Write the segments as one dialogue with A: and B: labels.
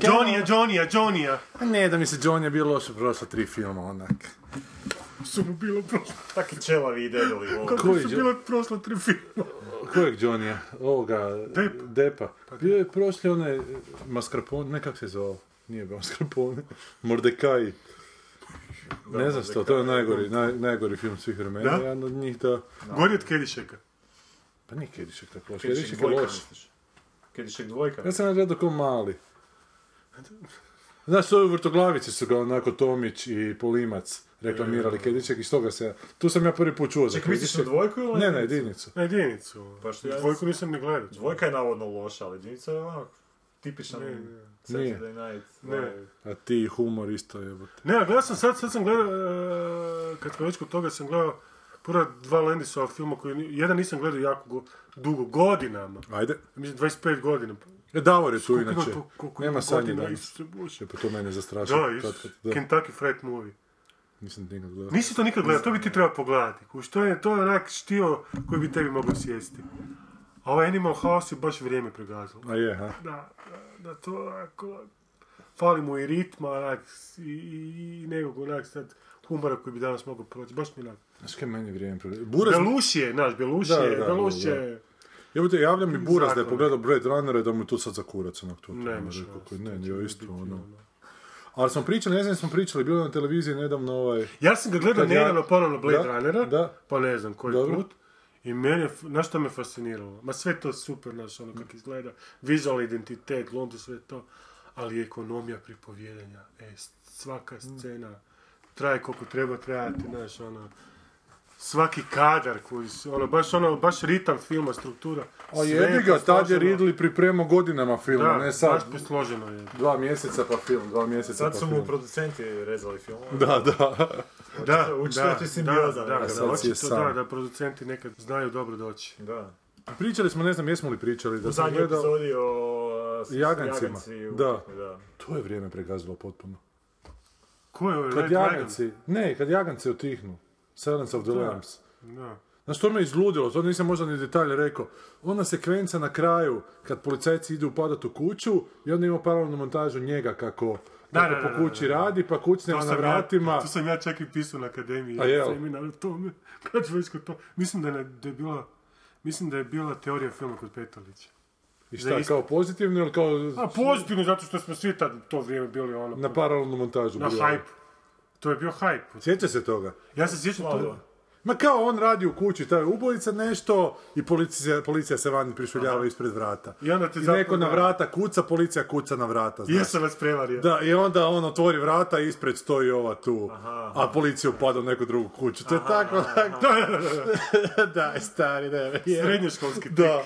A: Johnny, Johnny, Johnny.
B: A Pa ne, da mi se John je bilo loše prošla tri filma, onak. Su mu bilo prošlo...
A: Taki čelavi i debeli u ovom.
B: Koji
A: su
B: John?
A: bile prošle tri filma.
B: Kojeg John je? Ovoga... Depa. Pa Bio je prošli onaj mascarpone, ne kak se zvao. Nije bio mascarpone. Mordekaj. Ne znam što, to je najgori, naj, najgori film svih vremena.
A: Da?
B: Jedan od njih da...
A: Gori od Kedišeka.
B: Pa nije Kedišek tako loš.
A: Kedišek
B: Kedišek je
A: dvojka,
B: loš.
A: misliš? Kedišek dvojka?
B: Ja sam ga gledao ko mali. Znaš, to je u vrtoglavici su ga onako Tomić i Polimac reklamirali Kediček i stoga se... Tu sam ja prvi put čuo za
A: Čekaj, misliš na
B: Kediček.
A: dvojku ili
B: Ne, na jedinicu.
A: Na jedinicu. Pa što ja... Dvojku nisam ni gledao. Dvojka je navodno loša, ali jedinica je onako tipičan
B: Nije.
A: Saturday night. Ne.
B: A ti humor isto je.
A: Ne, a gledao sam sad, sad sam gledao, e, kad smo već kod toga sam gledao prva dva Landisova filma koji, ni- jedan nisam gledao jako go- dugo, godinama.
B: Ajde.
A: Mislim, 25 godina.
B: E, Davor je tu
A: Koliko ima
B: inače.
A: to- koliko ima
B: Nema sanje
A: godina,
B: danas.
A: Isuse Bože.
B: Je pa to mene zastrašilo. kad-
A: Da,
B: kad-
A: Isus,
B: da.
A: Kentucky Fried Movie.
B: Nisam nikad gledao.
A: Nisi to nikad gledao, to bi ti trebao pogledati. Kuš, to je, to je onak štio koji bi tebi mogao sjesti. A ovaj Animal House je baš vrijeme pregazilo.
B: A je, ha?
A: Da, da to onako, fali mu i ritma onak, i, i, i nekog onak sad humora koji bi danas mogao proći. Baš mi onak.
B: Znaš kaj meni vrijeme prolazi? Buraz...
A: Belušije, znaš,
B: Da,
A: Belušije,
B: da, da,
A: Belušije.
B: Jebote, javlja mi Buraz da je
A: Zakon.
B: pogledao Blade Runnera i da mu je to sad za kurac onak to. Ne,
A: može,
B: rekao, koji- ne, ne, isto ono. Ali smo pričali, ne znam smo pričali, bilo je na televiziji nedavno ovaj...
A: Ja sam ga gledao
B: Kad ja-
A: nedavno ponovno Blade
B: Da,
A: Runnera,
B: da.
A: pa ne znam koji
B: Dobro.
A: put. I mene, je f- znaš što me fasciniralo? Ma sve to super, znaš, ono kako izgleda, vizualni identitet, glumci, sve to, ali i ekonomija pripovjedanja, e, s-
B: Mm.
A: svaka scena, traje koliko treba trajati, znaš, ono, svaki kadar koji su, ono, baš ono, baš ritam filma, struktura.
B: A
A: sve
B: jebi ga, tad je
A: posloženo.
B: Ridley pripremao godinama film,
A: Da,
B: a ne sad.
A: baš posloženo je.
B: Dva mjeseca pa film, dva mjeseca pa film.
C: producenti rezali film.
B: Da, da.
A: Da,
C: Očito
A: da,
C: ti
A: da,
C: simbioza, neka.
A: da, da,
B: Sad si je
A: očito
B: sam.
A: da, da producenti nekad znaju dobro doći.
C: Da.
B: Pričali smo, ne znam jesmo li pričali, da
C: U
B: sam
C: zadnjoj
B: gledao...
C: epizodi o... s-
B: Jagancima.
C: Jaganci u-
B: Da.
C: da.
B: To je vrijeme pregazilo potpuno.
A: Ko je ovaj Red
B: Kad
A: Dragon?
B: jaganci, ne, kad jaganci otihnu. Silence of the Lambs.
A: Da.
B: Znaš, to me izludilo, to nisam možda ni detalje rekao. Ona sekvenca na kraju, kad policajci idu upadat u kuću, i onda ima paralelnu montažu njega kako,
A: Da,
B: kako
A: da, da,
B: po kući
A: da, da.
B: radi, pa kućnjava na
A: sam
B: vratima.
A: Ja, to sam ja čak i pisao na akademiji.
B: A jel?
A: sam i na tome. Kad ću već kod to. Mislim da, je, na- da je bila... Mislim da je bila teorija filma kod Petolića.
B: I
A: da
B: šta,
A: je isto.
B: kao pozitivno ili kao
A: A pozitivno, zato što smo svi tad to vrijeme bili ono...
B: na pa- paralelnu montažu?
A: na
B: bilo?
A: hype. To je bio hype.
B: Sjeća se toga?
A: Ja se sjećam to...
B: Ma kao on radi u kući, taj ubojica nešto i policija, policija se van prišuljava ispred vrata.
A: I onda ti
B: neko
A: zapravo-
B: na vrata kuca, policija kuca na vrata. znaš.
A: Ja sam vas prevario.
B: Da, i onda on otvori vrata i ispred stoji ova tu, a policija upada u neku drugu kuću. To je tako, tako, da, daj, stari, ne, je.
A: Srednjoškolski
B: da.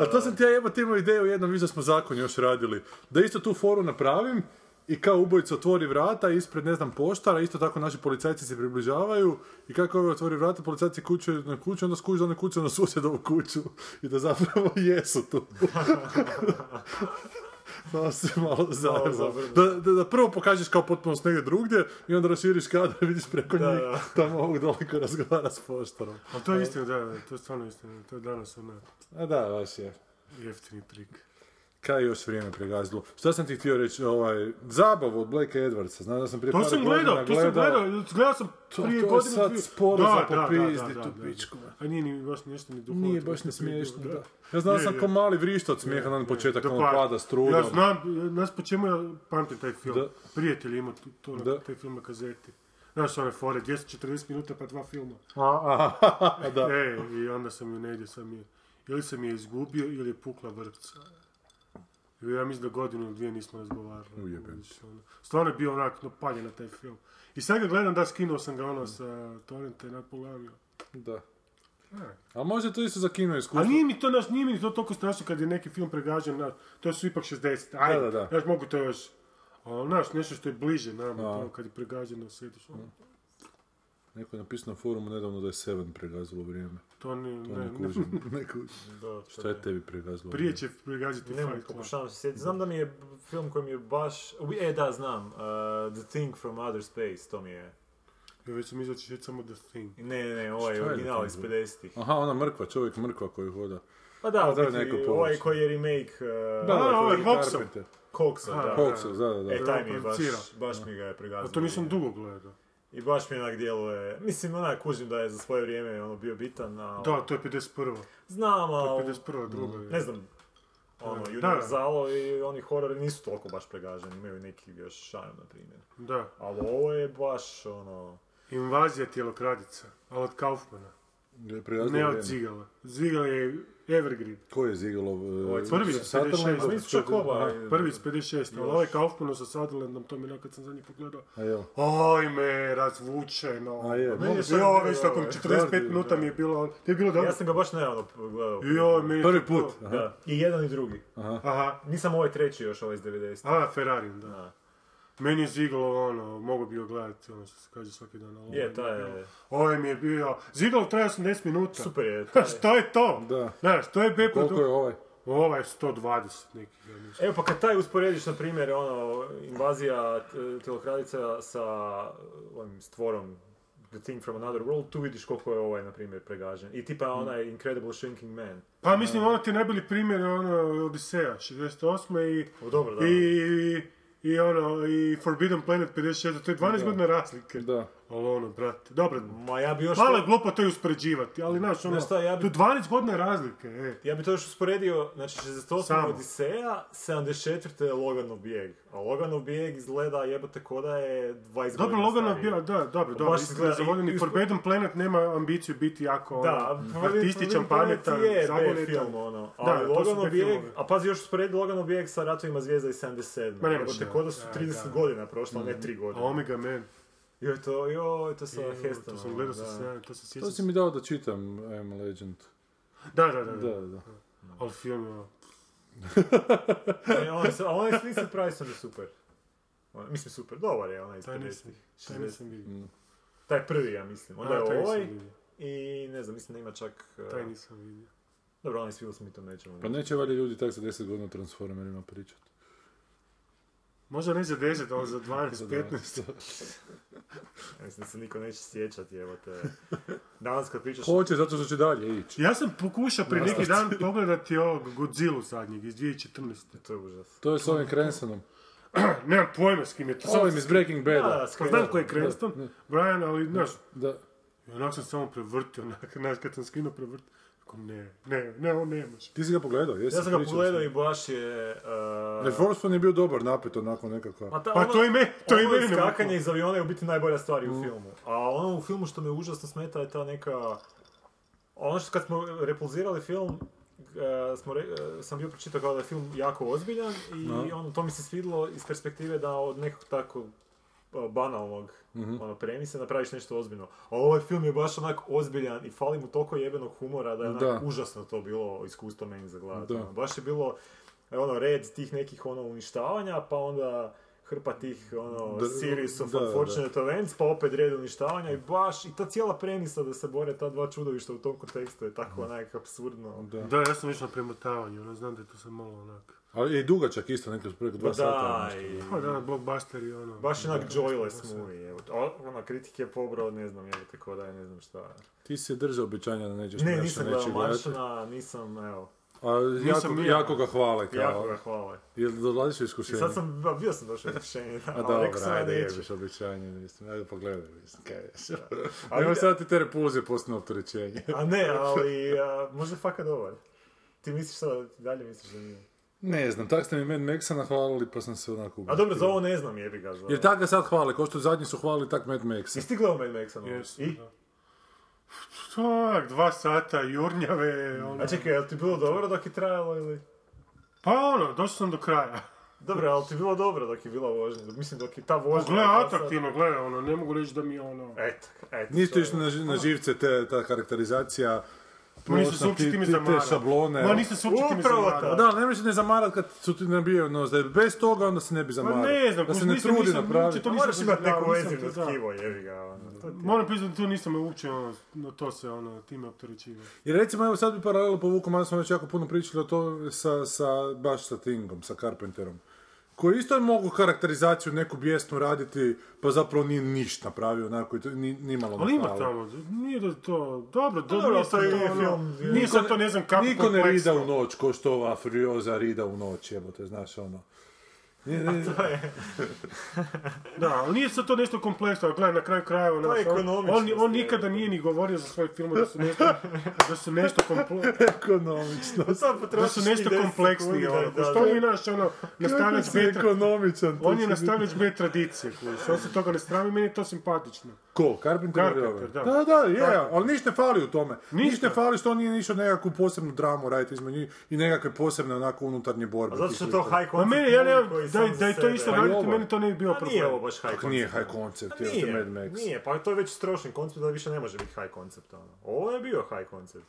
B: A to sam ti ja jebati imao ideju jednom, mi da smo zakon još radili, da isto tu foru napravim i kao ubojica otvori vrata ispred, ne znam, poštara, isto tako naši policajci se približavaju i kako ovaj otvori vrata, policajci kuću na kuću, onda skuži da one kuću na susjedovu kuću i da zapravo jesu tu. Da se malo zajebao. Da, da, da prvo pokažeš kao potpunost negdje drugdje i onda raširiš kadar i vidiš preko njih tamo ovog dole koji razgovara s poštarom.
A: Ali to je istina, da, da, to je stvarno istina. To je danas ono
B: A da, baš je.
A: jeftini trik.
B: Kaj je još vrijeme pregazilo? Šta sam ti htio reći, ovaj, zabavu od Blake Edwardsa, znam da sam prije
A: To
B: par
A: sam
B: godina
A: gledao, to sam gledao, gledao sam
B: To-
A: prije
B: to je
A: godinu.
B: sad
A: dvije.
B: sporo
A: Da,
B: za
A: da, da, da,
B: popizdi
A: da,
B: tu
A: da, da.
B: pičku.
A: A nije ni baš nešto ni duhovito.
B: Nije baš
A: što
B: ni
A: je bilo,
B: smiješno, da.
A: da.
B: Ja znam da
A: Je,
B: sam
A: je.
B: ko mali vrišta od smijeha na početak,
A: Do
B: ono
A: pada.
B: pada strujom.
A: pa, Ja znam, nas po čemu ja pamtim taj film.
B: Da.
A: Prijatelj ima tu- to, na
B: Da.
A: taj film na kazeti. Znaš one fore, 240 minuta pa dva filma.
B: A, a, da.
A: E, i onda sam ju negdje sam je, ili sam je izgubio ili je pukla vrpca. I Ja mislim da godinu ili dvije nismo razgovarali.
B: Ujebem ti.
A: Ono, Stvarno je bio onak napaljen na taj
B: Mm.
A: film. I sad ga gledam, da, skinuo sam ga ono sa torrenta i napoglavio.
B: da. A može to isto za kino
A: Ali
B: iskustvo.
A: nije mi to, naš, nije mi to toliko strašno kad je neki film pregađan, naš, to su ipak 60, ajde,
B: Da, da, da.
A: znaš, mogu to još, ali znaš, nešto što je bliže nama, kao kad je ono. pregađano, sjetiš,
B: Neko je napisao na forumu nedavno da je Seven pregazilo vrijeme.
A: to ne,
B: To ne
A: ne, ne,
B: kužim. Ne kužim.
C: Da,
B: Šta je tebi pregazilo
A: prije će pregađati
C: Ne mogu,
A: Fight Club.
C: pokušavam se sjetiti. Znam da mi je film koji mi je baš... u, E, da, znam. uh, The Thing from Outer Space, to mi je.
A: Ja već sam mislio da ćeš reći samo The Thing.
C: Ne, ne, ne, ovaj
B: Šta je
C: original
B: The
C: iz
B: Thing?
C: 50-ih.
B: Aha, ona mrkva, čovjek mrkva koji hoda.
C: Pa da,
B: to je
C: u biti,
B: neko
C: ovaj
B: povlačno.
C: koji je remake... uh,
B: Da,
A: A,
B: to
A: ovaj
B: je
A: Voxel.
B: Carpenter.
C: Coxa, da.
B: Voxel, da, da, da.
C: E, taj mi je baš,
A: producira.
C: baš mi ga je pregazio.
A: A to nisam dugo gledao.
C: I baš mi onak djeluje, mislim onak kužim da je za svoje vrijeme ono bio bitan, ali...
A: Da, to je 51.
C: Znam,
A: To je
C: ali...
A: 51. drugo je.
C: Ne znam, ono,
A: Da.
C: Universalo i oni horori nisu toliko baš pregaženi, imaju neki još šarm, na primjer.
A: Da.
C: Ali ovo je baš, ono...
A: Invazija tjelokradica, ali od Kaufmana.
B: Je pregazilo
A: Ne
B: vrijeme.
A: od Zigala. Zigal je Evergreen.
B: Ko je eh, pa Zigelov?
C: Ovaj
A: Prvi pa s
C: Sa-
B: Sutherland,
C: A
A: 56.
C: nisu čak oba...
A: ovaj,
B: eh,
A: Prvi s 56, ali ovaj Kaufman sa Sutherlandom, to mi je kad sam zadnji pogledao.
B: A jel?
A: Ajme, razvučeno.
B: A je, eh,
A: Mogu-
B: meni
C: je sad
A: Joj,
C: bilo,
A: već nakon
C: ovaj,
A: 45 minuta mi je bilo, on- ti je bilo dobro?
C: Ja sam ga baš nejavno gledao.
A: Joj, meni je
B: Prvi
A: to
B: put.
A: bilo-
B: Aha.
C: Da, i jedan i drugi.
A: Aha,
C: Nisam ovaj treći još, ovaj iz 90.
A: a Ferrari, da.
C: Da.
A: Meni je Zigalo ono, mogu bi joj gledati, ono što se kaže svaki dan. ali
C: Je,
A: ovaj
C: taj
A: mi
C: je...
A: bilo- Ovaj mi je bio, Zigalo traja 80 minuta.
C: Super je, taj
A: Pa
C: je.
A: što je to?
B: Da.
A: Znaš, to je B
B: Koliko je ovaj?
A: Ovaj je 120 neki, ja mislim.
C: Evo pa kad taj usporediš, na primjer, ono, invazija t- telokradica sa e, ovim stvorom The Thing from Another World, tu vidiš koliko je ovaj, na primjer, pregažen. I tipa
A: Mm.
C: onaj Incredible Shrinking Man.
A: Pa mislim, ono ti je najbolji primjer, ono, Odiseja, 68. i...
C: O, Pa dobro, da.
A: I, i, i ono, i Forbidden Planet 56, to je 12 godina razlike.
B: Da.
A: Ali ono, brate, dobro,
C: Ma ja bi još...
A: malo je
C: to-
A: glupo to i uspoređivati, ali znaš, ono,
C: Znaš šta, ja bi-
A: to je 12 godina razlike, e.
C: Ja bi to još usporedio, znači 68.
A: Samo.
C: Odiseja, 74. je Loganov bijeg. A Loganov bijeg izgleda jebote ko da je 20 godina
A: Dobro, Logan
C: stariji.
A: bila, da, dobro, dobro,
C: baš
A: istina,
C: izgleda- i-
A: zavodljeni.
C: i-
A: Forbidden Planet nema ambiciju biti jako
C: Da,
A: ono,
C: Forbidden-
A: artističan,
C: Forbidden Planet
A: pametan,
C: je B
A: zagonetan.
C: film, ono.
A: Da,
C: Ali
A: to su
C: Loganov
A: B
C: bijeg,
A: filmovi.
C: a pazi još usporedi Loganov bijeg sa Ratovima zvijezda iz 77.
A: Ma ne
C: Evo
A: možeš,
C: te
A: da.
C: ko da su
A: Da,
C: 30
A: da.
C: godina prošlo, a ne 3
A: A
C: godine.
A: Omega Man,
C: Joj, to, joj, to sa
A: Evo,
C: Hestonom.
A: to sam gledao
C: ono, da.
A: sa strane, to se sjećam.
B: To si mi dao da čitam I am legend.
A: Da, da, da,
B: Da,
A: da,
B: da.
A: ali film je ono,
C: E, on, a onaj s Vincent Priceom je super. On- mislim super, dobar je onaj iz
A: taj nisam,
C: 50-ih.
A: taj
C: 60-ih.
A: nisam vidio.
C: Taj prvi, ja mislim. Onda
A: A,
C: je
A: taj nisam
C: ovaj
A: vidio.
C: i ne znam, mislim da ima čak... e,
A: Taj nisam vidio.
C: Dobro, onaj s Will Smithom nećemo.
B: Pa neće valjda ljudi tak za 10 godina o Transformerima pričat.
A: Možda ne za 10, ali za 12, 15.
C: Ja mislim da se niko neće sjećati, evo te. Danas kad pričaš...
B: Hoće, zato što će dalje ići.
A: Ja sam pokušao prije neki dan pogledati ovog Godzilla zadnjeg iz 2014.
C: To je užas.
B: To je s ovim Cransonom.
A: Nemam pojma s kim je to.
B: S
A: Samo
B: ovim iz Breaking Bada.
A: Pa znam ko je Cranston, Brian, ali znaš,
B: Da.
A: i onak sam samo prevrtio, onak, znaš, kad sam skinuo prevrtio, rekao, ne, ne, ne, on ne može.
B: Ti si ga pogledao, jesi?
C: Ja sam ga
B: Pričali
C: pogledao
B: smo.
C: i baš je... Uh,
B: Reformston je bio dobar napet, onako nekako.
C: ta,
A: Pa
C: ono-
A: to i me- to i
C: ono
A: meni ne
C: skakanje
A: mogu.
C: iz aviona je u biti najbolja stvar i u filmu. A ono u filmu što me užasno smeta je ta neka... Ono što kad smo repulzirali film, e, smo re- e, sam bio pročitao kao da je film jako ozbiljan i ono, to mi se svidilo iz perspektive da od nekog tako e, banalnog ono, premise napraviš nešto ozbiljno. A ovaj film je baš onak ozbiljan i fali mu toliko jebenog humora da je onak
B: Da.
C: užasno to bilo iskustvo meni za gledat.
B: Da.
C: ono. Baš je bilo e, ono red tih nekih ono uništavanja, pa onda hrpa tih ono
B: Da,
C: series of
B: da, da.
C: unfortunate events, pa opet red uništavanja i baš i ta cijela premisa da se bore ta dva čudovišta u tom kontekstu je tako onak apsurdno. Da,
A: Da, ja sam išao na premotavanju, ono, znam da je to sam malo onak.
B: Ali je i dugačak isto, nekako preko dva sata.
C: Pa
B: ono.
C: i
A: Pa da, blockbuster i ono.
C: baš onak joyless movie. Evo. A, Ono, kritike je pobrao, ne znam, evo tako da je, ne znam šta.
B: Ti si držao obećanja da nećeš
C: Ne,
B: nešto,
C: nisam
B: neće
C: gledao
B: gledati.
C: Maršana, nisam, evo,
B: A jako,
A: ni ja.
B: jako ga hvale, kao.
C: jako ga hvala.
B: Jel dolaziš u
C: I
B: iskušenje?
C: sad sam, ba, bio sam došao u rješenje,
B: A
C: ali
B: dobro,
C: rekao sam da
B: ajde,
C: neću.
B: jebiš obećanje, mislim, ajde pogledaj, mislim, kaj ješ. Nemoj sad ti te repulzije postane opterećenje.
C: A ne, ali a, možda je fakat dobar. Ti misliš da, dalje misliš da nije.
B: Ne znam, tak ste mi Mad Maxa nahvalili, pa sam se onako
C: A
B: ubratio.
C: dobro, za ovo ne znam jebi ga za...
B: Jer tak ga sad hvale, ko što zadnji su hvalili tak Mad Maxa.
C: Jesi ti gledao Mad Maxa novo?
A: Jesam,
C: I?
A: Tak, dva sata, jurnjave, ono.
C: A čekaj, je li ti bilo dobro dok je trajalo ili...
A: Pa ono, došao sam do kraja.
C: Dobro, ali ti bilo dobro dok je bila vožnja? Mislim, dok je ta vožnja...
A: Gle,
C: bila Pa sad-
A: atraktivno, gle, ono, ne mogu reći da mi je ono...
C: Eto, eto.
B: Niste
C: to je-
B: išli na, ži- na živce te, ta karakterizacija
A: Ma nisu se
B: prošla,
A: uopće
B: Ono ti-
A: time
B: ti- te
A: zamarali.
B: šablone. ono.
A: Ma nisu se uopće time
C: Upravo
A: zamarali.
C: tako.
B: Da, ne možeš ne zamarat kad su ti nabijaju nos, da je bez toga onda se ne bi zamarao.
A: ne znam,
B: da se
A: kuš,
B: ne
A: nisam-
B: trudi
A: nisam-
B: napraviti.
A: uopće to
C: Pa
A: nisam
C: moraš imati
A: doživljavao,
C: neko
A: nisam
C: vezivno
A: to, da.
C: tkivo, jevi ga. ono, to ti je-
A: Moram priznati, tu nisam uopće ono, na to se ono, time opterećivao.
B: Jer recimo, evo sad bi paralelu povukao, mada smo već jako puno pričali o to sa, sa, baš sa Thingom, sa Carpenterom. Koji isto je mogu karakterizaciju neku bijesnu raditi, pa zapravo nije ništa napravio, onako, i to ni, ni malo
A: Ali ima
B: napravio.
A: tamo, nije da to, dobro, dobro,
C: Pa dobro,
A: nije
C: to je
A: sad ono-
C: film, je.
A: nije sad to ne znam kako
B: Niko ne
A: kompleksno.
B: rida u noć, ko što ova Furioza rida u noć, jebote, znaš, ono. Nije, nije,
A: Da, ali nije sad to nešto kompleksno, ali gledaj, na kraju krajeva, ono,
C: je
A: on,
C: ekonomičnost,
A: on, on
C: je.
A: nikada nije ni govorio za svoje filmove da su nešto, da su nešto kompleksno.
B: ekonomično.
C: Sad
A: Da
C: potrošiš
A: su
C: ti
A: nešto
C: 10
A: kompleksnije,
C: sekundi,
A: ono,
C: da,
A: ko što
C: da.
A: mi naš, ono, nastavljač
B: Kako si
A: B, tra-
B: ekonomičan. to
A: on je
B: si-
A: nastavljač B tradicije, koji se osim toga ne strami, meni je to simpatično.
B: Ko? Carpenter?
A: Carpenter,
B: ili ovaj?
A: da.
B: Da, da, je, ali ništa ne fali u tome. Ništa,
A: Ništa.
B: ne fali što on nije išao nekakvu posebnu dramu raditi između njih i nekakve posebne onako unutarnje borbe.
C: Zato
B: tih
C: što je to
B: likova.
C: high
A: Ma
C: concept.
A: meni, ja
C: movie
A: nemam,
C: koji
A: da,
C: sam
A: da je
C: za
A: to
C: sebe-
A: isto
B: Pa i
A: radite,
B: ovo.
A: meni to ne bi bio
C: Pa nije ovo
A: problem.
C: baš high
B: Kako
C: concept.
B: nije high concept,
C: Pa
B: je,
C: nije,
B: Mad Max.
C: nije, pa to je već strošen koncept, da više ne može biti high concept. Ono. Ovo je bio high concept.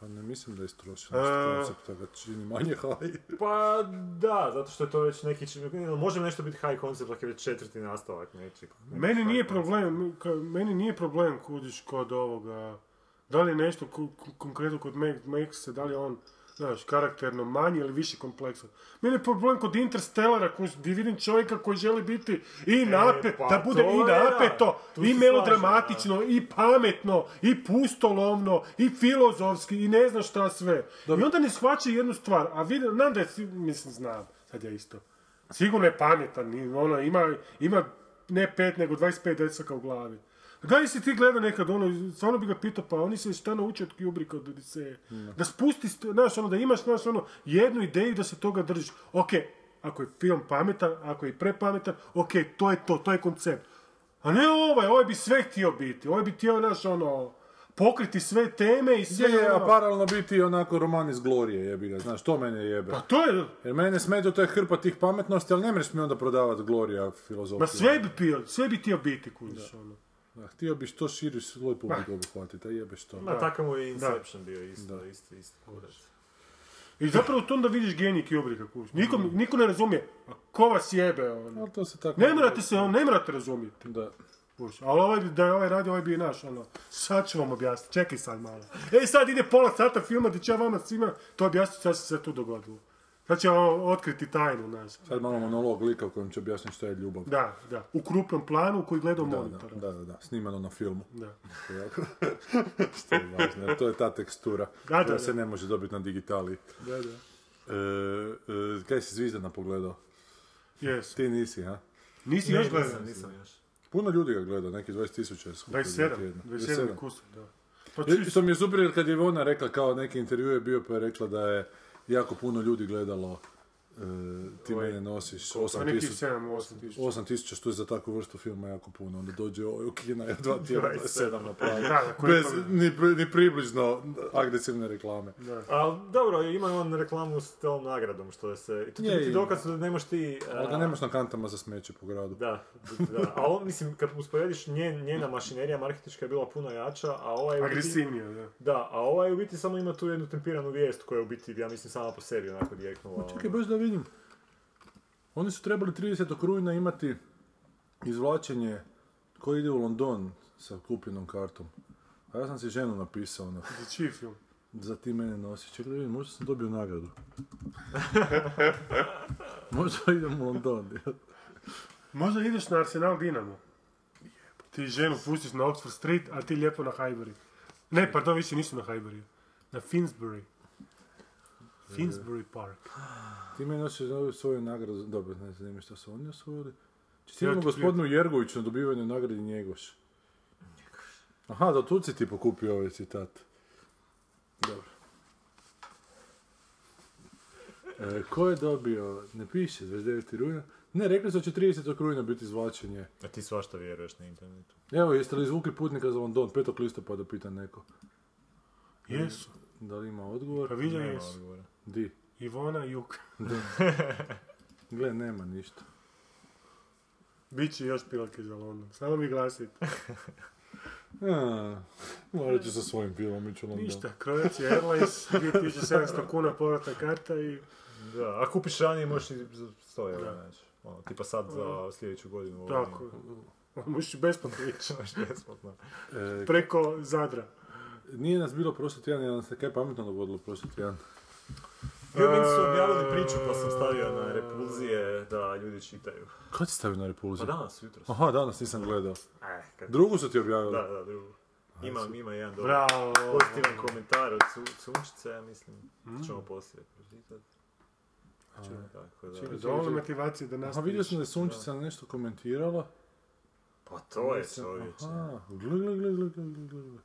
B: Pa ne mislim da je strošen
A: E.
B: koncept, da ga čini manje high.
C: Pa da, zato što je to već neki... čin- ne, Može nešto biti high concept ako je već četvrti nastavak nečeg.
A: Meni
C: High
A: nije
C: concept.
A: problem, ka- meni nije problem kudiš kod ovoga, da li je nešto ku- ku- konkretno kod Mac- Maxa, da li je on, znaš, karakterno manji ili više kompleksan. Meni je problem kod Interstellara, kuš, gdje vidim čovjeka koji želi biti i nape,
C: pa
A: da bude
C: to
A: i
C: je da,
A: napeto,
C: tu se
A: i
C: slažem,
A: melodramatično, i pametno, i pustolovno, i filozofski, i ne znam šta sve. I onda ne shvaća jednu stvar, a vidim, znam da je, si- mislim, znam, sad ja isto. Sigurno je pametan, i ono, ima, ima ne pet, nego 25 desaka u glavi. Da li si ti gledao nekad ono, stvarno bi ga pitao, pa oni se šta nauče od Kubricka, od Odiseje? Da spusti, st- znaš, ono, da imaš, znaš, ono, jednu ideju da se toga držiš. Ok, ako je film pametan, ako je i prepametan, ok, to je to, to je koncept. A ne ovaj, ovaj bi sve htio biti, ovaj bi htio, naš, ono, pokriti sve teme i
B: Gdje
A: sve,
B: je, pa- a
A: ono-
B: paralelno biti onako roman iz Glorije, jebi ga, znaš, to mene jebe.
A: Pa to je,
B: Jer mene smeta to je hrpa tih pametnosti, ali ne mreš mi onda prodavati Glorija filozofiju.
A: ma sve bi pio, sve bi htio biti, kužiš, ono.
B: Da, Htio bi što širi svoj publiku obuhvatiti, a jebeš to.
C: Ma takav mu je Inception bio isto, isto, isto. kurac.
A: I zapravo tu onda vidiš genij Kubricka, kužiš. Niko, niko ne razumije, a ko vas jebe, ono.
B: Ali Mm. to se tako...
A: Ne morate se, ono, ne morate razumjeti,
B: Da.
A: kužiš. Ali ovaj, bi- da je ovaj radio, ovaj bi i naš, ono, sad ću vam objasniti, čekaj sad malo. E, sad ide pola sata filma gdje će ja vama svima to objasniti šta se sad tu dogodilo. Sad će vam otkriti tajnu, znaš.
B: Sad malo monolog lika u kojem će objasniti što je ljubav.
A: Da, da, u krupnom planu koji gleda u
B: da,
A: monitor.
B: da, da, da, snimano na filmu.
A: Da.
B: Što je važno, jer to je ta tekstura
A: Da, da,
B: koja
A: da.
B: se ne može dobiti na digitali.
A: Da, da.
B: E, e, kaj si Zvizdana pogledao?
A: Jes.
B: Ti nisi, ha?
A: Nisi
C: Ne,
A: još gledao?
C: nisam, nisam još.
B: Puno ljudi ga gleda, neki 20.000 je skupio. 21.
A: 27, 27 kusur, da. Pa
B: I-
A: čisto,
B: Što E, mi je super jer kad je ona rekla kao neki intervju je bio pa je rekla da je jako puno ljudi gledalo e, ti mene nosiš
A: pa neki
B: 8000
A: 7, 8 tisuća.
B: 8000 što je za takvu vrstu filma jako puno, onda dođe ovaj u kina je dva tjedna 27 na pravu.
A: Da, da, koji je
B: Bez
A: to-
B: ni, pri- ni približno agresivne reklame.
C: Ali dobro, ima on reklamu s tom nagradom, što je se... I to ti
B: Je,
C: biti
B: ima.
C: dokaz da ne možeš ti...
B: Ali ga
C: a,
B: nemaš na kantama za smeće po gradu.
C: Da, da. A on, mislim, kad usporediš, njen, njena mašinerija marketička je bila puno jača, a ovaj... u biti-
A: Agresivnije, da.
C: Da, a ovaj u biti samo ima tu jednu tempiranu vijest koja je u biti, ja mislim, sama po sebi onako dijeknula.
B: Pa Čekaj, baš da vidim. Oni su trebali 30. rujna imati izvlačenje koji ide u London sa kupljenom kartom. A ja sam si ženu napisao na
A: Za čiji film?
B: za ti mene nosi. Čekaj da vidim, možda sam dobio nagradu. možda idem u London.
A: Možda ideš na Arsenal Dinamo. Ti ženu pustiš na Oxford Street, a ti lijepo na Highbury. Ne, pardon, više nisu na Highbury. Na Finsbury. Finsbury Park.
B: ti mene nosi svoju nagradu. Dobro, ne znam što su oni osvojili.
A: Ja
B: Čestitamo
A: ti
B: gospodinu Jergoviću na dobivanju nagradi Njegoš. Aha, da tu si ti pokupio ovaj citat. Dobro. E, ko je dobio, ne piše, 29. rujna? Ne, rekli su da će 30. rujna biti izvlačenje.
C: A ti svašta vjeruješ na internetu.
B: Evo, jeste li izvukli putnika za London? 5. listopada pita neko.
A: Jesu.
B: Da li ima odgovor?
A: Pa vidio jesu.
C: Odgovora.
B: Di?
A: Ivona Juk.
B: Gle, nema ništa.
A: Biće još pilke za London. Samo mi glasite.
B: A, Morat ću sa svojim pilom ići u London.
A: Ništa, Croatia Airlines, 2700 kuna povratna karta i
C: Da, a kupiš ranije možeš i za 100 eura, znači. Ono, tipa sad za sljedeću godinu. ovo
A: tako.
C: nije.
A: Možeš i besplatno ići.
C: Baš besplatno.
B: E,
A: Preko Zadra.
B: nije nas bilo prošli tjedan, jer nam se kaj pametno dogodilo prošli tjedan.
C: Bio meni su objavili priču pa sam stavio na repulzije da ljudi čitaju.
B: Kad si stavio na repulziju?
C: Pa danas, jutro sam.
B: Aha, danas nisam gledao.
C: Eh, kad-
B: Drugu su ti objavili.
C: Da, da, drugo. Ima, ima jedan dobar
A: Bravo.
C: pozitivan komentar od Su- Sunčice, ja mislim. ćemo poslije pročitati. Tako da.
A: Dovoljno Ono motivacije da
B: Aha,
A: nastaviš.
B: vidio sam da je Sunčica nešto komentirala.
C: Pa to je čovječe.
B: Aha, gle, gle, gle, gle, gle, gle, gle.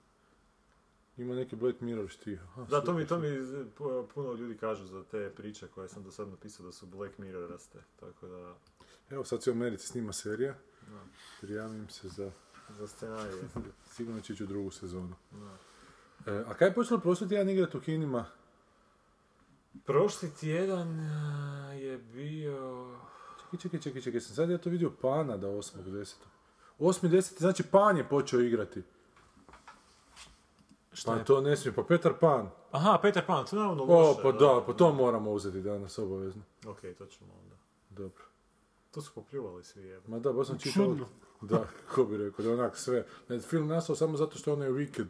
B: Ima neki Black Mirror štih. Aha,
C: Da, to mi, to mi z- pu- puno ljudi kažu za te priče koje sam do sad napisao da su Black Mirroraste, tako da
B: Evo sad se u Americi snima serija. Prijavim se za...
C: za scenarije.
B: Sigurno će ići u drugu sezonu. E, a kaj je počelo prošli tjedan igrat u kinima?
C: Prošli tjedan a, je bio...
B: Čekaj, čekaj, čekaj, čekaj, sam sad ja to vidio Pana da 8.10. 8.10. znači Pan je počeo igrati.
C: Šta
B: Pa
C: je?
B: to ne smije, pa Petar Pan.
C: Aha, Peter Pan, to je naravno
B: O,
C: loše.
B: pa da, pa to moramo uzeti danas obavezno.
C: Ok, to ćemo onda.
B: Dobro.
C: To su popljuvali svi jedno.
B: Ma da, baš sam čitao.
A: Čudno.
B: Da, ko bi rekao, da je onak sve. Da je film nastao samo zato što je onaj Wicked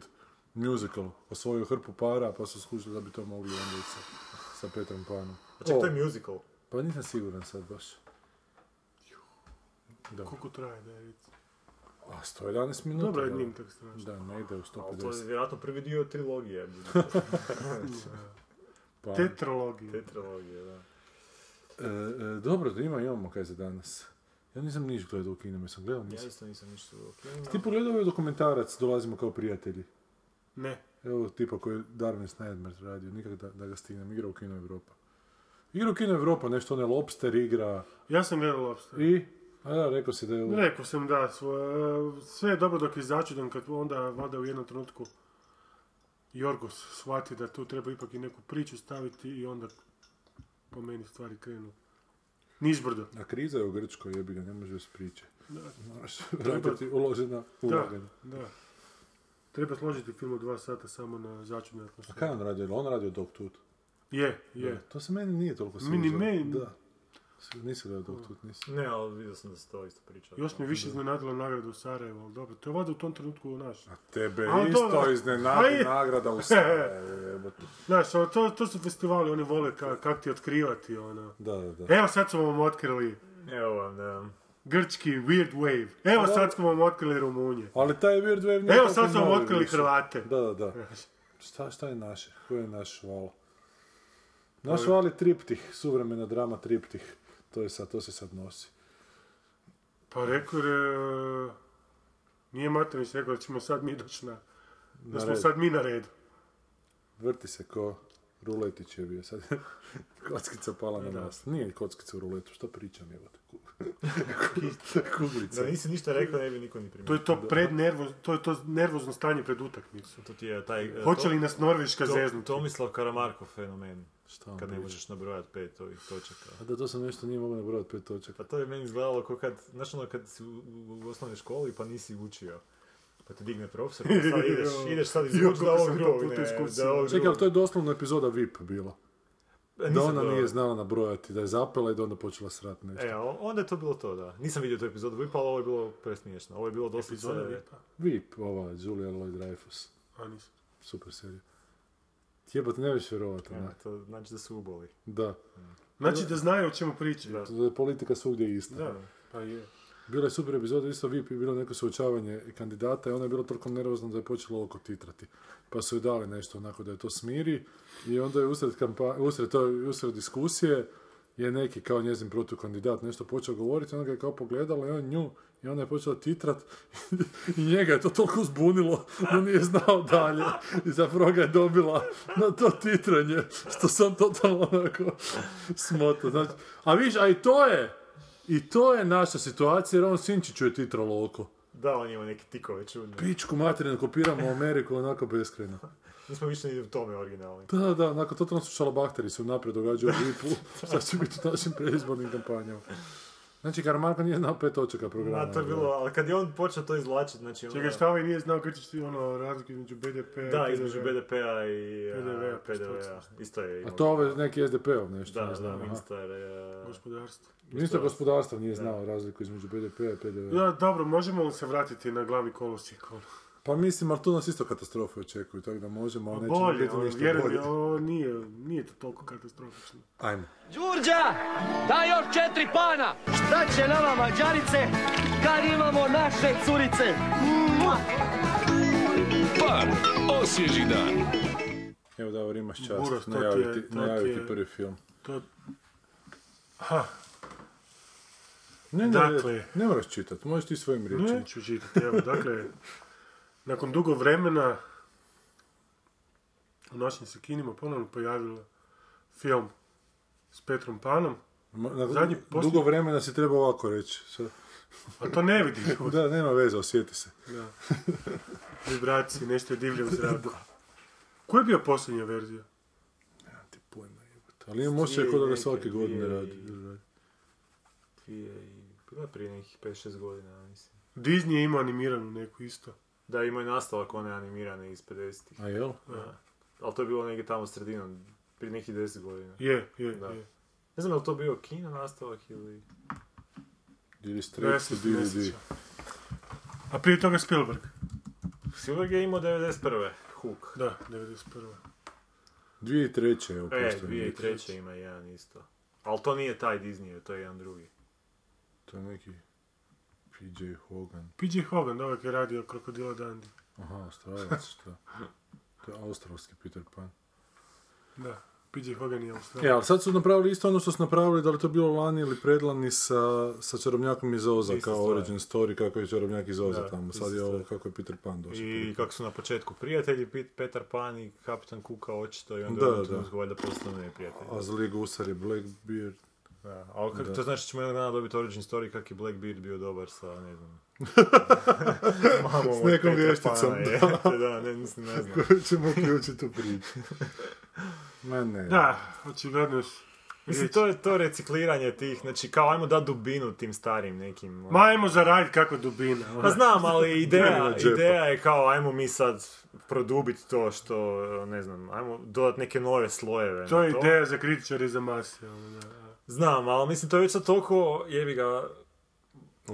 B: musical osvojio hrpu para, pa su skušali da bi to mogli onda i sa, sa Petrom Panom.
C: Pa ček, to
B: O,
C: je musical.
B: pa nisam siguran sad baš.
A: Koliko traje da je vidjeti.
B: A 111 minuta.
A: Dobro,
B: da.
A: jednim tako strašno.
B: Da, ne ide u
C: Ali to je
B: 150.
C: vjerojatno prvi dio trilogije.
B: Pa, e,
A: Tetralogija.
C: Te trilogije, da.
B: e, dobro, da ima, imamo kaj za danas. Ja nisam niš gledao u kinima, sam gledao
C: Ja
B: nisam.
C: isto nisam ništa u kinu.
B: Ti pogledao ovaj dokumentarac, dolazimo kao prijatelji.
A: Ne.
B: Evo tipa koji je Darwin Snyder radio, nikak da, da ga stignem, igra u Kino Evropa. Igra u Kino Evropa, nešto onaj Lobster igra
A: Ja sam gledao Lobster.
B: i... A da, rekao si da je... u-
A: Rekao sam da, svo- sve je dobro dok je začudan kad onda vada u jednom trenutku Jorgos shvati da tu treba ipak i neku priču staviti i onda po meni stvari krenu. Nizbrdo.
B: A kriza je u Grčkoj, jebi ga, ne može bez priče.
A: Da.
B: Moraš vratiti uložena
A: Da,
B: ulaganja.
A: da. Treba složiti film od dva sata samo na začudnu
B: A
A: atmosferu.
B: kaj on radio? Jel On radio Dogtooth.
A: Je, je.
B: Da, To se meni nije toliko sviđa.
A: Mi ni meni.
B: Da. S- Nisi gledao Dogtooth, nisi.
C: Ne, ali vidio sam da se to isto priča.
A: Još me više iznenadila nagrada u Sarajevu, ali dobro, to je valjda u tom trenutku naš.
B: Tebe
A: Ali to-
B: isto
A: Ali-
B: iznenadi nagrada u Sarajevu, jebote.
A: Znaš, ali to, to su festivali, oni vole ka, kak ti otkrivati, ono.
B: Da, da, da.
A: Evo sad smo vam otkrili
C: Evo vam, da.
A: grčki Weird Wave. Evo sad smo vam otkrili Rumunje.
B: Ali taj Weird Wave nije
A: Evo
B: toliko
A: sad smo vam
B: novi
A: otkrili
B: više.
A: Hrvate.
B: Da, da, da. Šta, šta je naše? Koji je naš val? Naš val je triptih, suvremena drama triptih. To, je sad, to se sad nosi.
A: Pa rekao je... e, Nije Matanić rekao da ćemo sad mi doći na... Da smo
B: red.
A: sad mi na redu.
B: Vrti se ko ruletić je bio sad. kockica pala na nas. Nije kockica u ruletu, što pričam jebote. Ku- Kuglica.
C: Da nisi ništa rekao, ne bi niko ni
A: To
C: primijetio.
A: je to prednervoz, to je to nervozno stanje pred utakmicu.
C: To ti je taj... e,
A: Hoće
C: to-
A: li nas Norveška
C: to,
A: zeznuti?
C: Tomislav Karamarkov fenomen.
B: Šta on
C: Kad ne
B: priča?
C: možeš nabrojati pet ovih točaka.
B: A da, to sam nešto nije mogao nabrojati pet točaka.
C: Pa to je meni izgledalo kao kad, znaš ono kad si u, u- u osnovnoj školi pa nisi učio. Pa te digne profesor, pa sad ideš, ideš sad
A: Jo,
C: izvući
A: kako
C: da ovog
A: sam to
C: drugog
A: puta
C: ne,
A: iskusio.
C: da ovog
B: Čekaj, ali
C: drugog.
B: to je doslovno epizoda VIP bila.
C: E, Pa, nisam
B: Da ona
C: gledao.
B: nije znala nabrojati, da je zapela i da onda počela srat nešto.
C: E, o- onda je to bilo to, da. Nisam vidio tu epizodu VIP, ali ovo je bilo presmiješno. Ovo je bilo dosta...
A: Epizoda VIP-a?
B: VIP, ova, Julia Lloyd-Dreyfus.
A: A Pa nisam.
B: Super serija. Jebote, ne veš vjerovat, onak.
C: To znači da su uboli.
B: Da.
A: Znači da znaju o čemu pričaju.
C: Da.
B: To je politika svugdje ista.
A: Da, pa je.
B: Bila je super epizoda, isto VIP je bilo neko suočavanje kandidata i ona je bila toliko nervozna da je počelo oko titrati. Pa su joj dali nešto onako da je to smiri i onda je usred, kampa- usred, to, usred diskusije je neki kao njezin protukandidat nešto počeo govoriti, ona ga je kao pogledala i on nju i ona je počela titrat i njega je to toliko zbunilo da nije znao dalje i zapravo ga je dobila na to titranje što sam totalno onako smoto. Znači, a viš, a i to je i to je naša situacija, jer on Sinčiću je titralo oko.
C: Da, on ima neke tikove čudne.
B: Pičku materinu, kopiramo Ameriku onako beskrajno.
C: Nismo više ni u tome originalni.
B: Da, da, da, onako totalno su šalabahteri se unaprijed događaju u Lipu, šta će biti u našim predizbornim kampanjama. Znači, Karamarko nije znao pet točaka programa.
C: Da, to je bilo, ali kad je on počeo to izvlačiti, znači... ono-
A: Čekaj, šta ovaj nije znao kad ćeš ti ono razliku između BDP i
C: Da, između
A: PDV?
C: BDP-a i a,
A: PDV-a,
C: PDV-a.
A: znači?
C: Isto je
B: A
C: imao.
B: to ove neki SDP-ov nešto.
C: Da,
B: ne znam,
C: da,
B: aha.
C: ministar... e,
A: Gospodarstvo.
B: Ministar gospodarstva nije znao razliku između BDP-a i PDV-a.
A: Da, dobro, možemo li se vratiti na glavni kolosijek? ono?
B: Pa mislim, ali tu nas isto katastrofe očekuju, tako da možemo,
C: Pa
B: ali nećemo
A: Bolje,
B: biti
A: ono,
B: ništa
A: vjeruj mi,
B: bolje.
A: ovo nije, nije to toliko katastrofično.
B: Ajmo.
D: Đurđa, daj još četiri pana! Šta će nama mađarice kad imamo naše curice?
B: Evo Davor, imaš čast
A: Buras, to ti je-
B: najaviti,
A: to ti
B: najaviti
A: je-
B: prvi film.
A: To,
B: Ne, ne,
A: Dakle-
B: ne moraš čitati, možeš ti svojim riječima.
A: neću čitati, evo, dakle, nakon dugo vremena u našim se kinima ponovno pojavio film s Petrom Panom,
B: Ma- na-
A: Zadnji posljednji-
B: Dugo vremena si treba ovako reći. sad.
A: a to ne vidim ljudi,
B: Da, nema veze, osjeti se.
A: vibracije, nešto je divlje u zraku. Ko je bio posljednja verzija?
B: Nemam ti pojma, jebote. Ali imam osjećaj kod da ga svake
C: dvije
B: godine
C: i-
B: radi.
C: dvije i- Bilo je prije nekih 5-6 godina, ja mislim.
A: Disney je imao animiranu neku isto.
C: Da, ima i nastavak one animirane iz 50-ih.
B: A jel?
C: Ali to je bilo negdje tamo sredinom, prije nekih 10 godina.
A: Je, je,
C: Da.
A: je.
C: Ne znam je li to bio kino nastavak ili...
B: Ili
A: Ja
B: Straits
A: se
B: to DVD.
A: sjećam. A prije toga Spielberg.
C: Spielberg je imao 91. Hook.
A: Da, 91.
B: 2003. evo
C: E,
B: postoji.
C: 2003. ima jedan isto. Ali to nije taj Disney, to je jedan drugi.
B: To je neki PJ Hogan.
A: PJ Hogan, da, uvijek je radio Krokodila Dundee.
B: Aha, Australac, šta? To je australski Peter Pan.
A: Da, PJ Hogan je
B: E,
A: Australija.
B: ali sad su napravili isto ono što su napravili, da li to bilo lani ili predlani sa, sa čarobnjakom iz Oza,
C: Ista
B: kao
C: stvar.
B: Origin Story, kako je čarobnjak iz Oza
C: Da,
B: tamo.
C: ista
B: Sad je ovo
C: stvar.
B: kako je Peter Pan došao.
C: I kako su na početku prijatelji, Pit- Petar Pan i Kapitan Kuka očito i onda
B: Da,
C: u jednom
B: da.
C: trenutku valjda postanu neprijatelji.
B: A zli gusar je Blackbeard.
C: Da, ali kako, to znači da ćemo jednog dana dobiti origin story kak je Blackbeard bio dobar sa, ne znam... Mamom
B: S
C: od
B: nekom
C: Petra
B: vješticom,
C: Pana, jebote, da, ne, mislim, ne znam.
B: ćemo uključiti u priču. Ma ne.
A: Da, očigledno je.
C: Mislim, to je to recikliranje tih, znači kao ajmo da dubinu tim starim nekim... ono.
A: Ma ajmo zaradit kakva dubina. ono.
C: Pa znam, ali
B: Nema
C: ideja,
B: džepa.
C: ideja je kao ajmo mi sad produbiti to što, ne znam, ajmo dodat neke nove slojeve.
A: To
C: na
A: je ideja za kritičare i za mase. ono, da, da.
C: Znam, ali mislim to je već sad toliko, jebi ga,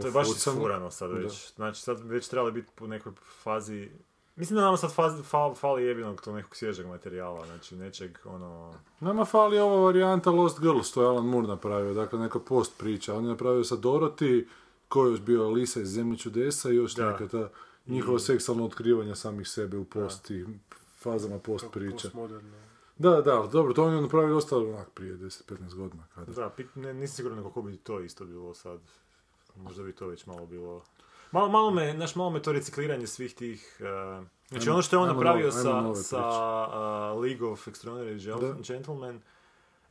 C: to je baš
B: Ufucano.
C: isfurano sad već. Znači sad bi već trebali biti u nekoj fazi, mislim da nama sad fazi, fal, fali jebinog to nekog svježeg materijala, znači nečeg ono...
B: Nama fali ova varijanta Lost Girls, to je Alan Moore napravio, dakle neka post priča. On je napravio sa Dorothy, ko je još bio Lisa iz Zemlje čudesa i još
C: Da.
B: neka ta njihova seksualna otkrivanja samih sebe u post i fazama post priča.
A: Postmoderno.
B: Da, da, ali dobro, to on je napravio dosta onak prije 10-15 godina kada.
C: Da, pit, ne, nisam siguran kako bi to isto bilo sad. Možda bi to već malo bilo... Malo, malo me, znaš, malo me to recikliranje svih tih... eh, znači
B: Ajmo-
C: ono što je on
B: ajmo
C: napravio
B: nove- ajmo nove
C: sa, sa eh, League of Extraordinary Gen- Gentlemen,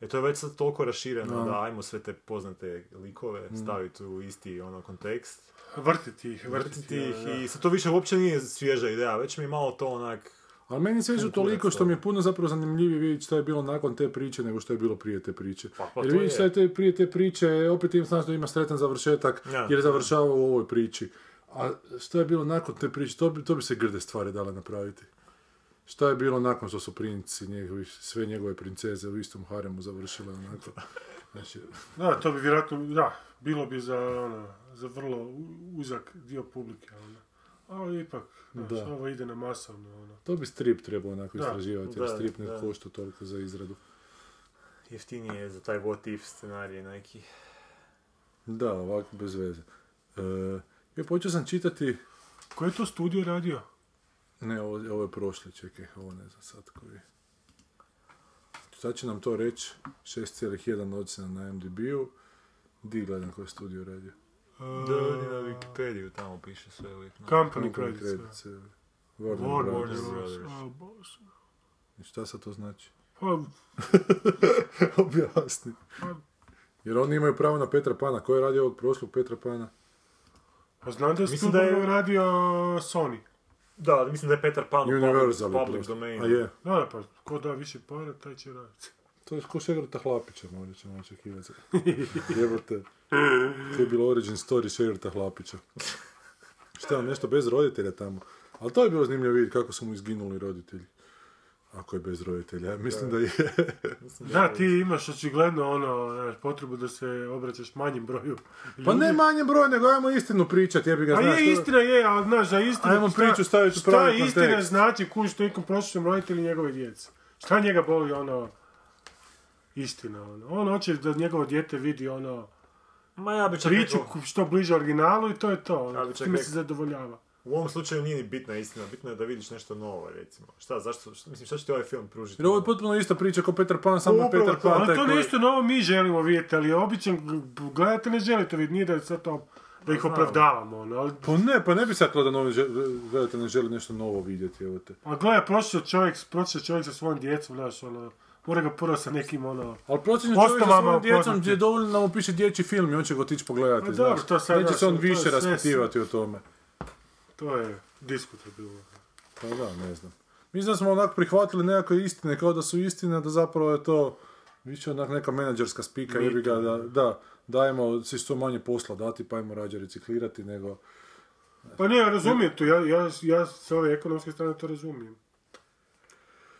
C: e, to je već sad toliko rašireno da ajmo sve te poznate likove
B: Mm.
C: staviti u isti ono kontekst,
A: Vrtiti ih,
C: vrtiti
A: da,
C: ih
A: da.
C: i sad to više uopće nije svježa ideja, već mi je malo to onak...
B: Ali meni se sviđa
C: Konkurac,
B: toliko što
C: da.
B: mi je puno zapravo zanimljivije vidjeti što je bilo nakon te priče nego što je bilo prije te priče.
C: Pa, pa
B: jer
C: to
B: vidiš
C: je.
B: šta je te, prije te priče, opet im znaš da ima sretan završetak
C: Ja.
B: jer završava u ovoj priči. A što je bilo nakon te priče, to bi, to bi se grde stvari dale napraviti. Šta je bilo nakon što su princi, njegovi, sve njegove princeze u istom haremu završile onako. Znači,
A: Da, to bi vjerojatno, da, bilo bi za, ono, za vrlo u- uzak dio publike, ono. Ali ipak, znaš,
B: Da.
A: ovo ide na masovno, ono.
B: to bi strip trebao onako
A: Da,
B: istraživati, jer
C: da,
B: strip ne
C: da.
B: košta toliko za izradu.
C: Jeftinije je za taj what if scenarij neki.
B: Da, ovako bez veze. E, ja počeo sam čitati
A: Ko je to studio radio?
B: Ne, ovo, ovo je prošli, čekaj, ovo ne znam sad koji. Šta će nam to reći? 6,1 ocjena na MDB-u. Di gledam koji je studio radio.
C: Da, odi na Wikipediju, tamo piše sve uvijek. na-
A: Company
B: Company
A: Credits. da.
B: Credits, evo. Warner
A: Warner
B: Brothers.
A: Brothers.
C: Brothers.
A: A, bože.
B: I Šta sad to znači?
A: Pa,
B: Objasni. Jer oni imaju pravo na Petra Pana. Ko je radio ovog prošlog Petra Pana?
A: Pa znam da je
C: Mislim
A: Spielberg
C: da je-
A: radio Sony.
C: Da, ali mislim da je Petar Pan u public,
B: Universal. je
C: public
B: prošlo.
C: domain.
B: A je.
A: Da, da, pa ko da više para, taj će raditi.
B: To je ko šegrata Hlapića, možda ćemo očekivati. Jebote. To je bilo origin story Šegrta Hlapića. Šta, on nešto bez roditelja tamo. Ali to je bilo zanimljivo vidjeti kako su mu izginuli roditelji. Ako je bez roditelja, ja mislim da je.
A: Da, ti imaš očigledno ono, znaš, potrebu da se obraćaš manjem broju ljudi.
B: Pa ne manje broj, nego ajmo istinu pričati, ja bi ga
A: Pa
B: znaš,
A: je,
B: to-
A: istina je, ali znaš, za istinu...
B: Ajmo
A: šta-
B: priču staviti u
A: Šta
B: pravi
A: istina
B: kontekst.
A: znači kuš to nekom prosječnom roditelju njegove djece? Šta njega boli ono... Istina, ono. On hoće da njegovo dijete vidi ono...
C: Ma ja bi čak
A: Priču
C: rekao,
A: ku- što bliže originalu i to je to.
C: Ja bi
A: Ono.
C: čak
A: Time se
C: rekao-
A: zadovoljava.
C: u ovom slučaju nije ni bitna istina, bitno je da vidiš nešto novo, recimo. Šta, zašto, šta- mislim, šta će ti ovaj film pružiti?
B: Jer ovo je potpuno ista priča kao Peter Pan, samo
C: Upravo
B: je Peter
C: to,
B: Pan
A: Ali
B: taj
A: to
B: koji-
A: nešto novo mi želimo vidjeti, ali običan g- gledatelj ne želi to vidjeti, nije da je sad to, da ih
C: Znam.
A: opravdavamo, ono, ali
B: Pa ne, pa ne bi sakla da novi žel- gledatelj ne želi nešto novo vidjeti, evo te.
A: A pa gledaj, prošao čovjek, prošao čovjek sa svojom djecom, znaš, ono, mora ga prvo sa nekim, ono...
B: Ali procjenjen čovjek sa
A: Osnovama
B: svojom djecom
A: poznati.
B: gdje je dovoljno da mu piše dječji film i on će ga otići pogledati,
A: Pa dobro,
B: znaš.
A: to sad,
B: Neće
A: znaš,
B: se on
A: to je
B: više
A: sve-
B: raspitivati o tome.
A: To je diskutabilno.
B: Pa da, ne znam. Mislim da smo onako prihvatili nekakve istine, kao da su istine, da zapravo je to više onak neka menadžerska spika, jebi ga, da, da, dajemo si što manje posla dati, pa ajmo rađe reciklirati, nego...
A: Pa ne, ja razumijem to, ja, ja, ja s ove ekonomske strane to razumijem.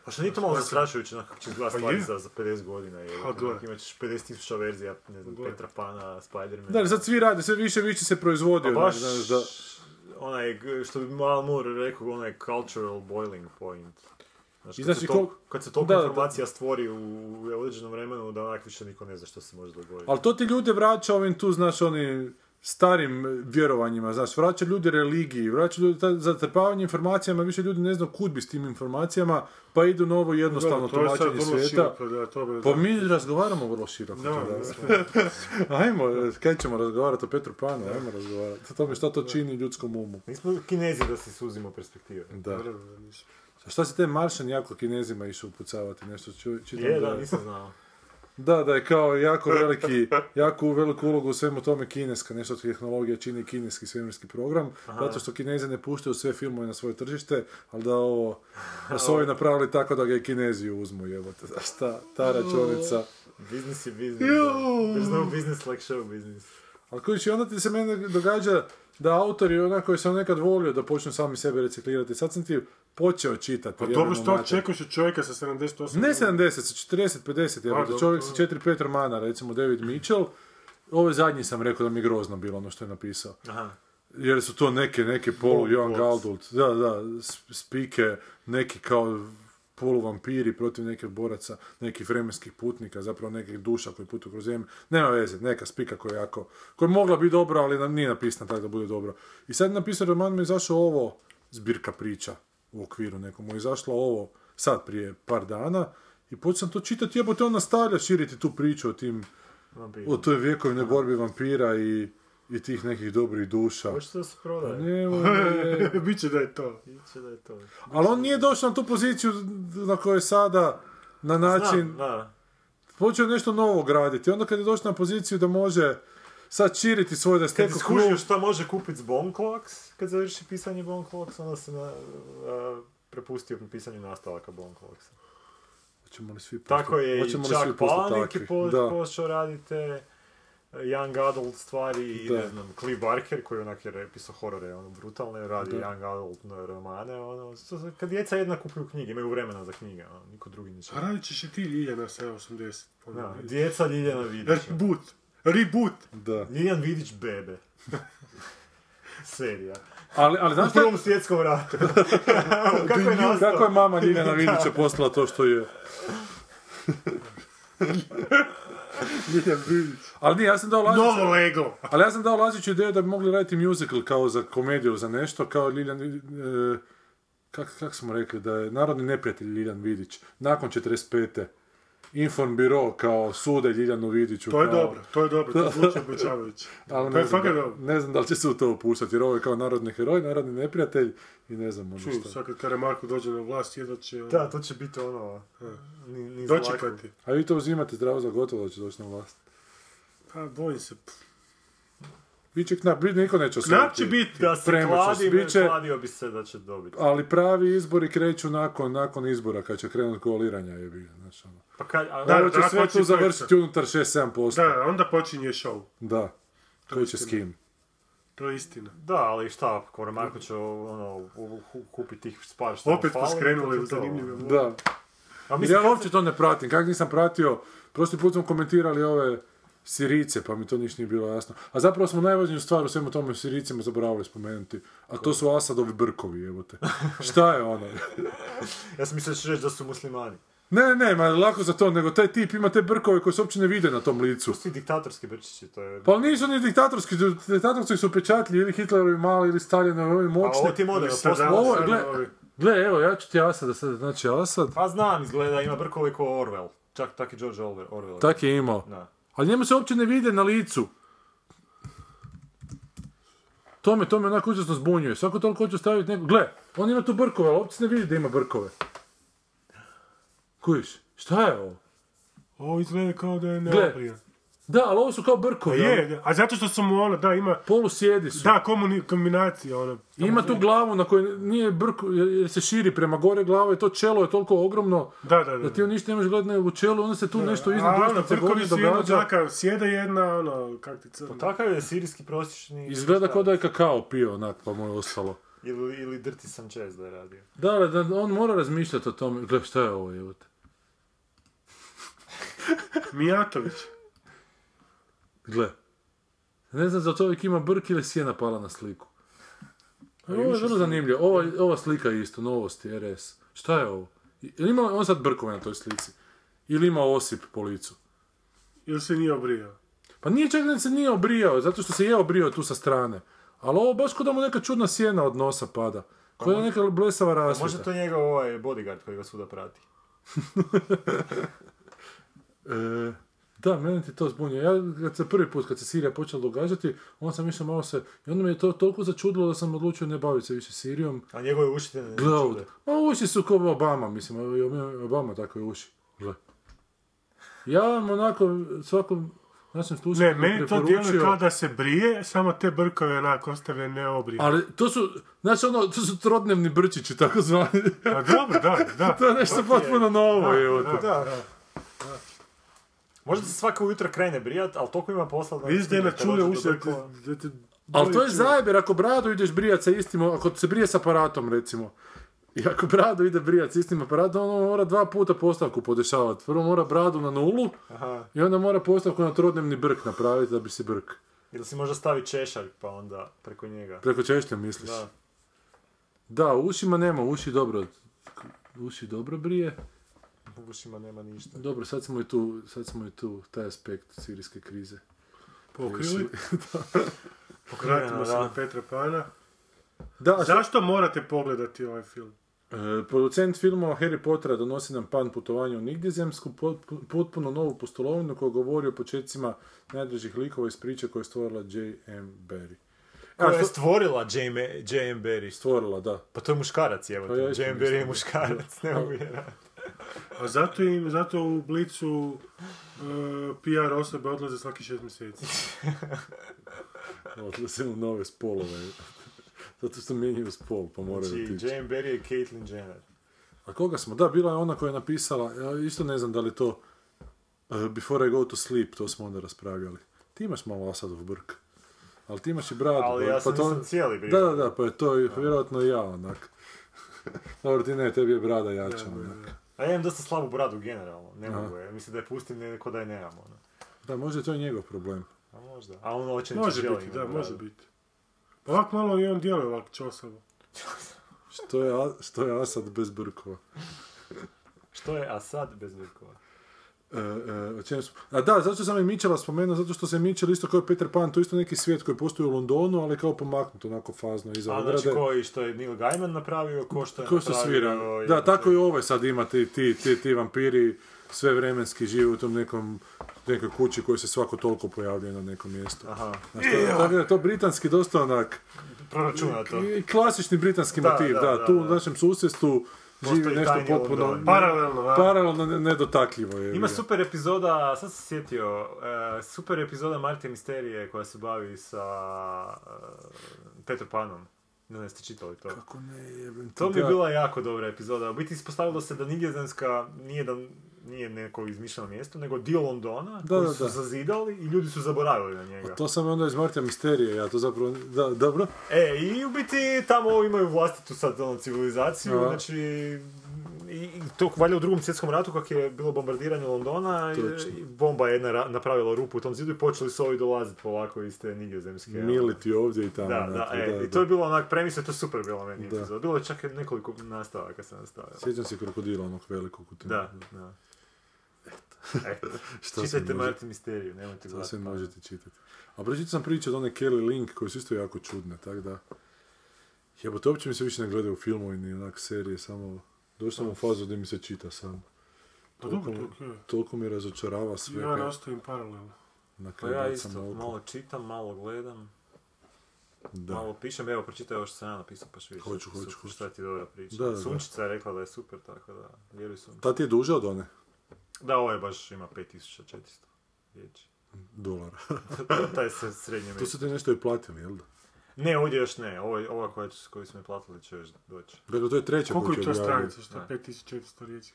C: Pa što nije to malo zastrašujuće, onako kako će izgledati
B: pa
C: stvari
A: je.
C: za, za 50 godina, je,
A: Pa gle.
C: imat ćeš 50.000 verzija, ne znam, Petra Pana, Spidermana.
B: Da, jer sad svi rade, sve više i više se proizvodi,
C: Pa
B: onak,
C: baš,
B: znaš, da...
C: onaj, g- što bi Mal Moore rekao, onaj cultural boiling point. Znaš,
B: I
C: kad,
B: znači
C: se tol-
B: kol-
C: kad se toliko
B: da, da.
C: informacija stvori u, u određenom vremenu, da onak više niko ne zna što se može dogoditi.
B: Ali to ti ljude vraća ovim tu, znaš, onim starim eh, vjerovanjima, znaš, vraća ljude religiji, vraća ljude ta, zatrpavanje informacijama, više ljudi ne zna kud bi s tim informacijama, pa idu na ovo jednostavno
A: Dobro, to je sad
B: tumačenje
A: vrlo
B: svijeta.
A: široko, da, to bi...
B: Pa mi razgovaramo vrlo široko.
A: Da,
B: to
A: da,
B: Ajmo, eh, kaj ćemo razgovarati o Petru Panu, ajmo razgovarati. O tome šta to čini ljudskom umu.
C: Nismo kinezi da si suzimo perspektive.
B: Da.
A: da, da, nisam.
B: A Šta si te Maršan jako kinezima išao upucavati, nešto ču- čitam
C: Je,
B: da-
C: da, nisam znao.
B: Da, da je kao jako veliki, jako veliku ulogu u svemu tome kineska, nešto tehnologija čini kineski svemirski program, zato što kineze ne puštaju sve filmove na svoje tržište, ali da ovo, da su ovi napravili tako da ga i kinezi uzmu, evo, šta, ta računica.
C: Biznis je biznis. da. There's no business like show business.
B: Ali koji onda ti se meni događa da autori onako koji sam nekad volio da počnu sami sebe reciklirati, sad sam ti počeo čitati.
A: Pa
B: jebeno
A: dobro, što
B: mater.
A: očekuješ od čovjeka sa 78
B: Ne 70, sa 40, 50,
A: A,
B: jel,
A: dobro,
B: čovjek
A: to
B: sa 4-5 romana, recimo David Mitchell, ovo zadnji sam rekao da mi je grozno bilo ono što je napisao.
C: Aha.
B: Jer su to neke, neke polu young adult, da, da, s- spike, neki kao polu vampiri protiv nekih boraca, nekih vremenskih putnika, zapravo nekih duša koji putuju kroz vrijeme. Nema veze, neka spika koja je jako, koja je mogla biti dobra, ali nam nije napisana tako da bude dobro. I sad je napisao roman mi je izašao ovo, zbirka priča u okviru nekom, mu je izašlo ovo sad prije par dana i počeo sam to čitati, jebote on nastavlja širiti tu priču o tim, o toj vjekovnoj borbi vampira i, i tih nekih dobrih duša.
C: Baš što se prodaje.
B: Njemu je-
A: Biće da je to.
C: Biće da je to.
B: Ali on nije došao na tu poziciju na kojoj je sada na način...
C: Znam, da.
B: Počeo je nešto novo graditi. Onda kad je došao na poziciju da može sad širiti svoj da
C: Kad
B: stekao
C: iskušio šta može kupiti s Bone Clocks, kad završi pisanje Bone Clocks, onda se na, a, prepustio pisanju nastavaka Bone Clocksa.
B: Hoćemo li svi postati-
C: Tako je i
B: hoćemo li svi
C: Chuck
B: postati
C: Palahniuk je
B: takvi?
C: po-
B: Da.
C: počeo radite Young Adult stvari i
B: Da.
C: ne znam, Cliff Barker koji onak je re- pisao horore, ono, brutalne, radi Young Adult no, romane, ono, s- s- kad djeca jedna kupuju knjige, imaju vremena za knjige, ono, niko drugi niče.
A: A Pa radit ćeš i ti Ljiljana sa 80. ono.
C: Da, djeca Ljiljana Vidića.
A: Reboot. Reboot.
B: Da.
C: Ljiljan Vidić bebe. Serija.
B: Ali, ali
C: U
B: znaš šta-
C: prvom svjetskom ratu. Kako je
B: Ju,
C: nastao?
B: kako je mama Ljiljana Vidića poslala to što je? Ljiljan Vidić. Ali nije, ja sam dao Laziću...
A: Novo Lego.
B: Ali ja sam dao Laziću ideju da bi mogli raditi musical kao za komediju, za nešto, kao Liljan... E, kak, kak smo rekli, da je narodni neprijatelj Liljan Vidić, nakon 45. Inform biro kao sude Ljiljanu Vidiću.
A: To je
B: kao-
A: dobro, to je dobro, to zvuči obećavajuće.
B: Ali
A: To je
B: ne, znam,
A: fakat
B: da,
A: dobro.
B: ne znam da li će se u to upuštati, jer ovo je kao narodni heroj, narodni neprijatelj i ne znam ono
A: Čuj,
B: šta.
A: sad kad Karamarko dođe na vlast, jedva će... ono,
C: Da, to će biti ono... Ni, ni zlako.
A: Dočekati.
B: A vi to uzimate zdravo za gotovo da će doći na vlast.
A: Pa bojim se. pff.
B: Biće knap, bit- niko neće osvojiti.
A: Knap će biti,
C: Da se
B: Premoćnost.
C: kladim,
B: Bit će-
C: kladio bi se da će dobiti.
B: Ali pravi izbori kreću nakon, nakon izbora, kad će krenuti koaliranja, je bi, znači, ono.
C: Pa kad, a,
A: Da,
B: Ovo će
A: da,
B: sve
A: hoće
B: tu završiti unutar 6-7%. Da.
A: Da, onda počinje show.
B: da. Ko će s kim?
A: To je istina.
C: Da, ali šta, Koramarko će ono, u- u- u- kupiti tih par što mu
A: Opet smo
C: fali, to
A: skrenuli
C: je
A: u
C: to.
A: zanimljive vode.
B: Da.
C: A
B: Jer
C: Pa mislim,
B: ja uopće to ne pratim, kak nisam pratio, prošli put smo komentirali ove Sirice, pa mi to ništa nije bilo jasno. A zapravo smo najvažniju stvar u svemu tome Siricima zaboravili spomenuti. A to su Asadovi brkovi, evo te. Šta je ono?
C: ja sam mislio da ćeš reći da su muslimani.
B: Ne, ne, ma lako za to, nego taj tip ima te brkove koje se uopće ne vide na tom licu.
C: Svi diktatorski brčići, to je...
B: Pa nisu ni diktatorski, diktatorski su pečatlji, ili Hitlerovi mali, ili Staljinovi, ovi
C: a ovo ti
B: moćni.
C: moderno,
A: Sad,
C: posle-
A: evo,
B: ovo je,
A: sad
B: gle-
A: ovi-
B: Gle, evo, ja ću ti Asada sad, znači Asad,
C: Pa znam, izgleda, ima brkove ko Orwell. Čak tak i George Orwell. Orwell.
B: tak je imao.
C: Da.
B: Ali njemu se uopće ne vide na licu. To me, to me onako užasno zbunjuje. Svako toliko hoću staviti neko... Gle, on ima tu brkove, ali uopće se ne vidi da ima brkove. Kujiš, šta je ovo?
A: Ovo izgleda kao da je
B: Gle,
A: neoprije.
B: Da, ali ovo su kao brkovi.
A: Pa Je,
B: ono.
A: da, a zato što su mu ono, da, ima...
B: Polu sjedi su.
A: Da, komuni, kombinacija, ono.
B: Ima tu glavu na kojoj nije brko, jer se širi prema gore glava i to čelo je toliko ogromno
A: Da, da, da.
B: da ti ništa ne možeš gledati nego u čelu, onda se tu nešto
A: A,
B: iznad
A: ono,
B: dušnice
A: prkovi
B: gore
A: su jedna
B: događa.
A: taka, sjede jedna, ono, kak ti crna.
C: Pa Takav je sirijski prosječni...
B: Izgleda
C: šta?
B: kao da je kakao pio, onak, pa mu je ostalo.
C: Ili, ili Dirty Sanchez da je radio.
B: Da, ali da, on mora razmišljati o tome. Gle, šta je ovo, jebote?
A: Mijatović.
B: Gle. Ne znam za to uvijek ima brk ili sjena pala na sliku.
A: Pa
B: Ovo je vrlo zanimljivo. Ova, ova slika je isto, novosti, RS. Šta je ovo? Ili ima on sad brkove na toj slici? Ili ima osip po licu?
A: Ili se nije obrijao.
B: Pa nije čak da se nije obrijao, zato što se je obrijao tu sa strane. Ali ovo baš kao da mu neka čudna sjena od nosa pada.
A: Pa
B: Koja je neka blesava rasvjeta.
C: Možda to je njegov ovaj bodyguard koji ga svuda prati.
B: E, da, mene ti to zbunjuje. Ja, kad se prvi put, kad se Sirija počela događati, onda sam išao malo se... I onda me je to toliko začudilo da sam odlučio ne baviti se više Sirijom.
C: A njegove ušite ne
B: Gle,
C: čude.
B: a uši su kao Obama, mislim, evo, i Obama takve uši. Gle. Ja vam onako svakom našem
A: Ne,
B: slušatelju
A: meni to djeluje
B: preporučio-
C: Pa
A: kao da se brije, samo te brkove onako ostave neobrijane.
B: Ali to su, znači ono, to su trodnevni brčići, tako zvani.
C: pa
A: A dobro, da, da.
B: to je nešto potpuno novo, evo te.
A: Da, da.
C: Možda se svako ujutro krene brijat, ali toliko ima posla da...
A: Vidiš da je na čule uši, da ti-
C: brkova.
A: da ti-
B: Ali to je zajeber, ako bradu ideš brijat sa istim, ako se brije s aparatom recimo, i ako bradu ide brijat s istim aparatom, ono mora dva puta postavku podešavati. Prvo mora bradu na nulu
C: Aha.
B: i onda mora postavku na trodnevni brk napraviti da bi si brk.
C: Ili si možda stavi češalj pa onda preko njega.
B: Preko češlja misliš?
C: Da.
B: Da, u ušima nema, uši dobro, uši dobro brije.
C: U ušima nema ništa.
B: Dobro, sad smo i tu, sad smo i tu, taj aspekt sirijske krize.
A: Pokrili.
C: Da,
A: Vratimo se
C: da.
A: na Petra Pana.
B: Da, a
A: Zašto morate pogledati ovaj film?
B: E, producent filmova Harry Pottera donosi nam pan putovanja u nigdjezemsku, potpu- potpuno novu pustolovinu koja govori o početcima najdražih likova iz priče koje je stvorila J.M. Barry.
C: Koja
B: Pa
C: je
B: što-
C: stvorila J.M. J.M. Barry.
B: Stvorila, da.
C: Pa to je muškarac, evo.
B: Pa ja isto
C: J.M. Barry je
B: mislim.
C: muškarac, ne mogu vjerovati.
A: A zato, im, zato u Blicu e, PR osobe odlaze svaki šest mjeseci.
B: Odlaze u nove spolove. Zato što mijenjaju spol, pa moraju
C: Znači,
B: otići.
C: J.M. Barry je Caitlyn
B: A
C: Jenner.
B: Pa koga smo? Da, bila je ona koja je napisala, ja isto ne znam da li to e, Before I Go to Sleep, to smo onda raspravljali. Ti imaš malo Asadov brk. Ali ti imaš i bradu. pa
C: Ali ja sam nisam cijeli
B: Da,
C: brijat.
B: da, da, pa je to i vjerojatno i ja onak. Dobro, ti ne, tebi je brada jača onak.
C: A ja imam dosta slabu bradu generalno, ne mogu je. Mislim da je pustim neko da je nemam, ono.
B: Da, možda je to i njegov problem.
C: A možda. A ono oče ne
A: Može biti, da, može biti. Pa ovak malo i on djeluje ovak čosavo.
B: Što je, A- što je Asad bez brkova?
C: Što je Asad bez brkova?
B: E, e, o čemu smo? A da, zašto sam i Mičela spomenuo, zato što se Mičel isto kao Peter Pan, to je isto neki svijet koji postoji u Londonu, ali kao pomaknut onako fazno iza
C: A
B: ograde.
C: znači koji što je Neil Gaiman napravio, ko što je
B: Ko što svira.
C: napravio...
B: Da, tako i ovaj sad ima ti, ti, ti, ti vampiri, sve vremenski žive u tom nekom nekoj kući koji se svako toliko pojavljuje na nekom mjestu.
C: Aha,
B: Znaš, to- tako da je to britanski dosta onak
C: proračunato.
B: i klasični britanski
C: Da,
B: motiv,
C: da,
B: da,
C: da,
B: tu
C: da.
B: u našem susjedstvu živi
C: Postoji
B: nešto
C: tajni
B: potpuno
C: London.
A: Paralelno, a?
B: paralelno ne- nedotakljivo. Je,
C: Ima super epizoda, sad se sjetio, e, super epizoda Marte Misterije koja se bavi sa e, Petr Panom. Ne znam, jeste čitali to?
B: Kako ne, jebem ti,
C: To mi je
B: da.
C: bila jako dobra epizoda. U biti ispostavilo se da Nigezanska nije da nije neko izmišljeno mjesto, nego dio Londona koji
B: da,
C: su
B: da.
C: zazidali i ljudi su zaboravili na njega.
B: Pa To sam onda iz Martija Misterije, ja to zapravo... Da, dobro.
C: E, i u biti tamo imaju vlastitu sad ono, civilizaciju,
B: Aha.
C: znači... I, i to valjda u drugom svjetskom ratu kak je bilo bombardiranje Londona, i-
B: Točno.
C: i bomba je jedna ra- napravila rupu u tom zidu i počeli su ovi dolaziti polako iz te nigezemske. ono.
B: Militi ovdje i tamo.
C: Da,
B: znate,
C: da, e, i to je bilo onak premisa, to je super bilo meni epizoda. Bilo je čak nekoliko nastavaka se nastavilo.
B: Sjećam se krokodila onog velikog u tim.
C: Da, da. Eto.
B: Šta se
C: Čitajte
B: može-
C: Martin Misteriju, nemojte
B: To
C: gledati.
B: se možete čitati. A pročitao sam priče od one Kelly Link koje su isto jako čudne, tako da... Jebote, uopće mi se više ne gledaju filmovi ni onak serije, samo... Došao sam u fazu gdje mi se čita samo.
A: Pa dobro,
B: Toliko,
A: to je okej.
B: toliko mi razočarava sve.
A: Ja
B: kaj-
A: nastavim paralelno.
B: na
C: Pa
B: kraju
C: ja
B: dati
C: isto,
B: samo oko.
C: malo čitam, malo gledam,
B: Da.
C: malo pišem, evo pročitaj ovo što sam ja napisao pa ću vidjeti
B: Hoću,
C: šta ti
B: hoću,
C: su-
B: hoću.
C: šta ti je dobra priča.
B: Da, da, da.
C: Sunčica je rekla da je super, tako da, vjeruj Sunčica.
B: Ta ti je duža od one?
C: Da, ovo je baš ima 5400 riječi.
B: Dolara.
C: Taj se srednje
B: to su
C: mjesto.
B: ti nešto i platili, jel da?
C: Ne, ovdje još ne, ovo, je- ova koja, će- koju smo platili će još doći.
B: Dakle, to je treća
A: Koliko
B: koju
A: je
B: ću
A: to
B: objaviti.
A: stranica, šta
C: Da.
A: 5400 riječi?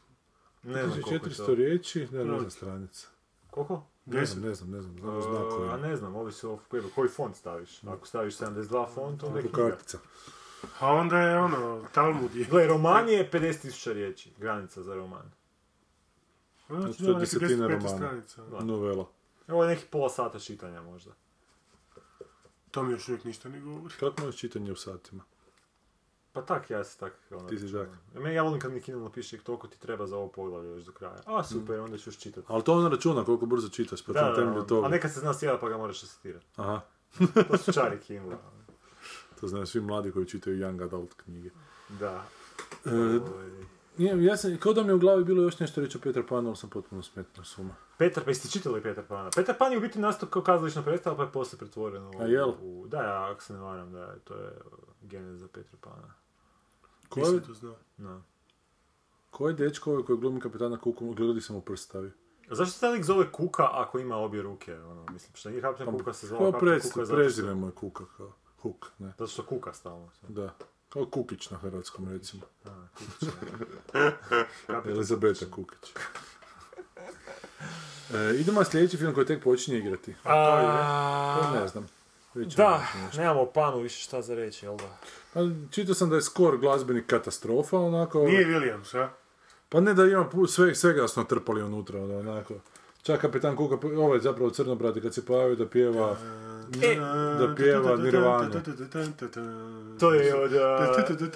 C: Ne znam koliko je
B: 1400
C: to.
B: riječi, ne, ne
A: Brojke.
B: znam stranica.
C: Koliko?
B: Ne znam, ne znam, ne znam, znam znak koji
C: E, A
B: je.
C: ne znam, ovisi o koji, koji font staviš. Ako staviš 72 font, onda je
B: Kako
C: knjiga.
B: kartica.
A: A Pa onda je ono, Talmud je.
C: Gle, roman je 50.000 riječi, granica za roman.
A: Znači,
B: to je
A: da, nekih
B: desetina
A: 10-15
B: romana.
A: stranica.
B: Novela.
C: Ovo je nekih pola sata čitanja možda.
A: To mi još uvijek ništa ne govori.
B: Kako možeš čitanje u satima?
C: Pa tak, ja se tak... Ono,
B: Ti si tak.
C: Me, ja volim kad mi Kindle napiše toliko ti treba za ovo poglavlje još do kraja. A, super, onda ću još čitati.
B: Ali to on računa koliko brzo čitaš, pa
C: Da,
B: na
C: da, da,
B: temelju toga.
C: a nekad se zna sjeda pa ga moraš asistirati.
B: Aha,
C: To su ono, čari Kindle.
B: to znaju svi mladi koji čitaju young adult knjige.
C: Da. Ovaj.
B: Nije, ja sam, kao da mi je u glavi bilo još nešto reći o Peter Panu, ali sam potpuno smetno suma.
C: Petar, pa jeste čitali Petar Pana? Petar Pan je u biti nastao kao kazališna predstava, pa je poslije pretvoreno u...
B: A jel?
C: u- da, ja, ako se ne varam, da, je- to je uh, geneza Petra Pana.
B: Ko je,
A: Nisam to znao.
C: No.
B: ko je dečko ovaj koji glumi kapitana Kuku, gledi sam mu prst stavio?
C: A Zašto se taj lik zove Kuka ako ima obje ruke? Ono, mislim, što nije Kapten Kuka se zvao
B: Kao
C: Kapten
B: Pa, prez,
C: Kuka zato što,
B: prezime mu je Kuka, kao Huk, ne.
C: zato što Kuka stalno.
B: Da, kao Kukić na hrvatskom recimo.
C: A, Kukić, ne.
B: Elizabeta Kukić. E, idemo na sljedeći film koji tek počinje igrati. To ne znam. Vidjet ćemo.
C: Da, nemamo o panu više šta za reći, jel da?
B: Pa, čitao sam da je skor glazbeni katastrofa, onako.
A: Nije Williams, a?
B: Pa ne da ima pu- sve, svega smo trpali unutra, ono, onako. Čak kapetan Kuka, pa ovaj zapravo crnobrati kad se pojavio da pjeva, da pjeva Nirvana.
C: To je od... uh,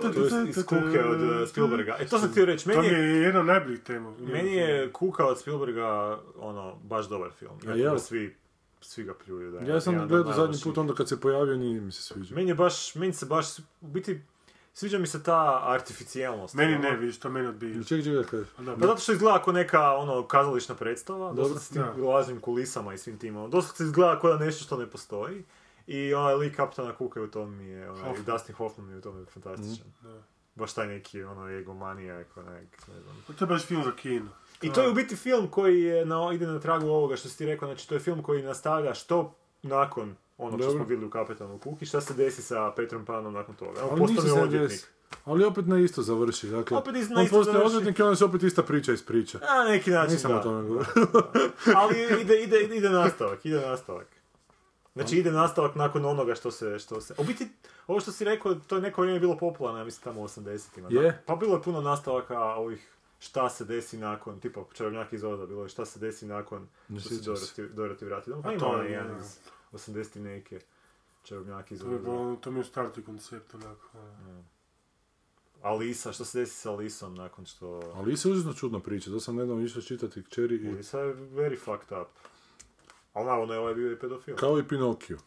B: To jest
C: iz Kuke od uh, Spielberga. E to sam htio reći,
A: To
C: meni
A: mi
C: je,
A: je jedna od najboljih tema.
C: meni je Kuka od Spielberga ono, baš dobar film. Iako
B: jel?
C: ga svi, svi ga pljuju da je
B: Ja sam
C: jedan od
B: gledao zadnji
C: najlošijih.
B: put onda kad se pojavio nije mi se sviđa.
C: Meni je baš, meni se baš, u biti, sviđa mi se ta artificijalnost.
A: Meni
C: ono.
A: ne, vidiš, to meni odbija.
B: Ček, ček, da kažeš.
C: Pa zato što izgleda kao neka ono kazališna predstava, dosta
B: Dobro,
C: s tim
A: da.
C: glaznim kulisama i svim tim, ono, dosta se izgleda kao da nešto što ne postoji. I onaj lik kapitana Kuka je u tom je, onaj,
A: Hoffman.
C: Dustin Hoffman je u tome fantastičan. Baš taj neki ono egomanijak, onak, ne znam.
A: Pa To je baš film za kino.
C: I to je u biti film koji je na, ide na tragu ovoga što si ti rekao, znači to je film koji nastavlja što nakon onog što
B: Dobro.
C: smo vidjeli u Kapitanu Kuki, šta se desi sa Petrom Panom nakon toga. On
B: Ali ništa se
C: postane
B: ne
C: odvjetnik.
B: desi. Ali opet na isto završi, dakle.
C: Opet iz- na
B: on
C: isto
B: postane
C: završi.
B: odvjetnik i onda se opet ista priča ispriča.
C: Na neki način,
B: Nisam o
C: da.
B: tome govorio.
C: Ali ide, ide, ide nastavak, ide nastavak. Znači ide nastavak nakon onoga što se, što se... U biti, ovo što si rekao, to je neko vrijeme bilo popularno, ja mislim tamo u 80-ima. da?
B: Je.
C: Pa bilo je puno nastavaka ovih šta se desi nakon, tipa čarovnjak iz Oza, bilo je šta se desi nakon što se
B: sjećam se.
C: Dorothy, Dorothy vrati. doma. Pa ima
A: to
C: onaj
A: je,
C: jedan
A: da.
C: iz 80 neke čarovnjak iz
A: To je bilo
C: Oza.
A: ono- To mi je u startu koncept, onako. ono.
C: Alisa, što se desi sa Alisom nakon što...
B: Ali se užasno čudno priča, to sam nedavno išao čitati kćeri i...
C: Alisa je very fucked up. Ali naravno je ovaj bio i pedofil.
B: Kao i Pinokio.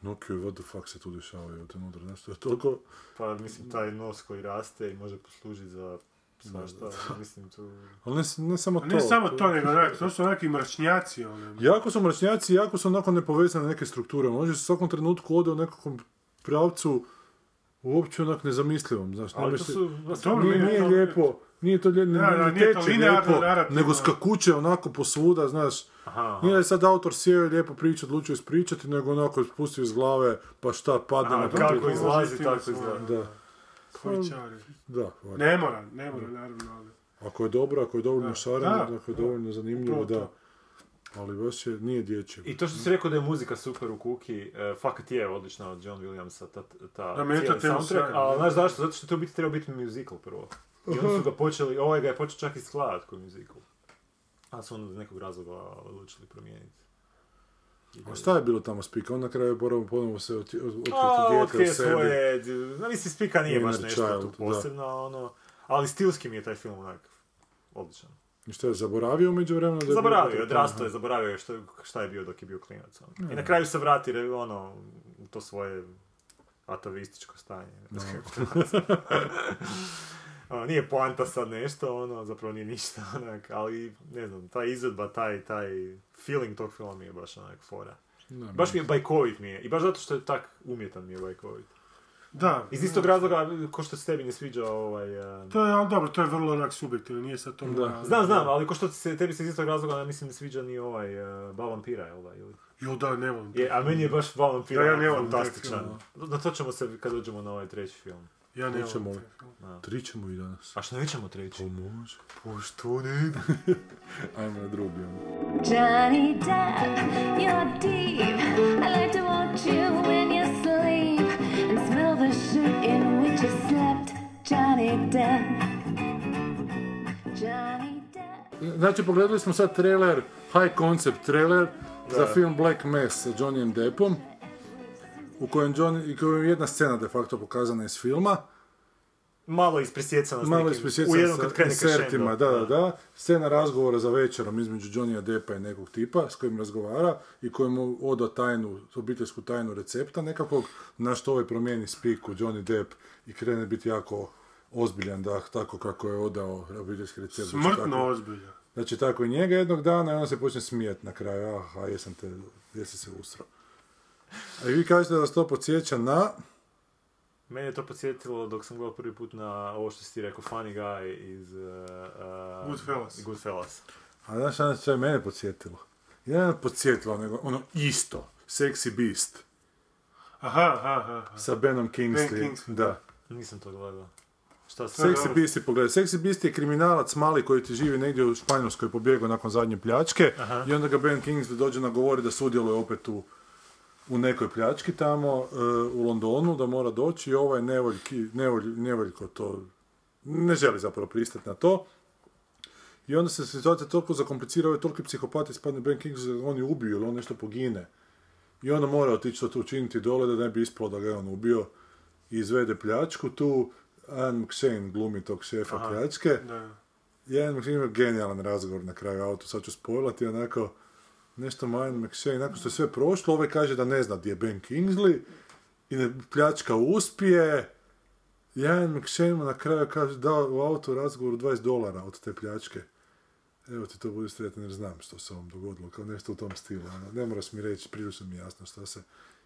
B: Pinokio je what the fuck se tu dešavaju od unutra, nešto je toliko...
C: Pa mislim taj nos koji raste i može poslužiti za svašta, mislim tu...
B: Ali ne, s- ne samo to.
A: Ne samo to, nego onak, to su onaki mračnjaci, ono.
B: Jako su mračnjaci, jako su onako nepovezane neke strukture. Može se u svakom trenutku ode u nekakvom pravcu uopće onak nezamislivom, znaš,
C: Ali
B: nemaš
C: to
B: se-
C: su-
B: Pa
C: su
B: dobro, nije,
C: bili
B: nije
C: to-
B: lijepo, nije to lijepo,
A: Da, da,
B: ne,
A: nije to
B: teče
A: linearno
B: lijepo,
A: narativno.
B: nego skakuće onako posvuda, znaš,
C: Aha.
B: nije da je sad autor sjeo i lijepo priču, odlučio ispričati, nego onako spustio iz glave, pa šta, padne
C: A,
B: na
C: kako
B: papiru.
C: izlazi,
A: Izlazi,
C: tako izlazi.
B: Da,
A: Koji čari.
B: da,
C: Pa-
B: hvala.
A: Ne mora, ne mora, naravno, ali...
B: Ako je dobro, ako je dovoljno šareno,
A: da,
B: ako je dovoljno zanimljivo,
A: Upravo to.
B: da. Ali baš je, nije dječje.
C: I to što si rekao da je muzika super u Kuki, e, fakat je odlična od John Williamsa, ta, ta
A: Da, meni je to
C: cijeli
A: tema
C: soundtrack,
A: sjajna.
C: ali znaš zašto? Zato što je to u biti trebao biti musical prvo. I onda su ga počeli, ovaj ga je počeo čak i skladati koji musical. A su onda iz nekog razloga odlučili promijeniti.
B: A šta je bilo tamo spika? On na kraju moramo ponovo se oti- od- otkriti
C: A,
B: dijete u
C: otkrije
B: sebi.
C: svoje, d- no mislim, spika nije baš
B: Inner
C: nešto tu
B: child, da.
C: posebno, ono, ali stilski mi je taj film onak odličan.
B: I Šta je, zaboravio među vremena?
C: Zaboravio, je, odrastao je, zaboravio je što, šta je bio dok je bio klinac. ono. I na kraju se vrati re- ono, u to svoje atavističko stanje. ne znam kako to nazvat. Ono, nije poanta sad nešto, ono, zapravo nije ništa, onak, ali ne znam, ta izvedba, taj, taj feeling tog filma mi je baš onak fora. baš mi je bajkovit mi je, i baš zato što je tak umjetan mi je bajkovit.
A: Da,
C: Iz istog razloga, ko što se tebi ne sviđa ovaj... eh,
A: to je, ali dobro, to je vrlo onak subjektivno, nije sad to mora...
C: Znam, znam, ali ko što se, tebi se iz istog razloga, mislim, ne sviđa ni ovaj eh, Ba vampira, jel da, ili...
A: Jo, da, ne volim. to.
C: Je, a meni je baš Vampira
A: Da, ja ne volim taj
C: fantastičan. Na to ćemo se kad dođemo na ovaj treći film.
A: Ja ne
B: Nećemo.
A: volim. te.
B: Tri ćemo i danas.
C: A što nećemo treći?
B: Može.
C: Po što ne bi?
B: Ajmo na drugi. ono.
E: Johnny Depp, you're deep. I like to watch you when you sleep and smell the shirt in which you slept, Johnny Depp. Johnny Depp.
B: Znači, pogledali smo sad trailer, high concept trailer, za film Black Mass sa Johnnyem Deppom, u kojem, Johnny, i kojem je jedna scena de facto pokazana iz filma,
C: Malo ispresjecano s
B: malo
C: nekim, u
B: ispresjecana
C: jednom
B: sa
C: kad krene
B: insertima,
C: crescendo.
B: da, da, da, scena razgovora za večerom između Johnnyja Deppa i nekog tipa s kojim razgovara i kojemu oda tajnu, obiteljsku tajnu recepta nekakvog, na što ovaj promijeni spiku Johnny Depp i krene biti jako ozbiljan, da, tako kako je odao obiteljski recept. Znači,
A: Smrtno
B: tako-
A: ozbiljno.
B: Znači tako i njega jednog dana i on se počne smijeti na kraju. Aha, jesam te, jesi se usro. A i vi kažete da vas to podsjeća na...
C: Mene je to podsjetilo dok sam gledao prvi put na ovo što si ti rekao, Funny Guy iz... Uh, uh,
A: Goodfellas.
C: Goodfellas.
B: A znaš šta nas je mene podsjetilo? Ja ne podsjetilo, nego ono isto. Sexy Beast.
A: Aha, aha, aha.
B: Sa Benom Kingsley.
A: Kingsley,
B: da.
C: Nisam to gledao. Šta se...
B: Sexy Beast je pogledaj. Sexy Beast je kriminalac mali koji ti živi negdje u Španjolskoj pobjegao nakon zadnje pljačke i onda ga Ben Kingsley dođe na govori da sudjeluje opet u, u nekoj pljački tamo e, u Londonu da mora doći i ovaj nevoljki, nevolj, nevoljko to ne želi zapravo pristati na to. I onda se situacija toliko zakomplicira, ovaj toliki psihopat ispadne Ben Kingsley da oni ubiju ili on nešto pogine. I onda mora otići to učiniti dole da ne bi ispalo da ga je on ubio i izvede pljačku tu. Anne McShane glumi tog šefa pljačke.
A: Da.
B: I Anne McShane ima genijalan razgovor na kraju auto, sad ću spojlati onako nešto mu Anne McShane, nakon što je sve prošlo, ovaj kaže da ne zna gdje je Ben Kingsley i ne, pljačka uspije. I Anne McShane mu na kraju kaže da u auto razgovoru 20 dolara od te pljačke. Evo ti to budi sretan jer znam što se ovom dogodilo, kao nešto u tom stilu. ono. Ne moraš mi reći, prilično mi je jasno šta se...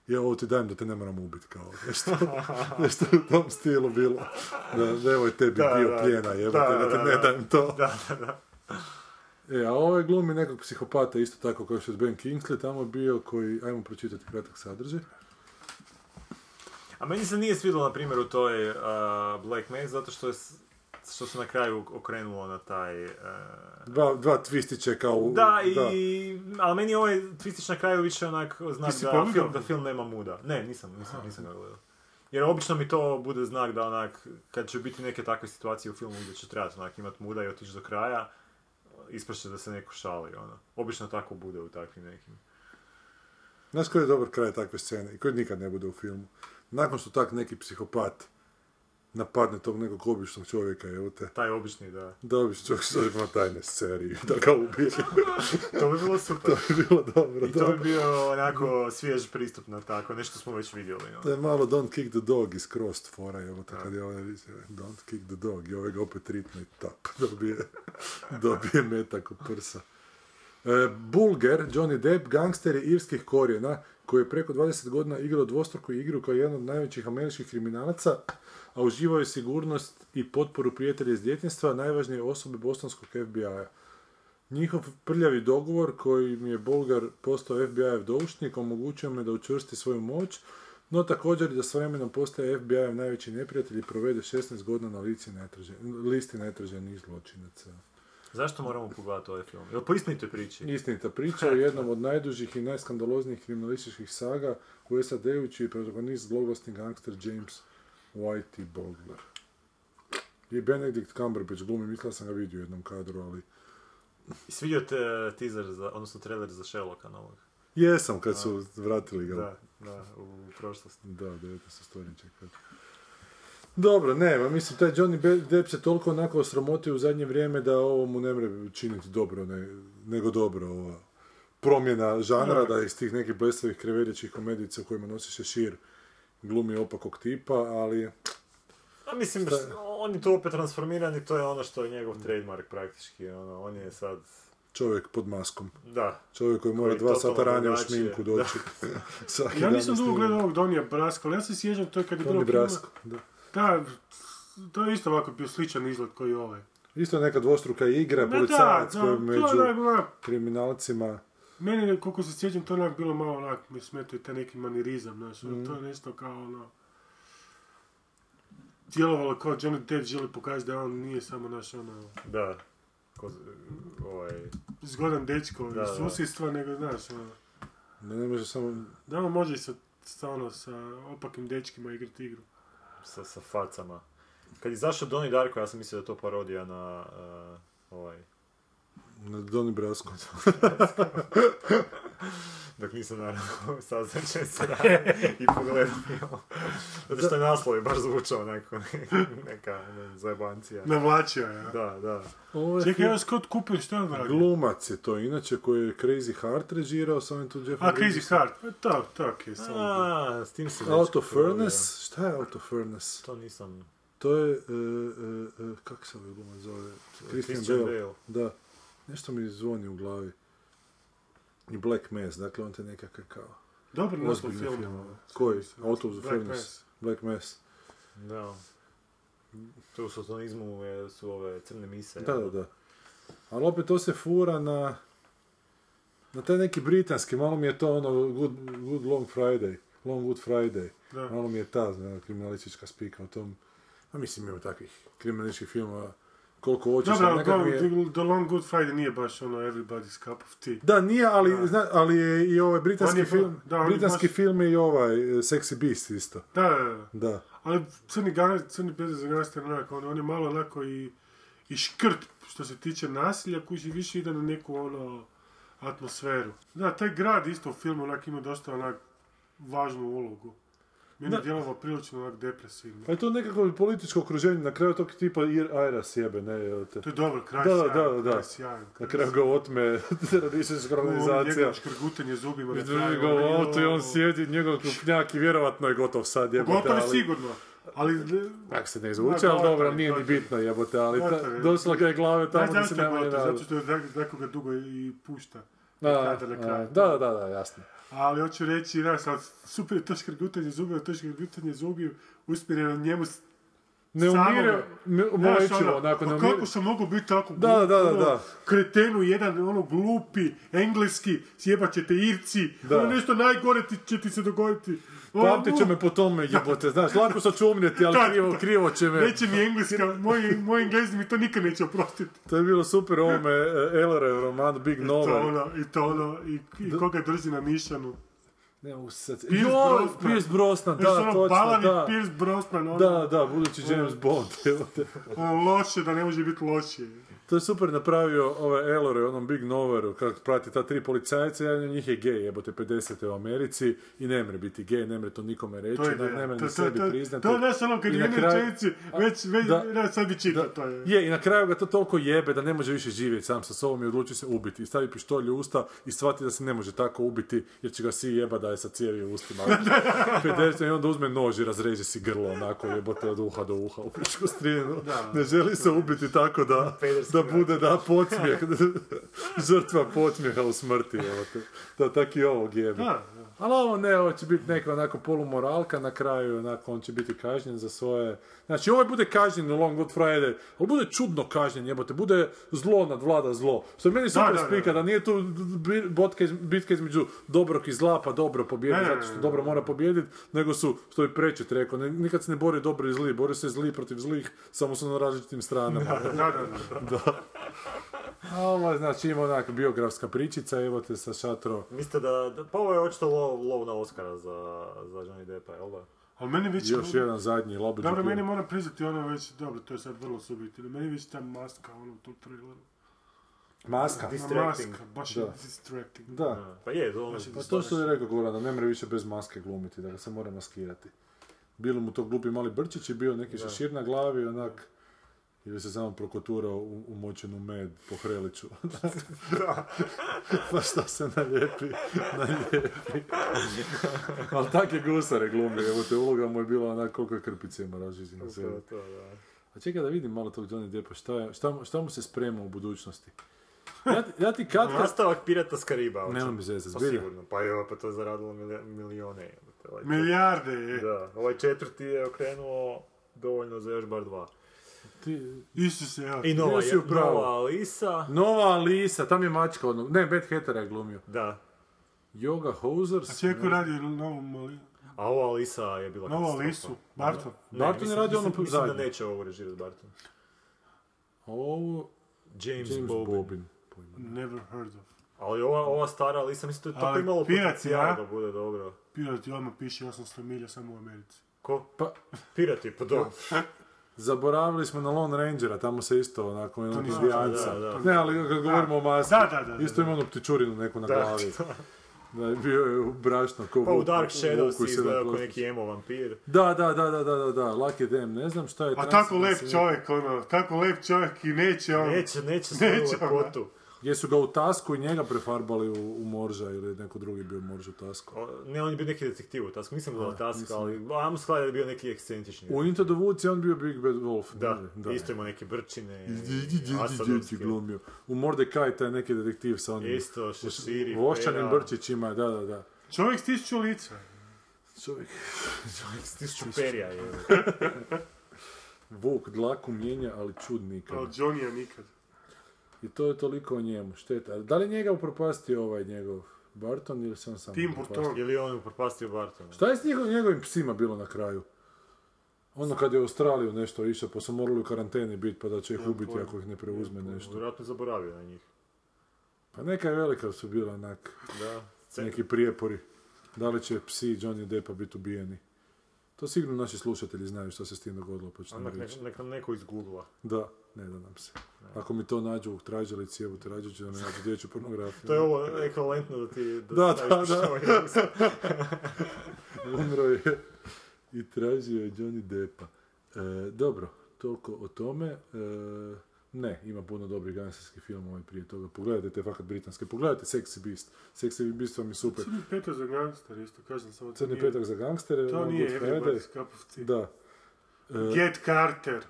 B: Ja ovo ti dajem da te ne moram ubiti, kao nešto, nešto u tom stilu bilo. Da, da evo je tebi
C: Da,
B: dio
C: da.
B: plijena, jebote,
C: Da,
B: da, te
C: da,
B: ne
C: da.
B: dajem to.
C: Da, da, da.
B: E, a ovaj glumi nekog psihopata isto tako kao što je Ben Kingsley tamo je bio koji, ajmo pročitati kratak sadržaj.
C: A meni se nije svidjelo, na primjer, u toj uh, Black Maze, zato što je s- što se na kraju okrenulo na taj... uh,
B: Dva, dva twistiće kao... u-
C: Da, i... Ali meni je ovaj twistić na kraju više onak znak
A: Ti si
C: da
A: pogledao?
C: film, da film nema muda. Ne, nisam, nisam, nisam ga gledao. Jer obično mi to bude znak da onak, kad će biti neke takve situacije u filmu gdje će trebati onak imat muda i otići do kraja, ispašće da se neko šali, ono. Obično tako bude u takvim nekim.
B: Znaš koji je dobar kraj takve scene i koji nikad ne bude u filmu? Nakon što tak neki psihopat napadne tog nekog običnog čovjeka, evo te,
C: Taj obični, da.
B: da obični čovjek što ima tajne serije, da ga ubije.
C: To bi bilo super.
B: to bi bilo dobro,
C: I to
B: da.
C: bi bio onako svjež pristup na tako, nešto smo već vidjeli. ono.
B: To je malo Don't Kick the Dog iz Crossed fora, evo te, kad je ovaj vidio, Don't Kick the Dog, i ovaj ga opet ritne i tap, dobije, dobije metak u prsa. E, Bulger, Johnny Depp, gangster je irskih korijena, koji je preko 20 godina igrao dvostruku igru kao jedan od najvećih američkih kriminalaca, a uživao je sigurnost i potporu prijatelja iz djetinjstva, najvažnije osobe bostonskog FBI-a. Njihov prljavi dogovor kojim je Bulgar postao FBI-ev doušnik omogućio mu je da učvrsti svoju moć, no također i da s vremenom postaje FBI-ev najveći neprijatelj i provede 16 godina na lici najtraže- listi najtraženijih zločinaca.
C: Zašto moramo pogledati ovaj film? Jel po istinitoj priči?
B: Istinita priča o jednom od najdužih i najskandaloznijih kriminalističkih saga u SAD-u čiji je protagonist zloglasni gangster James Whitey Bulger. I Benedict Cumberbatch glumi, mislila sam ga vidio u jednom kadru, ali...
C: Svidio te eh, teaser, za, odnosno trailer za Sherlocka novog.
B: Jesam kad
C: Da.
B: su vratili ga.
C: Da, da, u prošlosti.
B: Da, 19. stoljeće. kad- Dobro, nema, mislim, taj Johnny Be- Depp se toliko onako osramotio u zadnje vrijeme da ovo mu ne mre činiti dobro, ne- nego dobro, ova promjena žanra, da iz tih nekih blesavih krevedećih komedijica u kojima nosi šešir glumi opakog tipa, ali
C: A Pa mislim,
B: Šta je?
C: s- on je tu opet transformiran i to je ono što je njegov trademark praktički. Ono, on je sad,
B: čovjek pod maskom.
C: da.
B: Čovjek koji mora
C: Koji
B: dva
C: totalno
B: sata ranije u
C: drugačije,
B: šminku
C: da.
B: doći. Svaki
A: Ja
B: dan
A: nisam
B: na
A: dugo
B: snimanju.
A: gledao ovog Donija Braska, ali ja se sjećam to je kad je bilo
B: Toni
A: filma-
B: Brasko, da.
A: Da, to je isto ovako bio sličan izgled koji je ovaj.
B: Isto neka dvostruka igra,
A: Ma da,
B: policajac
A: da,
B: koji je
A: to je onak
B: među
A: bila-
B: kriminalcima.
A: Meni, je, koliko se sjećam, to je onak bilo malo onak, mi smetio i taj neki manirizam, znaš, ono,
B: Mm.
A: to je nešto kao ono... Djelovalo kao Johnny Depp želi pokazati da on nije samo naš ono
C: Da. Ko, ovaj,
A: zgodan dečko
C: Da,
A: iz
C: da.
A: susjedstva, nego znaš ono,
B: Da ne može samo
A: da on može sa, sa, ono, sa opakim dečkima igrati igru.
C: sa, sa facama. Kad je izašao Donnie Darko, ja sam mislio da je to parodija na eh, ovaj...
B: na Doni Brasko.
C: Dok nisam naravno saznačen se i pogledao film. Zato što je naslov je baš zvučao onako neka ne, zajebancija.
A: Navlačio je. a?
C: Da, da.
B: Ovo je
A: Čekaj, evo Scott Cooper, što je on radio?
B: Glumac je to, inače, koji je Crazy Heart režirao sa ovim tu Jeffom
A: A, Crazy
B: Bridgesom.
A: Heart, pa to, to je okej, samo.
C: A, s tim se dečko
B: Auto
C: porodio.
B: Furnace? Šta je Auto Furnace?
C: To nisam...
B: To je, e, e, e, kak se ovaj glumac zove? Christian
C: Christian
B: Bale.
C: Bale.
B: Da. Nešto mi zvoni u glavi. I Black Mass, dakle on te nekakav kao...
A: Dobar naslov
B: Ozbiljni
A: film.
B: film, ono.
A: ovo.
B: Koji? Auto of the
A: Black
B: Furnace.
A: Mass.
B: Black Mass.
C: Da. To u sotonizmu je- su ove crne mise.
B: Da, da, da. Ali opet to se fura na... Na taj neki britanski, malo mi je to ono Good, good Long Friday, Long Good Friday.
A: Da.
B: Malo mi je ta znaš, kriminalistička spika o tom. A mislim ima takvih kriminalističkih filmova koliko hoćeš.
A: Dobro,
B: ali
A: ali
B: nekako
A: glavno,
B: je-
A: The Long Good Friday nije baš ono everybody's cup of tea.
B: Da, nije, ali,
A: Da.
B: zna- ali je i ovaj britanski
A: On je-
B: film,
A: da, on je
B: britanski
A: baš-
B: film je i ovaj e, Sexy Beast isto.
A: Da, da, da.
B: Da.
A: Ali Crni, gan, crni bezaz za gangster, onak, on, on je malo onako i, i škrt što se tiče nasilja, koji više ide na neku ono atmosferu. Da, taj grad isto u filmu onak ima dosta onak važnu ulogu. Meni
B: Da.
A: je
B: Pa-
A: djelovao prilično onak depresivno.
B: Ali to nekako političko okruženje, na kraju tog tipa Ir Aira sjebe, ne, evo te.
A: To je dobro, kraj
B: Da, da,
A: sjajan,
B: da, da.
A: kraj sjajan,
B: Na
A: kraj
B: kraju
A: sjajan.
B: ga otme teroristička
A: Organizacija.
B: organizacija.
A: Ovo škrgutanje zubima. na
B: Izdrži
A: kraju,
B: ga u
A: ono,
B: auto i
A: ono,
B: on sjedi, njegov krupnjak i vjerojatno je gotov sad jebote.
A: Gotovo je
B: ali-
A: sigurno. Ali,
B: Ak se ne izvuče,
A: Ma,
B: ali dobro,
A: gotovo,
B: nije ni
A: gotovo.
B: bitno jebote, ali ta-
A: Gotovo je.
B: dosla ga je glave
A: da,
B: tamo da se
A: zašto je
B: nema ni
A: gotovo, zato
B: nadu.
A: što je tak- tako ga dugo i pušta.
B: Da,
A: Kada na
B: da,
A: kraju.
B: da, da, da, jasno.
A: Ali hoću reći, da, sad, super je to škrgutanje zubima, to škrgutanje zubiju usmjereno njemu s-
B: Ne
A: samoga.
B: umire, ne-
A: Znaš,
B: umolećivo,
A: ono,
B: onako, ne
A: pa
B: umire.
A: Kako sam mogu biti tako
B: Da,
A: glup,
B: da, da,
A: ono,
B: da.
A: Kretenu jedan, ono, glupi, engleski, sjebat će te irci,
B: Da.
A: ono nešto najgore ti, će ti se dogoditi. Ono,
B: Pamtit će me po tome jebote, znaš, lako sad ću umrijeti, ali
A: Da,
B: krivo,
A: da.
B: krivo će me.
A: Neće mi engleska, moji, moji englezi mi to nikad neće oprostiti.
B: To je bilo super u ovome Elore romanu Big
A: To
B: Novel.
A: ono, i to ono, i, i koga drži na nišanu.
B: Ne mogu se sad...
A: Pierce
B: Joj,
A: Brosnan.
B: Pierce Brosnan,
A: Još
B: da,
A: ono,
B: točno,
A: balavi
B: da.
A: Pierce Brosnan, ono,
B: Da, da, budući James Bond, evo te.
A: ono, loše, da ne može biti lošije.
B: To je super napravio ovaj Elore, onom Big Noveru, kako prati ta tri policajca, jedan od njih je gej, jebote, 50. u Americi, i ne mre biti gej, ne mre to nikome reći,
A: To je
B: ne,
A: ideja.
B: ne mre
A: To-
B: Znači, ni
A: to-
B: sebi
A: to-
B: priznati.
A: To je znaš ono kad
B: I
A: je
B: na
A: jedna
B: kraju-
A: rečenica, već, već,
B: da.
A: da, sad bi čitao to je.
B: Je, i na kraju ga to toliko jebe da ne može više živjeti sam sa sobom i odluči se ubiti. I stavi pištolj u usta i shvati da se ne može tako ubiti jer će ga svi jeba da je sa cijevi u ustima. 50 i onda uzme nož i razreže si grlo onako jebote od uha do uha u pičku strinu. ne želi se ubiti tako da, da bude da podsmijeh. Žrtva podsmijeha u smrti. jebote. Da, tak i ovog jebe.
A: Da,
B: Ali ovo ne, ovo će biti neka onako polumoralka na kraju, onako on će biti kažnjen za svoje... Znači ovaj bude kažnjen u Long Good Friday, ali bude čudno kažnjen jebote, bude zlo nadvlada zlo. Što je meni super
A: da, da.
B: spika, da nije tu bi- botka iz- bitka između dobrog i zla pa dobro pobjedi,
A: Ne, ne,
B: zato što
A: ne,
B: dobro mora pobijediti, nego su, što je prečet rekao, ne- nikad se ne bori dobro i zli, bori se zli protiv zlih, samo su na različitim stranama.
A: da, da. da.
B: A ovo je, znači ima onaka biografska pričica, evo te sa šatro.
C: Mislite da, da- pa ovo je očito lov, lov na Oscara za, za Johnny Deppa, jel da?
A: Ali meni već...
B: Još jedan zadnji, labuđi
A: Dobro,
B: pjev.
A: meni moram priznati ono već, dobro, to je sad vrlo subjektivno. Meni već ta maska, ono, u tom traileru.
B: Maska.
A: Ma
C: Distracting.
A: maska, baš
B: Da.
A: je distracting.
B: Da.
C: Pa je, to ono
B: Pa to što je rekao Goran, da ne mre više bez maske glumiti, da ga se mora maskirati. Bilo mu to glupi mali brčić i bio neki šešir na glavi, onak... Ili se samo prokoturao u, umočen u med po Hreliću. pa šta se nalijepi, nalijepi. Ali tak je gusare glumio, evo te uloga mu je bila onak koliko je krpice ima različitih na sebi.
C: to, da.
B: A čekaj da vidim malo tog Johnny Deppa, šta, je, šta, mu- šta mu se sprema u budućnosti? Ja, ti- ja ti kad
C: Nastavak Pirata s Kariba. očito.
B: Nemam zeze,
C: Pa
B: zbilja.
C: sigurno, pa jo, pa to je zaradilo milio- milijone. jebote, ovaj-
A: Milijarde je.
C: Da, ovaj četvrti je okrenuo dovoljno za još bar dva.
B: ti,
A: Isuse, ja.
C: I nova,
B: Bio si
C: je,
B: u pravu.
C: nova Alisa.
B: Nova Alisa, tam je mačka odmah. Ne, Bad Hattera je glumio.
C: Da.
B: Yoga Hosers.
A: A Čeko radi na novom, ali...
C: A ova Alisa je bila
A: Novo
C: katastrofa.
A: lisu, Barton.
C: Ne,
B: Barton je
C: mislim-
B: radio ono
C: mislim- Mislim da
B: zadnje.
C: neće ovo režirati Barton.
B: Ovo...
C: James,
B: James
C: Bobin.
B: Bobin. Pojma.
A: Never heard of.
C: Ali ova, ova stara Alisa, mislim to je tako
A: Ali
C: imalo
A: Piraci,
C: potencijala
A: a?
C: da bude dobro.
A: Pilot ti odmah piše 800 milja samo u Americi.
C: Ko?
B: Pa,
C: Pirati, pa dobro.
B: zaboravili smo na Lone Rangera, tamo se isto onako ima
A: nisam
B: indijanca.
C: znao, da,
B: Ne, ali kad govorimo o masi,
A: Da, da, da,
B: isto ima onu ptičurinu neku na glavi. Da, je bio je u brašno, ko
C: Pa u
B: vuk-
C: Dark Shadows
B: vuku i sedam
C: izgleda kao
B: kosti.
C: neki emo vampir.
B: Da, da, da, da, da, da, da, Lucky Damn, ne znam
C: Pa
B: šta je...
A: A Pa tako
B: transnacionalni-
A: lep čovjek, ono, tako lep čovjek i neće, ono...
C: Neće, neće svoju
A: Neće, ono.
C: lepotu.
B: Gdje su ga u tasku i njega prefarbali u, u morža ili neko drugi bio morž u tasku.
C: O, Ne, on je bio neki detektiv u Tasku, nisam gledao Taska, ali ajmo skladati da je bio neki ekscentrični.
B: U Into the Woods je on bio Big Bad Wolf.
C: Da,
B: ne?
C: isto ima neke brčine,
B: Asadovski
C: asadovske.
B: glumio. U Mordekaj taj neki detektiv sa onim...
C: Isto, šeširi,
B: Voščanim
C: pera.
B: brčićima, da, da, da.
A: Čovjek s tisuću lica.
B: Čovjek,
C: S tisuću perja je.
B: vuk dlaku mijenja, ali čud nikad.
A: Kao Johnny-a nikad.
B: I to je toliko o njemu, šteta. Da li njega upropastio ovaj njegov Barton ili se on sam
A: Tim
B: upropastio?
A: Burton.
C: Ili je on upropastio Bartona.
B: Šta je s njegov- njegovim psima bilo na kraju? Ono kad je u Australiju nešto išao, pa su morali u karanteni biti, pa da će ih ubiti ako ih ne preuzme nešto.
C: Vjerojatno je zaboravio na njih.
B: Pa neka je velika su bila onak.
C: Da, centar.
B: neki prijepori. Da li će psi Johnny Deppa biti ubijeni? To sigurno naši slušatelji znaju što se s tim dogodilo, pa ću nam
C: Onak
B: reći.
C: nek, nek nam neko izgoogla.
B: Da, ne da nam se. Ako mi to nađu u tražilici, evo te rađe ću da mi nađu dječju pornografiju.
C: To je ovo ekvivalentno da ti
B: Da,
C: staviš
B: da, da.
C: pištolj u ruku.
B: Umro je i tražio je Johnny Deppa. E, dobro, toliko o tome. E, ne, ima puno dobrih gangsterskih filmova i prije toga. Pogledajte te fakat britanske. Pogledajte Sexy Beast. Sexy Beast vam je super.
A: Crni petak za gangster, isto kažem samo. to
B: Crni
A: nije-
B: petak za gangstere.
A: To
B: One
A: nije
B: Good Friday.
A: Everybody's Cup of Tea.
B: Da.
A: Get Carter.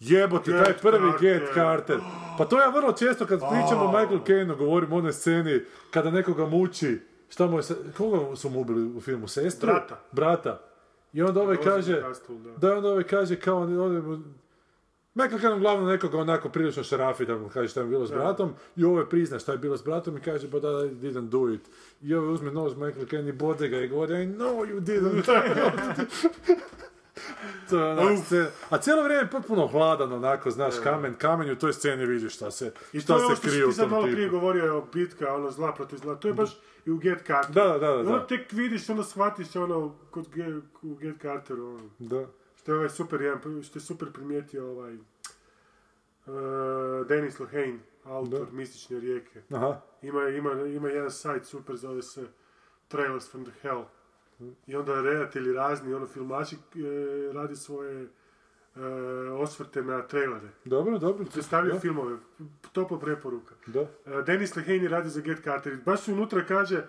B: Jebote,
A: Get
B: Dakle, taj prvi
A: Carter.
B: Get Carter. Pa to ja vrlo često kad pričam o Michael Caine, govorim o onoj sceni kada nekoga muči, šta mu je, se- koga su mu ubili u filmu, sestru?
A: Brata.
B: Brata. I onda ovaj
A: Rosen
B: kaže,
A: Castle, da.
B: da, onda ovaj kaže kao, on, on, Michael Caine uglavnom nekoga onako prilično šarafi, da mu kaže šta je bilo s bratom, i ovo je prizna šta je bilo s bratom i kaže, but I didn't do it. I ovaj uzme nož Michael Caine i bode ga i govori, I know you didn't. To je onak scena. A cijelo vrijeme potpuno hladan onako, znaš, kamen, kamen i u toj sceni vidiš šta se,
A: I
B: šta
A: to je ovo
B: se
A: što si
B: krije u
A: ti sad
B: tom
A: malo prije
B: tipu.
A: govorio, o bitka, ono, zla protiv zla, to je baš i u Get Carter.
B: Da, da, da,
A: I Ono
B: da.
A: tek vidiš, ono shvatiš, ono, kod Ge- u Get Carteru, ono,
B: Da.
A: što je ovaj super, jedan, što je super primijetio ovaj, uh, Dennis Lehane, autor Mistične rijeke.
B: Aha.
A: Ima, ima, ima jedan sajt super, zove se Trailers from the Hell. I onda redatelji razni, ono, filmači e, radi svoje e, osvrte na trailere.
B: Dobro, dobro.
A: Predstavljaju
B: Da,
A: filmove, topla preporuka.
B: Da.
A: E, Dennis Lehane radi za Get Carter. i Baš se unutra kaže,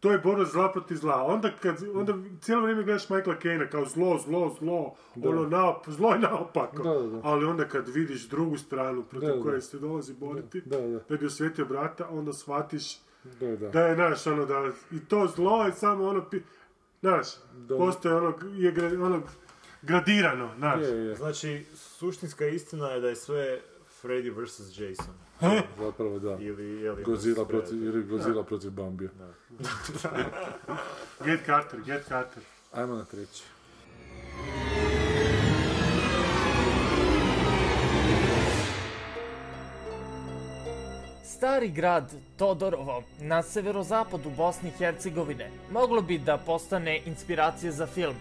F: To je borba zla protiv zla. Onda, kad, onda cijelo vrijeme gledaš Michaela Caina kao zlo, zlo, zlo,
B: Da.
F: ono naop, zlo je naopako.
B: Da, da, da.
F: Ali onda kad vidiš drugu stranu protiv
B: Da, da.
F: koje se dolazi boriti,
B: Da, da.
F: da bi osvetio brata, onda shvatiš
B: Da, da.
F: da je naš ono da i to zlo je samo ono pi- znaš,
B: Da.
F: postoje ono, je gra- ono gradirano, znaš.
B: Je, je.
A: Znači, suštinska istina je da je sve Freddy vs. Jason.
B: E, Zapravo da.
A: Ili, je li,
B: Godzilla
A: vs.
B: protiv,
A: Freddy.
B: ili Godzilla protiv Bambija.
F: Get Carter, Get Carter.
B: Ajmo na treći.
C: Stari grad Todorovo na severozapadu Bosne i Hercegovine moglo bi da postane inspiracija za film.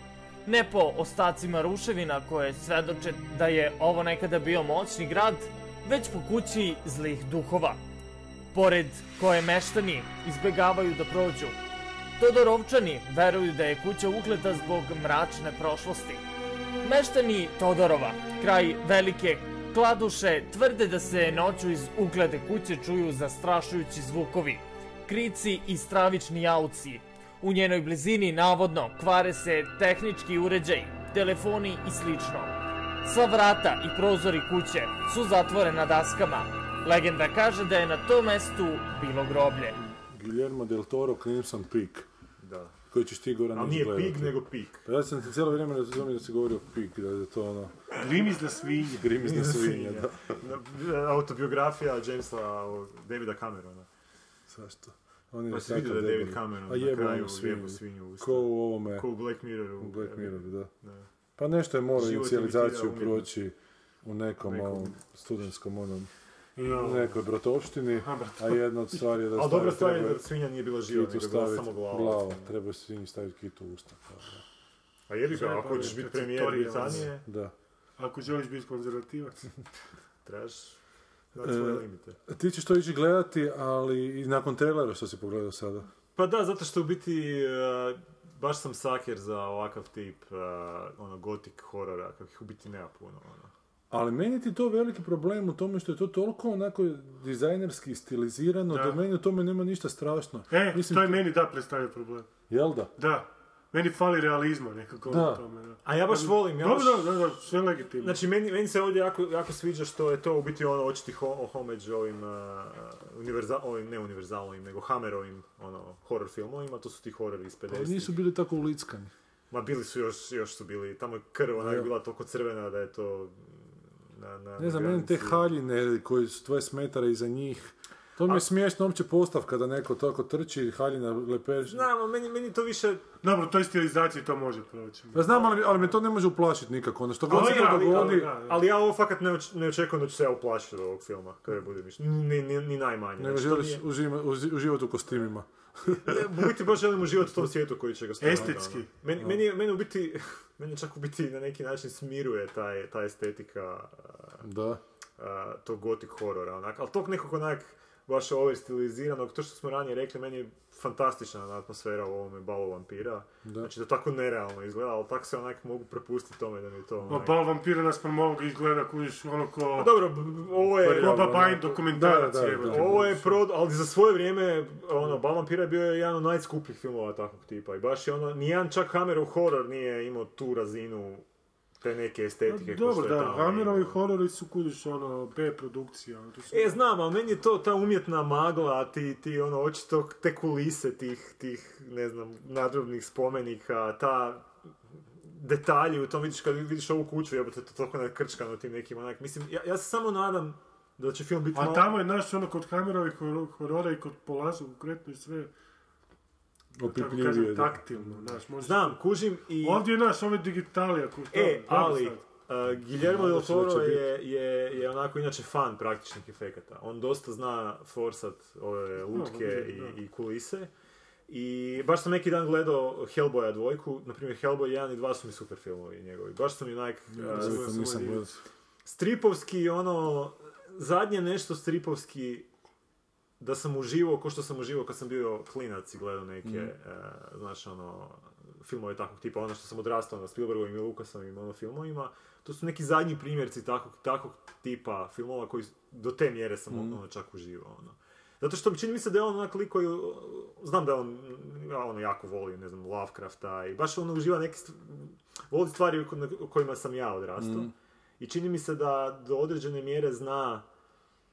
C: Ne po ostacima ruševina koje svedoče da je ovo nekada bio moćni grad, već po kući zlih duhova, pored koje meštani izbegavaju da prođu. Todorovčani veruju da je kuća ukleta zbog mračne prošlosti. Meštani Todorova, kraj Velike Kladuše, tvrde da se noću iz uglede kuće čuju zastrašujući zvukovi, krici i stravični jauci. U njenoj blizini, navodno, kvare se tehnički uređaji, telefoni i slično. Sva vrata i prozori kuće su zatvorena daskama. Legenda kaže da je na tom mestu bilo groblje.
B: Guillermo del Toro, Crimson Peak.
A: Da.
B: Koji ćeš ti Goran
A: Ali
B: ići
A: nije
B: gledati.
A: pig, nego pik.
B: Pa ja sam ti cijelo vrijeme razumio da si govorio pik, da je to ono...
F: Grimizna svinja.
B: Grimizna svinja, da.
A: Na- Autobiografija Jamesa, o, Davida Camerona.
B: Zašto? On je
A: Pa si
B: takav
A: vidio da je
B: debel.
A: David Cameron
B: A
A: na
B: jebo
A: kraju
B: onu svinju.
A: jebo svinju u usta.
B: Ko u ovome...
A: Ko u Black Mirroru.
B: u Black
A: Evo,
B: Mirroru, da.
A: da.
B: Pa nešto je morao
A: Život
B: inicijalizaciju
A: imitira umjetnost.
B: proći u nekom
A: Nekom-
B: ovom studentskom onom
F: Jo.
B: nekoj brotovštini, a jedna od stvari je da
A: Ali dobra stvar je
B: treba
A: da svinja nije bila živa,
B: kitu
A: nego je bila
B: staviti-
A: samo glava.
B: treba je svinji staviti kitu u usta. kao da.
A: A jebi
F: Sve
A: ga, ako hoćeš
F: je
A: biti
F: to
A: premijer
F: tutorials.
A: Britanije,
B: Da.
F: Ako želiš biti konzervativac.
A: trebaš znati svoje limite.
B: E, ti ćeš to ići gledati, ali i nakon trailera što si pogledao sada.
A: Pa da, zato što u biti e, baš sam saker za ovakav tip e, ono gotik horora, kakvih u biti nema puno. Ono.
B: Ali meni ti to veliki problem u tome što je to toliko onako dizajnerski stilizirano, da,
F: Da.
B: meni u tome nema ništa strašno.
F: E,
B: Mislim,
F: to je meni da predstavlja problem.
B: Jel da?
F: Da. Meni fali realizma nekako
B: Da.
F: u tome. Da.
A: A ja baš volim, ja baš...
F: Dobro, dobro, dobro, sve legitimno.
A: Znači, meni, meni se ovdje jako, jako sviđa što je to u biti ono očiti ho homage ovim, e, univerza- ovim, ne univerzalnim, nego Hammerovim ono, horror filmovima, to su ti horori iz 50
B: Ali Pa nisu bili tako ulickani.
A: Ma bili su još, još su bili, tamo je krv, ona je bila toliko crvena da je to... mm, Na, na,
B: Ne znam,
A: na
B: meni te
A: granici.
B: haljine koji su 20 metara iza njih, to mi je smiješno uopće postavka da neko tako trči, haljina lepeži.
A: Znam, ali meni, meni to više...
F: Dobro, toj stilizaciji to može proći.
B: Ja znam, ali, ali me to ne može uplašiti nikako. Ono što god
F: Ali
B: se
F: da,
B: to
F: ali da,
B: dogodi,
F: da, da.
A: Ali ja ovo fakat ne, oč- ne očekujem da ću se ja uplašiti od ovog filma, kada budem išao. Ni, ni, ni najmanje.
B: nego
A: Znači, to
B: želiš
A: nije-
B: užima- uzi- uživati u kostimima.
A: Ne, u biti baš želim uživati u tom svijetu koji će ga stvarno,
F: Estetski.
A: ono. Meni, meni, je- meni u biti, meni čak u biti na neki način smiruje taj, ta estetika uh,
B: Da.
A: uh, tog gotik horora, onak, ali tog nekog onak baš ove stiliziranog, to što smo ranije rekli, meni je fantastična ona atmosfera u ovome balu vampira.
B: Da.
A: Znači da tako nerealno izgleda, ali tako se onak mogu prepustiti tome da mi je to
F: Ma,
A: onak...
F: Bal vampira nas pa mogli izgleda kužiš ono ko...
A: Pa dobro, b- ovo je...
F: Boba Bain dokumentarac
B: Da, da, da.
F: jebote.
A: Ovo je prod, ali za svoje vrijeme, ono, Bal Vampira je bio jedan od najskupljih filmova takvog tipa i baš je ono, nijedan čak Hammerov horor nije imao tu razinu te neke estetike. ko
F: Pa Dobro,
A: što je
F: da,
A: tamo
F: Hammerovi
A: imao.
F: horori su kužiš ono B produkcija. Ono, to su...
A: E, znam, ali meni je to ta umjetna magla, ti, ti ono, očito te kulise tih, tih, ne znam, nadrobnih spomenika, ta detalji u tom, vidiš kad vidiš ovu kuću, jebote, to je toliko nakrčkano tim nekim, onak, mislim, ja, ja se samo nadam da će film biti
F: A
A: malo-
F: tamo je naš ono kod Hammerovih hor- horora i kod Polaza konkretno i sve, tako
B: Opipljivije.
F: kažem,
B: da.
F: taktilno, znaš, možeš...
A: Znam, kužim i...
F: Ovdje je naš ove digitalija koji
A: E, ali,
F: sad.
A: uh, Guillermo del
B: Nadam se da će
A: Toro
B: biti.
A: je, je, je onako inače fan praktičnih efekata. On dosta zna forsat ove lutke
F: da.
A: i, i kulise. I baš sam neki dan gledao Hellboya dvojku, na primjer Hellboy 1 i 2 su mi super filmovi njegovi. Baš su mi onak uh,
B: Zato nisam gledao.
A: stripovski ono, zadnje nešto stripovski da sam uživao ko što sam uživao kad sam bio klinac i gledao neke, e, znaš, ono, filmove takvog tipa, ono što sam odrastao na Spielbergovim i Lukasovim ono, filmovima, to su neki zadnji primjerci takvog, takvog tipa filmova koji do te mjere sam ono, čak uživao, ono. Zato što mi čini mi se da je on onak lik koji, uh, znam da je on, ja ono jako voli, ne znam, Lovecrafta i baš on uživa neke, stv- voli stvari u ko- na- u kojima sam ja odrastao.
G: Mm.
A: I čini mi se da do određene mjere zna,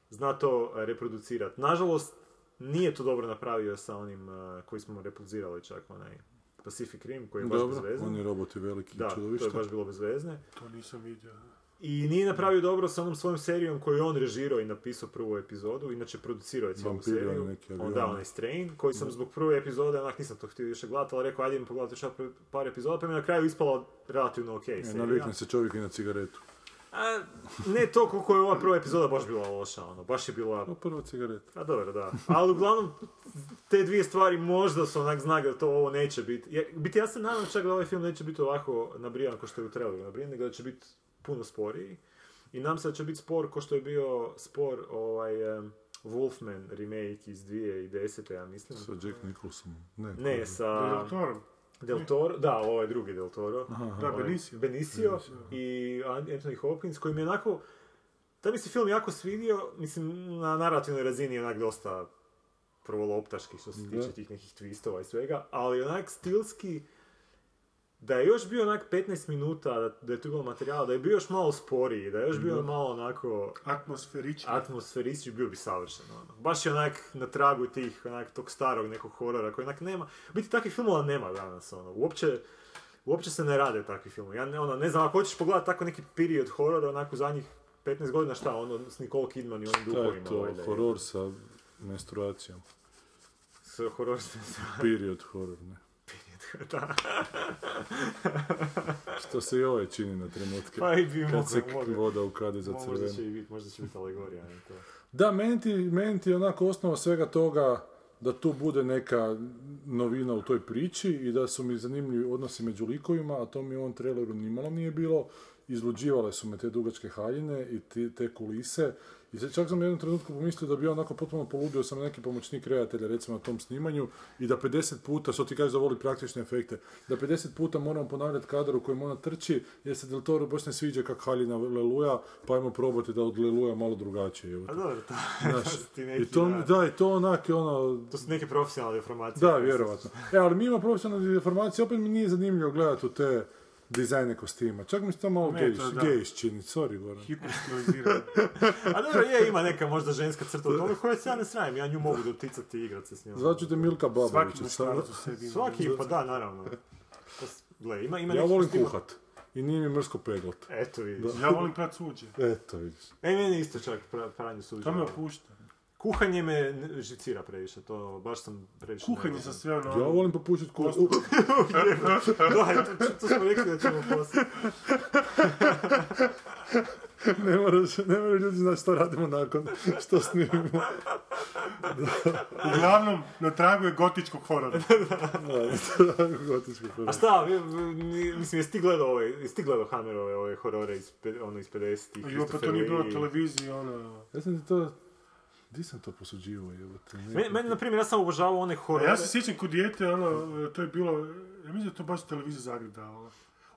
A: zna to reproducirati. Nažalost, nije to dobro napravio sa onim uh, koji smo repulzirali čak onaj Pacific Rim koji je baš
B: Dobro,
A: bezvezan.
B: oni roboti veliki
A: Da,
B: čudovišta.
A: to je baš bilo bezvezne.
C: To nisam vidio.
A: I nije napravio dobro sa onom svojom serijom koju je on režirao i napisao prvu epizodu, inače producirao je cijelu
B: Vampiri,
A: seriju.
B: oni neki avioni.
A: Onda onaj Strain, koji sam zbog prve epizode, onak nisam to htio više gledati, ali rekao ajde mi pogledati još par epizoda, pa mi je na kraju ispala relativno ok
B: E,
A: serija.
B: Navikne se čovjek i na cigaretu.
A: A, ne to koliko je ova prva epizoda baš bila loša, ono, baš je bila...
B: Pa prva cigareta.
A: A dobro, da. Ali uglavnom, te dvije stvari možda su onak znak da to ovo neće biti. Ja, biti ja se nadam čak da ovaj film neće biti ovako nabrijan kao što je u traileru nabrijan, nego da će biti puno sporiji. I nam se da će biti spor kao što je bio spor ovaj, em, Wolfman remake iz 2010. ja mislim.
B: Sa Jack Nicholsonom. Ne,
A: Ne,
B: ko-
A: sa...
C: Del Torom.
A: Del Toro, da, ovaj drugi Del Toro.
B: Aha, aha.
C: Da,
A: Ovaj,
C: Benicio.
A: Benicio
C: Benicio.
A: i Anthony Hopkins, koji mi je onako... Da mi se film jako svidio, mislim, na narativnoj razini je onak dosta prvoloptaški što se tiče
C: Da.
A: tih nekih twistova i svega, ali onak stilski da je još bio onak 15 minuta, da, da je tu bilo materijala, da je bio još malo sporiji, da je još bio
C: Da.
A: malo onako...
C: Atmosferički.
A: Atmosferički bio bi savršen, ono. Baš je onak na tragu tih, onak tog starog nekog horora koji onak nema. U Biti takvih filmova nema danas, ono. Uopće, uopće se ne rade takvi filmovi. Ja ne, ono, ne znam, ako hoćeš pogledati tako neki period horora, onako u zadnjih 15 godina, šta, ono, s Nicole Kidman i onim
B: To je
A: duhovima,
B: to,
A: valjda, i-
B: horor sa menstruacijom.
A: S horor sa-
B: Period horor, ne.
A: da.
B: Što se i ovaj čini na trenutke.
A: Pa i bi moglo,
B: Kad se
A: moglo.
B: voda ukade za
A: Možda će
B: crveno.
A: i biti, možda će biti alegorija, ne, to.
B: Da, meni ti, meni ti je onako osnova svega toga da tu bude neka novina u toj priči i da su mi zanimljivi odnosi među likovima, a to mi u ovom traileru nimalo nije bilo. Izluđivale su me te dugačke haljine i ti- te kulise. I sad čak sam u jednom trenutku pomislio da bi ja onako potpuno poludio sam neki pomoćnik redatelja recimo na tom snimanju i da 50 puta, što ti kažeš da voli praktične efekte, da 50 puta moramo ponavljati kadar u kojem ona trči jer se Del Toro baš ne sviđa kak haljina leluja pa ajmo probati da od leluja malo drugačije. evo
A: A
B: te.
A: Pa dobro, to,
B: Znaš,
A: to su ti
B: I
A: neki,
B: to,
A: da.
B: da, i to onak je ono...
A: To su neke profesionalne informacije.
B: Da, vjerovatno. E, ali mi ima profesionalne informacije, opet mi nije zanimljivo gledati u te dizajne kostima. Čak mi se to malo
A: Ne,
B: gejš,
A: to da.
B: gejš čini, sorry Goran.
A: A dobro, je, ima neka možda ženska crta u tome koja se ja ne srajem, ja nju mogu doticati i igrat se s njom.
B: Zvaću te Milka Babovića. sada.
A: Svaki, pa da, naravno. To s- Gle, ima, ima
B: Ja
A: nekih
B: volim
A: kostima-
B: kuhat. I nije mi mrsko peglat.
C: E.
A: Eto vidiš.
B: Da.
C: Ja volim prat suđe.
B: Eto vidiš.
A: E, meni isto čak pra, pranje suđa.
C: To me opušta.
A: Kuhanje me ne- žicira previše, to baš sam previše...
C: Kuhanje
A: nervozan.
C: sam sve ono...
B: Ja volim popušiti kuhat.
A: da, to, to smo rekli da ćemo poslije.
B: ne moraš, ne moraju ljudi znati što radimo nakon što snimimo.
C: Uglavnom, na tragu je gotičkog horora.
B: Da, gotički horor.
A: A šta, vi- vi- mi- mislim, jesi ti gledao ove, jesi ti gledao Hammerove, ove horore iz, pe- ono, iz 50-ih?
C: Jo, pa to
A: Christopher
C: nije bilo na
A: Lee?
C: televiziji, ono...
B: Ja sam ti to... Di sam to posuđivao, jebote? Ne-
A: Meni, meni, na primjer, ja sam obožavao one
C: A
A: horore.
C: ja se sjećam kod dijete, ono, to je bilo, ja mislim da je to baš televizija Zagreb davala.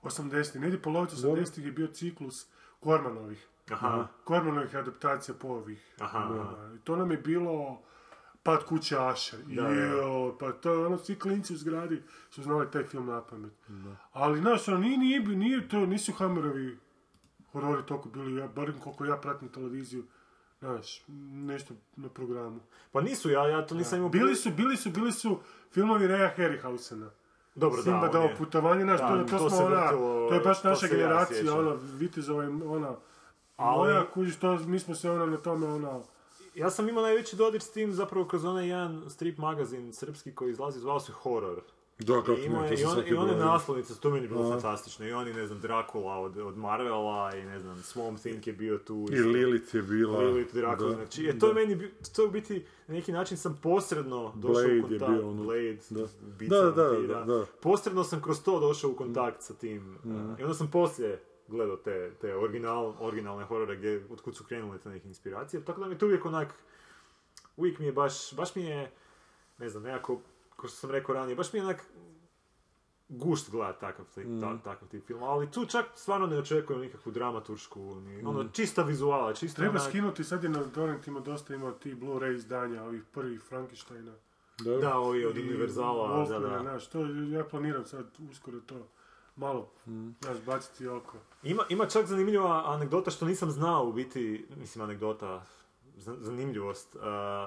C: 80. Negdje polovica 80. je bio ciklus Kormanovih.
A: Aha.
C: Kormanovih adaptacija po ovih.
A: Aha.
C: Ono, I to nam je bilo Pad kuće Ašer.
A: Da, da.
C: Jeo, pa to je ono, svi klinci u zgradi su znali taj film na pamet. Ali, znaš, ono, nije, nije, bi- nije to, nisu Hammerovi horori toliko bili, ja, barem koliko ja pratim televiziju, znaš, nešto na programu.
A: Pa nisu, ja, ja to nisam imao...
C: Bili su, bili su, bili su filmovi Reja Harryhausena.
A: Dobro, da,
C: Simba
A: on
C: dao
A: je-
C: putovanje, znaš,
A: da,
C: to,
A: to
C: to, smo
A: se
C: ona,
A: vrtilo,
C: to je baš
A: to
C: naša
A: se ja
C: generacija, ono.
A: sjećam.
C: ona, vitezova, im, ona,
A: Ali-
C: moja, kužiš, to, mi smo se, ona, na tome, ona,
A: Ja sam imao najveći dodir s tim zapravo kroz onaj jedan strip magazin srpski koji izlazi, zvao se Horror.
B: Da, kako
A: I, imao
B: ne,
A: je-
B: to
A: i,
B: sam
A: one,
B: Dakle, svaki
A: I one
B: broj.
A: naslovnice, to meni je bilo
B: A.
A: fantastično. I oni, ne znam, Dracula od, od Marvela i ne znam, Swamp Thing je bio tu.
B: I Lilith je bila.
A: Lilith Dracula.
B: Da,
A: znači, je, to je
B: da.
A: meni, bi- to je u biti, na neki način sam posredno došao
B: Blade
A: u
B: je
A: kontakt.
B: bio ono-
A: Blade,
B: da.
A: Bica
B: Da, da,
A: vampira.
B: da, Mm. da.
A: Posredno sam kroz to došao u kontakt sa tim. e, I onda sam poslije gledao te, te original, originalne horore gdje, od kud su krenule te neke inspiracije. Tako da mi to uvijek onak, uvijek mi je baš, baš mi je, ne znam, nekako, kao što sam rekao ranije, baš mi je onak gušt gledati takav, tip- ta- takav tip film, ali tu čak stvarno ne očekujem nikakvu dramaturšku, ni, ono,
C: Mm.
A: čista vizuala, čista...
C: Treba
A: onak-
C: skinuti, sad je na torrentima dosta imao ti Blu-ray izdanja, ovih prvih Frankensteina.
A: Da, ovi od Univerzala, da, da.
C: Znaš, to ja planiram sad uskoro to malo,
B: Mhm.
C: znaš, baciti oko.
A: Ima, ima čak zanimljiva anegdota što nisam znao u biti, mislim anegdota, zan- zanimljivost, eh,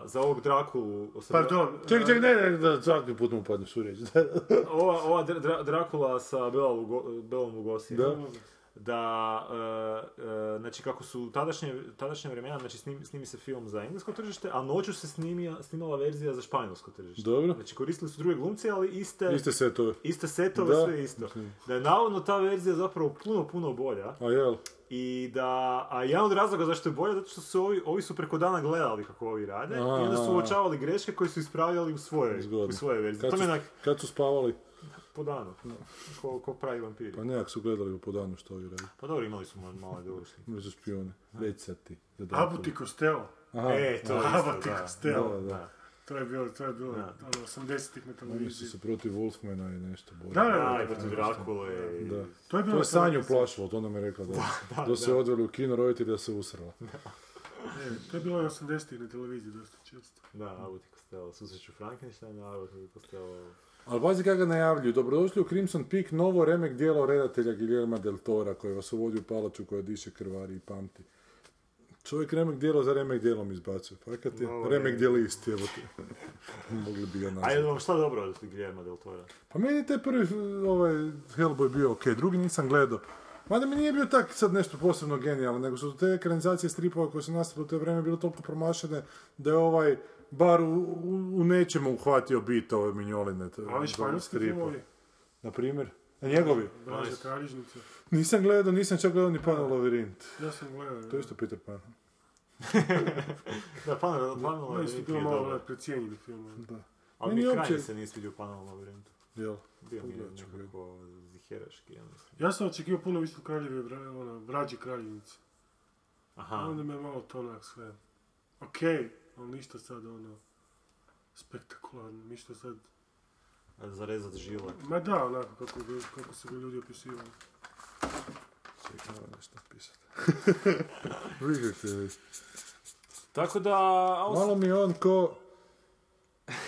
A: za ovog Drakulu.
C: Pardon,
B: Ček, ček, ne, ne, da svaki put mu upadneš u riječ.
A: ova, ova Dra- Dra- Drakula sa Bela Lugo- Belom Lugosijem.
B: Da.
A: Da, e, e, znači kako su u tadašnje, tadašnje vremena, znači snim- snimi se film za englesko tržište, a noću se snimija, snimala verzija za španjolsko tržište.
B: Dobro.
A: Znači koristili su druge glumce, ali iste,
B: Iste setove.
A: iste setove,
B: Da.
A: sve isto. Da je navodno ta verzija zapravo puno, puno bolja.
B: A jel?
A: I da, a jedan od razloga zašto je bolja, zato što su ovi, ovi su preko dana gledali kako ovi rade, i onda su
B: A.
A: uočavali greške koje su ispravljali u svojoj, u svojoj verziji.
B: Kad
A: To
B: su,
A: mi je onak,
B: kad su spavali?
A: po danu, ko, ko pravi vampiri.
B: Pa nekak su gledali po danu što ovi radi.
A: Pa dobro, imali smo male doručke.
B: Imali su špijone. Već sad ti.
C: Abu ti Costello.
B: Aha.
A: E, to je
B: Aha.
A: isto,
C: Abu ti
A: da.
C: Costello.
B: Da, da.
C: To je bilo, to je bilo, ono, 80-ih na
B: Oni
C: televiziji.
B: su se protiv Wolfmana i nešto borili.
C: Da, da, da, Da,
A: i protiv Drakule i-
B: Da.
C: To
B: To
C: je
B: je,
C: bilo
B: to
C: na
B: je Sanju
C: televiziji.
B: plašilo, to nam je rekla da,
C: Da,
B: da,
C: da.
B: se odveli u kino roditelji da se usrala.
C: E, to je bilo 80-ih na televiziji dosta često.
A: Da, Abu ti Costello, susreću Frankensteina, Abu ti Costello...
B: Ali pazi kako ga najavljuju. Dobrodošli u Crimson Peak, novo remek dijelo redatelja Guillerma del Tora koji vas uvodi u palaču koja diše krvari i pamti. Čovjek remek dijelo za remek dijelom izbacuje. Fakat je
A: Novo
B: remek
A: remek.
B: dijelisti, evo te. Mogli bi ga
A: A je
B: nazvati.
A: vam šta dobro od Guillermo del Tora?
B: Pa meni je taj prvi ovaj, Hellboy bio ok, drugi nisam gledao. Mada mi nije bio tak sad nešto posebno genijalno, nego su te ekranizacije stripova koje su nastale u to vrijeme bile toliko promašene da je ovaj bar u, u, u nečemu uhvatio bit ove minjoline. t-
C: Ali španjolski
B: stripa.
C: filmovi,
B: Na primjer? A njegovi?
C: Braža kralježnica.
B: Nisam gledao, nisam čak gledao ni Panov lavirint.
C: Ja sam gledao.
B: To je isto Peter Pan.
A: Pa, Da, Panel
C: Ovo
A: Panel
C: je isto bilo malo ono, precijenjeni film.
B: Da.
A: Ali
B: Meni
A: mi
B: uopće-
A: krajnje se nisi vidio Panel Labyrinth.
B: Jel?
A: Bio mi je
B: Pogledat ću
A: nekako ziheraški, ja mislim.
C: Ja sam očekio puno više od kraljeve, bra- ono, vrađe kraljevnice.
A: Aha.
C: Onda me malo to onak sve. Okej, ali ništa sad ono spektakularno, ništa sad.
A: Zarezat žile.
C: Ma da, onako kako, bi- kako su ga ljudi opisivali.
B: Čekaj, moram nešto napisati. Vidi kako je.
A: Tako da...
B: Malo mi je on ko...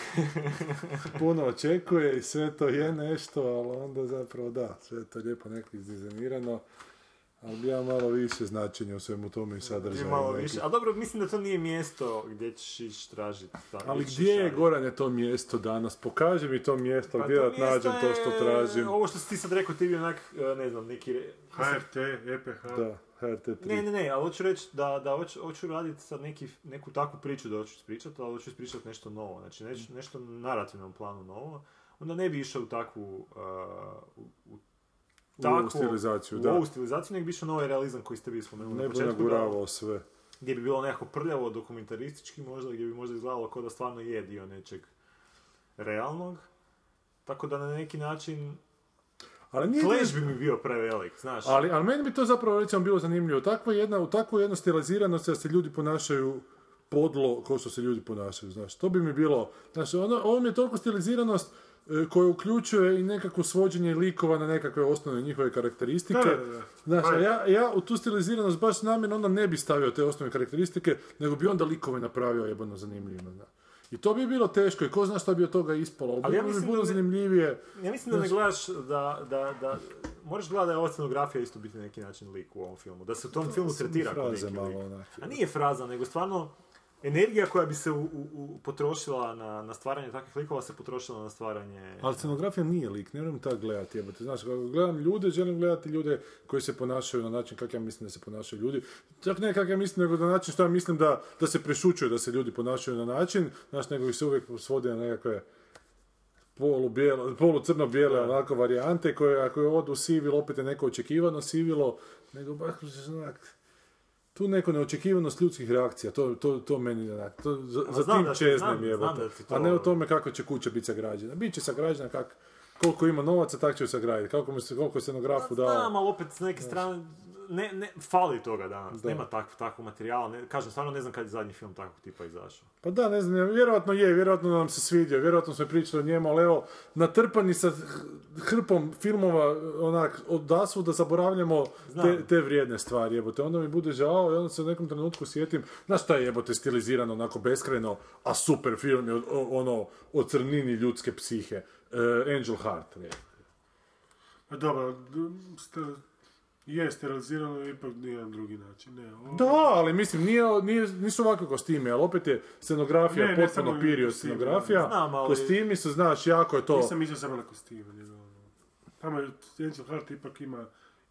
B: Puno očekuje i sve to je nešto, ali onda zapravo da, sve je to lijepo nekako izdizajnirano. Ali bi ja malo više značenja u svemu tome i
A: Bi
B: sadržaju.
A: malo
B: neki.
A: više. A dobro, mislim da to nije mjesto gdje ćeš ići tražiti. tako-
B: Ali
A: ići
B: gdje je
A: šalje.
B: Gorane to mjesto danas? Pokaži mi to mjesto,
A: Pa
B: gdje da
A: mjesto
B: nađem to što
A: je-
B: tražim.
A: Ovo što si ti sad rekao, ti bi onak, e, ne znam, neki... re-
C: HRT, EPH.
B: Da, HRT3.
A: Ne, ne, ne, ali hoću reći da, da hoću, hoću raditi sad neki, neku takvu priču da hoću ispričati, ali hoću ispričati nešto novo, znači
B: Mm.
A: neć- nešto na narativnom planu novo, onda ne bi išao u takvu... uh, u, u
B: U
A: takvo-
B: ovu stilizaciju,
A: u
B: da.
A: ovu stilizaciju, nego bi išao na ovaj realizam koji ste vi spomenuli
B: Ne
A: na
B: bi
A: početku, da-
B: naguravao sve.
A: gdje bi bilo nekako prljavo, dokumentaristički možda, gdje bi možda izgledalo kao da stvarno je dio nečeg realnog. Tako da na neki način
B: Ali nije
A: Clash bi mi bio prevelik, znaš.
B: Ali, ali meni bi to zapravo recimo bilo zanimljivo. Takva jedna, u takvoj jedno stiliziranosti da se ljudi ponašaju podlo kao što se ljudi ponašaju, znaš. To bi mi bilo, znaš, ono, ovo mi je toliko stiliziranost e, koja uključuje i nekako svođenje likova na nekakve osnovne njihove karakteristike.
C: Da, da, da.
B: Znaš,
A: Pa
B: a ja, ja u tu stiliziranost baš namjerno onda ne bi stavio te osnovne karakteristike, nego bi onda likove napravio jebano zanimljivima, da. I to bi bilo teško i ko zna šta bi od toga ispalo.
A: Ali
B: Ali
A: ja
B: ja bi
A: mislim
B: bilo
A: da ne-
B: zanimljivije.
A: Ja mislim da ne
B: Znaš-
A: gledaš da, da, da moraš gledati da je ova scenografija isto biti na neki način lik u ovom filmu. Da se u tom filmu
B: su
A: tretira kao neki
B: fraze malo
A: lik.
B: onak.
A: A nije fraza, nego stvarno energija koja bi se u, u- u- potrošila na, na stvaranje takvih likova se potrošila na stvaranje...
B: Ali scenografija nije lik, ne moram tak gledati, jebote. Znaš, kako gledam ljude, želim gledati ljude koji se ponašaju na način kako ja mislim da se ponašaju ljudi. Čak ne kako ja mislim, nego na način što ja mislim da, da se prešućuje da se ljudi ponašaju na način, znaš, nego ih se uvijek svodi na nekakve polu, polu crno-bijele onako varijante koje ako je odu sivilo, opet je neko očekivano sivilo, nego baš onak, tu neko neočekivanost ljudskih reakcija, to, to, to meni onak, to, za,
A: A
B: za
A: znam
B: tim
A: da ti- znam-
B: čeznem
A: znam
B: jebote.
A: da ti to-
B: A ne o tome kako će kuća biti sagrađena. Biće sagrađena kak,
C: Pa
A: Pa
B: koliko ima novaca, tak će ju sagraditi. Koliko, mu se, koliko je scenografu dao.
A: Znam, ali opet s neke strane
C: ne, ne, fali toga danas. Nema takv, takvog materijala. Ne, kažem, stvarno ne znam kad je zadnji film takvog tipa izašao.
B: Pa da, ne znam, vjerojatno je, vjerojatno nam se svidio, vjerojatno smo pričali o njemu, ali evo, natrpani sa h- hrpom filmova, onak, odasu da zaboravljamo te,
C: Znam.
B: te vrijedne stvari, jebote. Onda mi bude žao i onda se u nekom trenutku sjetim, znaš šta je jebote stilizirano, onako beskrajno, a super film je o- o- ono, o crnini ljudske psihe. E, Angel Heart, je.
A: A dobro, d- ste- je sterilizirano, ipak nije na drugi način. Ne, ovo-
B: Da, ali mislim, nije, nije, nisu ovakve kostime, ali opet je scenografija,
A: Ne, ne
B: potpuno
A: samo
B: period
A: kostimi,
B: scenografija.
A: znam, ali-
B: Kostimi su, znaš, jako je to...
A: Nisam mislio samo na kostime, nego... ono, Tamo je Angel Heart ipak ima...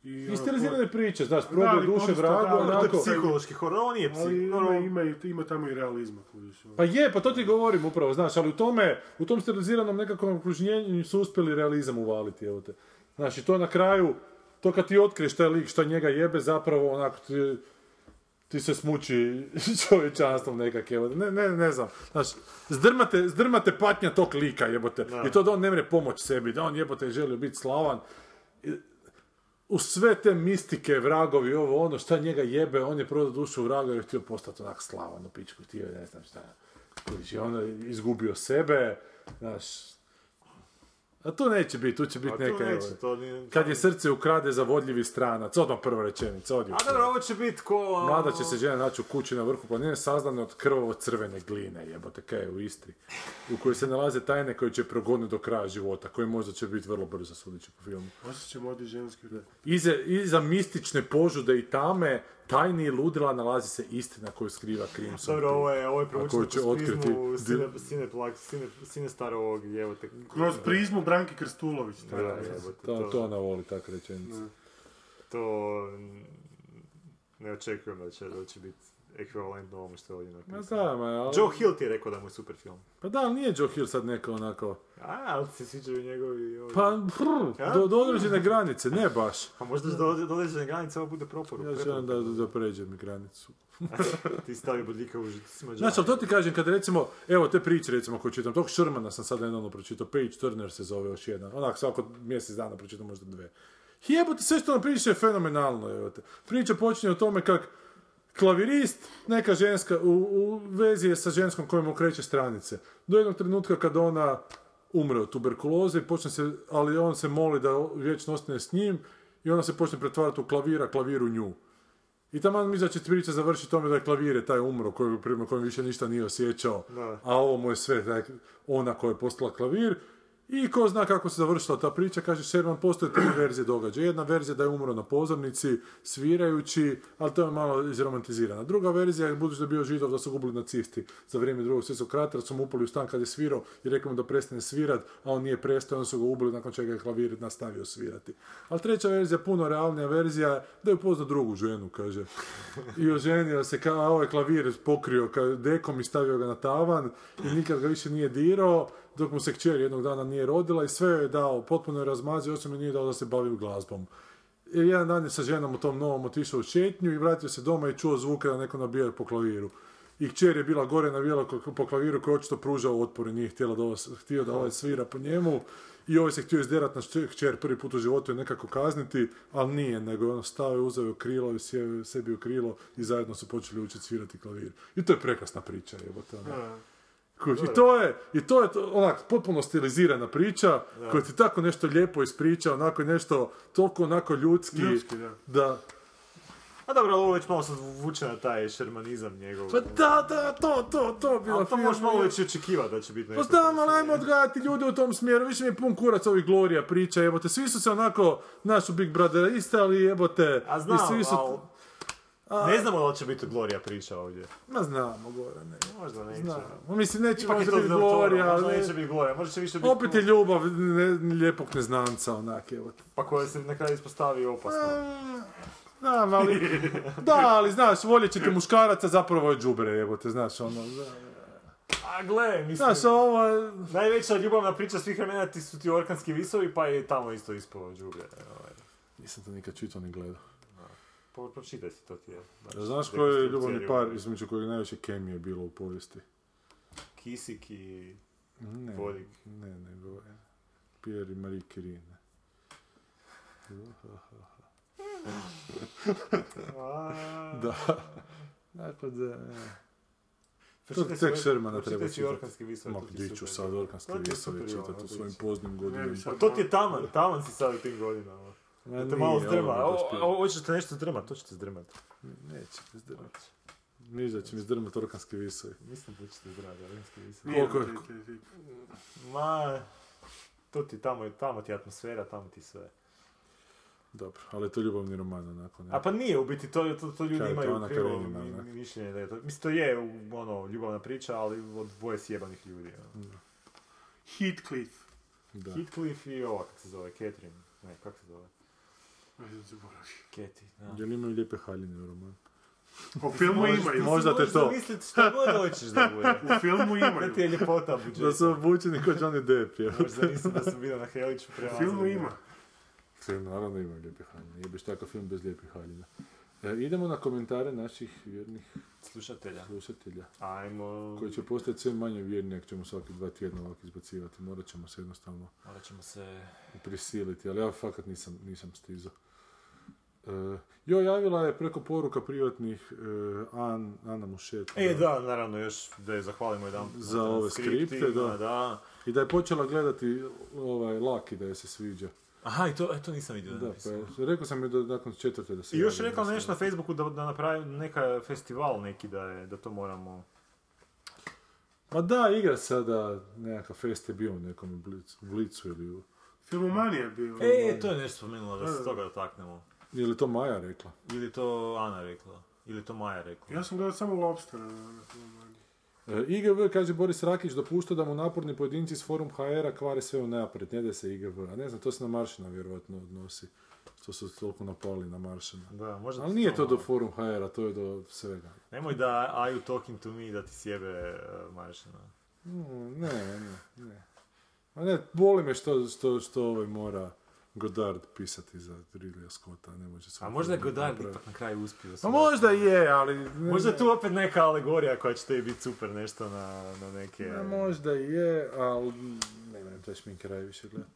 A: I, ono,
B: Istilizirane
A: po-
B: priče, znaš,
A: Da,
B: proboj
A: ali
B: duše
A: podosta,
B: vragu,
A: da, ali to je
B: onako...
C: Psihološki horor, on je
A: Ali
C: psih... ono,
A: ima, ima, i- ima tamo i realizma, kužiš. ono.
B: Pa je, pa to ti govorim upravo, znaš, ali u tome, u tom steriliziranom nekakvom okruženju su uspjeli realizam uvaliti, evo te. Znaš, i to na kraju, to kad ti otkriješ taj lik što njega jebe, zapravo onako ti, ti se smuči čovječanstvom nekak, evo te. Ne, ne, ne znam, znaš, zdrmate, zdrmate patnja tog lika, jebote. I to da on ne mre pomoć sebi, da on jebote želi biti slavan. I- U sve te mistike, vragovi, ovo ono, šta njega jebe, on je prodao dušu vragu jer je htio postati onak slavan u pičku, htio je ne znam šta. Kužiš, i onda je izgubio sebe, znaš... A to neće biti, tu će biti
C: A tu
B: neka...
C: neće,
B: evo,
C: to nije-
B: Kad je srce ukrade zavodljivi stranac, odmah prva rečenica, odje.
C: A dobro, ovo će biti ko... ono,
B: Mlada će se žena naći u kući na vrhu planine sazdane od krvavo crvene gline, jebote, kaj je u Istri, u kojoj se nalaze tajne koje će progoniti do kraja života, koje možda će biti vrlo brzo, sudit ću po filmu.
A: Osjećam ovdje ženski red.
B: Iza, iza mistične požude i tame, tajni i ludila nalazi se istina koju skriva Crimson.
C: Dobro, ovo je, ovo je
B: Peak, a
C: provučeno
B: koju
C: kroz
B: će otkriti
C: prizmu
B: di-
C: Cine- Cineplex, Cine- Cinestar ovog, evo te...
A: Kroz prizmu Branki Krstulović.
C: Da,
A: taj.
C: jebote,
B: To,
C: to,
B: to ona voli, tak rečenica.
C: to, mm, ne očekujem da će, da će biti ekvivalentno ovom što je ovdje
B: Ma
C: napisano.
B: da, ma, Pa ali...
C: Joe Hill ti je rekao da mu je super film.
B: Pa da, ali nije Joe Hill sad neka onako...
C: A, ali se sviđaju njegovi... ovi-
B: Pa, brr,
C: A?
B: do, do određene granice, ne baš.
C: A možda do, do određene granice ovo bude proporu.
B: Ja želim da, da pređem granicu.
C: ti stavi bodljika u žicima.
B: Znači, ali to ti kažem, kad recimo, evo te priče recimo koje čitam, tog Šrmana sam sad nedavno pročitao, Page Turner se zove još jedan, onak svako mjesec dana pročitam možda dve. Jebote, sve što nam priča je fenomenalno, evo te. Priča počinje o tome kak klavirist, neka ženska, u, u vezi je sa ženskom kojom okreće stranice. Do jednog trenutka kad ona umre od tuberkuloze i počne se, ali on se moli da vječno ostane s njim i ona se počne pretvarati u klavira, klavir u nju. I taman mi da će priča završiti tome da je klavire taj umro koji, prema kojem više ništa nije osjećao,
C: Da.
B: a ovo mu je sve taj, ona koja je postala klavir. I ko zna kako se završila ta priča, kaže Sherman, postoje tri verzije događaja. Jedna verzija da je umro na pozornici, svirajući, ali to je malo izromantizirana. Druga verzija je, budući da je bio židov, da su gubili nacisti za vrijeme drugog svjetskog rata, da su mu upali u stan kad je svirao i rekli mu da prestane svirat, a on nije prestao, onda su ga ubili, nakon čega je klavir nastavio svirati. Ali treća verzija, puno realnija verzija, je da je upoznao drugu ženu, kaže. I oženio se, kao, a ovaj klavir pokrio ka, dekom i stavio ga na tavan i nikad ga više nije dirao, dok mu se kćer jednog dana nije rodila i sve joj je dao, potpuno je razmazio, osim joj nije dao da se bavi glazbom. I jedan dan je sa ženom u tom novom otišao u šetnju i vratio se doma i čuo zvuke da neko nabija po klaviru. I kćer je bila gore navijala ko- po klaviru koji je očito pružao otpor i nije htjela da ovo, htio da ovaj svira po njemu. I ovaj se htio izderat na šće- kćer prvi put u životu i nekako kazniti, ali nije, nego je ono stao i uzeo joj krilo i sjeo je sebi u krilo i zajedno su počeli učiti svirati klavir. I to je prekrasna priča, jebote. ono. Kuć, I to je, i to je to- onak potpuno stilizirana priča koja ti tako nešto lijepo ispriča, onako nešto toliko onako ljudski,
A: Ljudski, da.
C: A dobro, ali ovo već malo sad vuče na taj šermanizam njegov.
B: Pa da, da, to, to, to bi
C: ali to možeš malo već i očekivati da će biti
B: Pa
C: nešto.
B: znam, ali ajmo odgajati ljude u tom smjeru, više mi je pun kurac ovih Gloria priča, jebote, svi su se onako, naš u Big Brother iste, ali jebote,
C: A znam,
B: i svi su...
C: ali... Ne znamo da li će biti Gloria priča ovdje.
B: Ma znamo, Gorane,
C: Možda neće.
B: znamo. Ma Mislim, neće
C: Ipak je
B: možda
C: to
B: biti
C: Del Toro,
B: Gloria,
C: možda
B: ali...
C: neće biti Gloria, možda će više biti...
B: Opet je ljubav ne, lijepog neznanca, onak, jebote.
C: Pa koja se na kraju ispostavi opasno.
B: Znam, ali, da, ali znaš, voljet ćete muškaraca, zapravo je džubre, jebote, znaš, ono,
C: A gle, mislim...
B: znaš, ovo, je-
C: Najveća ljubavna priča svih vremena ti su ti orkanski visovi, pa je tamo isto ispao džubre. Ovaj.
B: nisam to nikad čitao ni gledao.
A: Pa
C: Po- Pročitaj si to ti je. baš
B: Znaš koji je ljubavni
C: dekonstrukcija
B: par
A: ono, ovaj.
C: ljubavna.
B: između kojeg najviše kemije bilo u povijesti?
C: Kisik i...
B: Ne,
C: Vodik.
B: ne, nego je Pierre i Marie Curie. ne. Da. Dakle, da... To
A: Pročitaj
B: je
A: si
B: tek
A: Or-
B: Šermana
A: pročitaj
B: treba
A: si Orkanske visove,
B: Ma,
A: to ti je
B: di ću
A: super.
B: sad Orkanske
A: To ti je
B: visove
A: super, ono,
B: čitati u svojim
A: odlično.
B: poznim godinama.
A: Pa to ti je taman, taman si sad u tim godinama. ono.
B: Ma
A: Da te
B: nije,
A: malo
B: ovo
A: zdrma.
B: je baš
A: O,
B: pjesma.
A: o, Hoćeš te nešto zdrmat, to će te zdrmat.
B: Neće mi zdrmati. Niš da će mi zdrmati orkanski visovi.
A: Mislim da će te zdrmat, Orkanske visove.
B: Koliko je?
A: Ma, to ti tamo, je- tamo ti je atmosfera, tamo ti sve.
B: Dobro, ali je to ljubavni roman onako. ne?
A: A pa nije, u biti, to, to, to ljudi
B: Kaj, to
A: imaju
B: ona
A: krivo
B: Karenina,
A: mi-
B: ne?
A: mi- mišljenje da je to. Mislim, to je u- ono, ljubavna priča, ali od dvoje sjebanih ljudi. ono.
C: Heathcliff.
B: Da.
A: Heathcliff i ova, kak se zove, Catherine. Ne, kak se zove?
C: Ajde, zaboravim.
A: Katie, da.
B: Jel imaju lijepe haljine u romanu?
C: U filmu
A: Možeš-
C: imaju.
A: ti si
B: pa- možda te
A: možeš
B: to.
A: zamislit šta god hoćeš da bude.
C: U filmu imaju.
A: Da ti je ljepota budžeta.
B: Da su obučeni kao Johnny Depp, jel?
A: Možda mislim da sam bio na Heliću
C: U
A: prelazili.
C: filmu ima.
B: Film naravno ima lijepe haljine. Jebeš takav film bez lijepih haljina. E, idemo na komentare naših vjernih
A: Slušatelja.
B: slušatelja.
A: Ajmo.
B: Koji će postati sve manje vjerni ako ćemo svaki dva tjedna ovako izbacivati. Morat ćemo se jednostavno
A: Morat ćemo se...
B: prisiliti, ali ja fakat nisam, nisam stizao. E, jo, javila je preko poruka privatnih e, An, Ana Mušet.
A: E, da, naravno, još da je zahvalimo jedan put
B: Za
A: na
B: ove skripte, da.
A: da.
B: I da je počela gledati ovaj Laki da je se sviđa.
A: Aha, i to, e, to nisam vidio.
B: Da,
A: napisao.
B: pa je- rekao sam mi da nakon četvrte da se
A: I još
B: javi,
A: rekao
B: mislim.
A: nešto na Facebooku da, da napravim neka festival neki da je, da to moramo...
B: Pa da, igra sada nekakav fest je bio u nekom blicu, blicu ili u...
C: Filmomanija je bio.
A: E, to je nešto spomenula da se
C: Da.
A: toga dotaknemo.
B: Je li to Maja rekla?
A: Ili je to Ana rekla. Ili je to Maja rekla.
C: Ja sam gledao samo Lobstera na na Filmomaniji.
B: E, IGV, kaže Boris Rakić, dopušta da mu naporni pojedinci iz forum HR-a kvare sve unaprijed, ne da se IGV. A ne znam, to se na Maršina vjerojatno odnosi. Što su toliko napali na Maršina.
A: Da, možda
B: Ali nije to do
A: malo.
B: forum HR-a, to je do svega.
A: Nemoj da are you talking to me da ti sjebe uh, Maršina.
B: Mm, Ne, ne, ne. A ne, boli me što, što, što ovaj mora Godard pisati za Ridleya Scotta, ne može se...
A: A možda je Godard ipak na kraju uspio.
B: Pa možda je, ali...
A: Možda je tu opet neka alegorija koja će tebi biti super nešto na, na neke...
B: Ne, možda i je, ali ne moram taj šminke raje više gledat.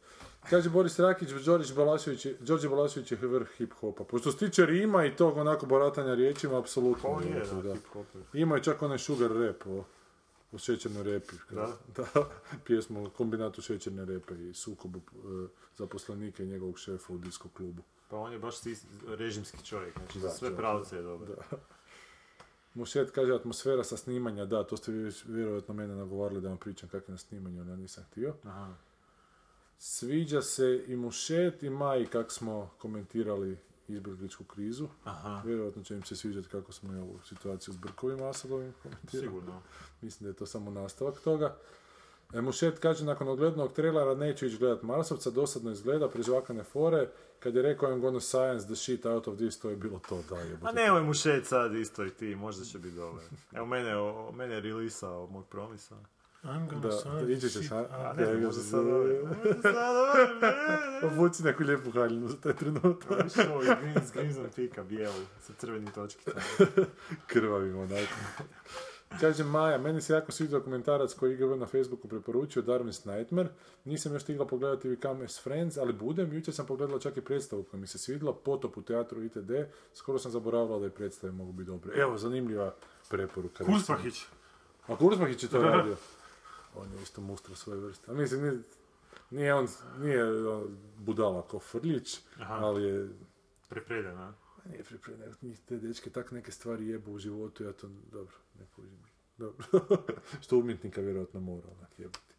B: Kaže Boris Rakić, Đorđe Balašević, je- Đorđe Balašević je vrh hip-hopa. Pošto se tiče Rima i tog onako boratanja riječima, apsolutno.
A: Ovo
B: je
A: je,
B: to,
A: da, hip-hopper.
B: Ima je čak onaj sugar rap o, o šećernoj repi.
A: Da?
B: da, pjesmu o kombinatu šećerne repe i sukobu e, zaposlenika i njegovog šefa u disko klubu.
A: Pa on je baš sis- režimski čovjek, znači
B: Da,
A: za sve
B: čovjek,
A: pravce je dobro.
B: Mušet kaže, atmosfera sa snimanja, da, to ste vi već vjerojatno mene nagovarali da vam pričam kakve na snimanju, ali ja nisam htio.
A: Aha.
B: Sviđa se i Mušet i Maji kak smo komentirali izbjegličku krizu.
A: Aha.
B: Vjerojatno će im se sviđati kako smo i ovu situaciju s Brkovim Asadovim komentirali.
A: Sigurno.
B: Mislim da je to samo nastavak toga. E, Mušet kaže, nakon oglednog trailera neću ići gledat Marsovca, dosadno izgleda, prežvakane fore. Kad je rekao I'm gonna science the shit out of this, to je bilo to, da je.
A: A Pa nemoj mu šet sad isto i ti, možda će biti dobro. Evo mene, o, mene je releasao mog promisa.
C: I'm gonna
B: Da,
C: sign
B: ići
C: this
B: ćeš,
C: shit.
B: a?
A: A ne znam,
B: Da,
A: možda sad
B: da,
A: ovaj. Možda sad ovaj,
B: Obuci neku lijepu haljinu za taj trenutak.
A: ne. Išao ovaj green, s grimzom pika, bijelu, sa crvenim točkicama.
B: Krvavim onako. Kaže Maja, meni se jako sviđa dokumentarac koji IGV na Facebooku preporučio, Darwin's Nightmare. Nisam još stigla pogledati Become as Friends, ali budem. Jučer sam pogledala čak i predstavu koja mi se svidjela, Potop u teatru ITD. Skoro sam zaboravila da je predstave mogu biti dobre. Evo, zanimljiva preporuka.
C: Kuzpahić.
B: A Kuzmahić je to radio. On je isto mustro svoje vrste. A mislim, nije, nije on, nije on budala ko Frljić, ali je
A: Prepredan, a?
B: pa Nije pripremljen, nego njih te dečke tak neke stvari jebu u životu, ja to dobro, ne kužim. Dobro. Što umjetnika vjerojatno mora onak jebati.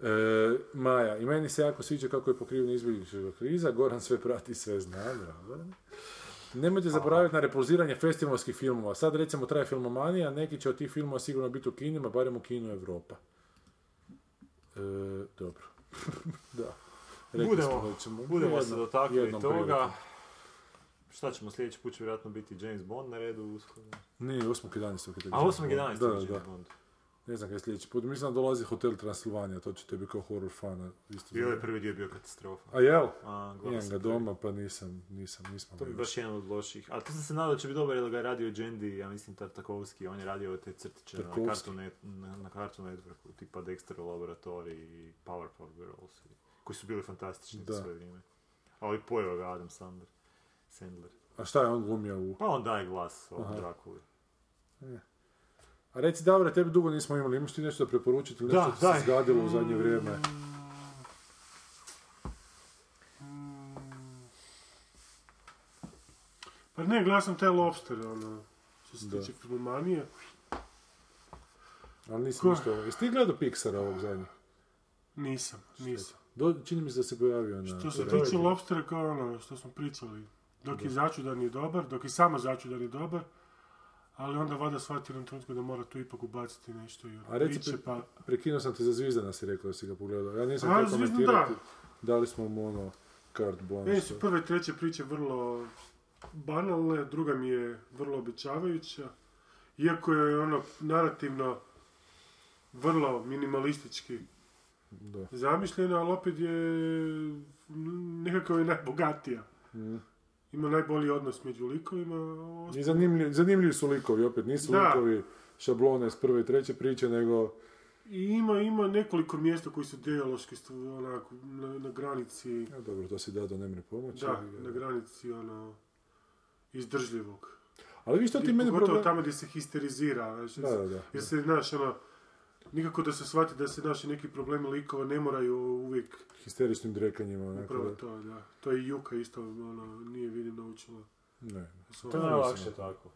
B: E, Maja, i meni se jako sviđa kako je pokrivena izbjeglička kriza, Goran sve prati, sve zna, bravo. Nemojte zaboraviti na repoziranje festivalskih filmova. Sad recimo traje filmomanija, neki će od tih filmova sigurno biti u kinima, barem u kinu Europa. E, dobro. da. Rekli
A: Budemo,
B: smo da ćemo-
A: budemo se
B: jednom-
A: dotakli
B: jednom
A: toga.
B: prilikom.
A: Šta ćemo sljedeći put će vjerojatno biti James Bond na redu uskoro.
B: Nije, 8.11. kad je
A: A
B: bio.
A: 8.11.
B: Da,
A: je
B: da,
A: James
B: da.
A: Bond.
B: Ne znam kaj je sljedeći put. Mislim da dolazi Hotel Transilvanija, to će tebi kao horror fana. Isto
A: Bio je
B: zanimati.
A: ovaj prvi dio bio katastrofa.
B: A jel?
A: A, gledao
B: Imam
A: sam
B: ga
A: prvi.
B: doma, pa nisam, nisam, nismo ga
A: To bi
B: još.
A: baš jedan od loših. A to sam se nadao da će biti dobar jer ga je radio Džendi, ja mislim Tartakovski, on je radio ove te crtiće na
B: Tarkovski.
A: Cartoon, Net- na, na Cartoon Networku, tipa Dexter Laboratory i Powerpuff Girls, i- koji su bili fantastični
B: Da.
A: u svoje vrijeme. Ali pojeo ga Adam Sandler.
C: Sandler.
B: A šta je on glumio u...
C: Pa on daje glas ovom
B: Aha.
C: Drakuli.
B: E. A reci, Davore, tebi dugo nismo imali, imaš ti nešto da preporučiti ili
C: Da,
B: nešto da,
C: daj.
B: se zgadilo u zadnje vrijeme?
A: Pa ne, gledao sam taj Lobster, ono, što se
B: Da.
A: tiče filmomanije.
B: Ali nisam ništa... Jesi ti gledao Pixar ovog zadnjeg?
A: Nisam, nisam.
B: Do, čini mi se da se pojavio na...
A: Što se
B: Teretu.
A: tiče Lobstera, kao ono, što smo pričali, dok je začudan je dobar, dok je samo začudan je dobar, ali onda vada shvati u jednom trenutku da mora tu ipak ubaciti nešto i
B: A
A: ono
B: reci,
A: priče,
B: pre-
A: pa...
B: prekinuo sam te za Zvizdana, si rekao da si ga pogledao. Ja nisam
A: A,
B: htio
A: Zvizdan,
B: komentirati. Dali smo mu ono... Card
A: Meni
B: blanche.
A: su prve i treće priče vrlo banalne, druga mi je vrlo običavajuća. Iako je ono narativno vrlo minimalistički
B: Da.
A: zamišljena, ali opet je mm, nekako je najbogatija.
B: Mm.
A: Ima najbolji odnos među likovima. a
B: I
A: osta-
B: zanimljivi, zanimljivi su likovi, opet nisu
A: Da.
B: likovi šablone iz prve i treće priče, nego
A: I ima, ima nekoliko mjesta koji su dijaloški stv- onako, na, na granici,
B: A dobro, to si dado ne mre pomoći.
A: da, na granici ono, izdržljivog.
B: Ali vi što ti
A: Gdje-
B: mene
A: pogotovo
B: problem-
A: tamo gdje se histerizira, znaš,
B: Da, da, da.
A: jer se, znaš, ono, nikako da se shvati da se naši neki problemi likova ne moraju uvijek,
B: Histeričnim drekanjima, onako
A: upravo
B: da.
A: to, da. To je i Juka isto, ono, nije vidim naučila.
B: Ne, ne.
A: Svoj-
C: To je najlakše tako.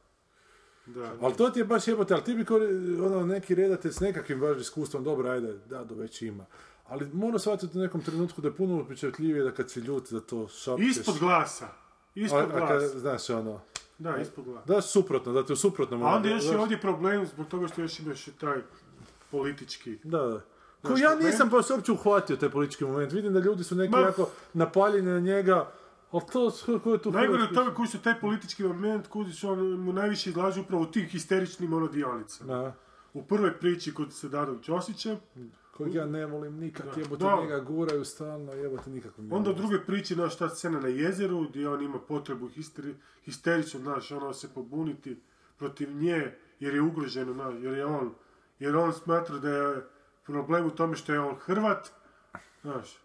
A: Da.
B: Ali to ti je baš jebote, ali ti bi kor, ono, neki redatelj s nekakvim baš iskustvom, dobro, ajde, da, do već ima. Ali mora shvatiti u nekom trenutku da je puno upečatljivije da kad si ljut da to šapćeš.
A: Ispod glasa. Ispod
B: A- a kad,
A: glasa.
B: znaš, ono...
A: Da, ispod glasa.
B: Da, suprotno, da te u suprotnom...
A: A
B: ono,
A: onda još je
B: znaš-
A: ovdje problem zbog toga što još imaš i taj politički.
B: Da, da. Ko
A: Znaš,
B: ja
A: problem-
B: nisam baš uopće uhvatio taj politički moment. Vidim da ljudi su neki
A: Ma-
B: jako napaljeni na njega. Ali to, ko je tu...
A: Najgore
B: hrvatski-
A: od toga koji su taj politički moment, koji su on, mu najviše izlažu upravo u tim histeričnim ono dionicama.
B: Da.
A: U prvoj priči kod se Dadog Ćosića,
B: Kojeg ja ne volim nikad,
A: Da.
B: jebote
A: Da.
B: njega guraju stalno, jebote nikako mi.
A: onda u drugoj priči, naš ta scena na jezeru, gdje on ima potrebu histeri, histerično, znaš, ono se pobuniti protiv nje, jer je ugroženo, znaš, jer je on, jer on smatra da je problem u tome što je on Hrvat, znaš,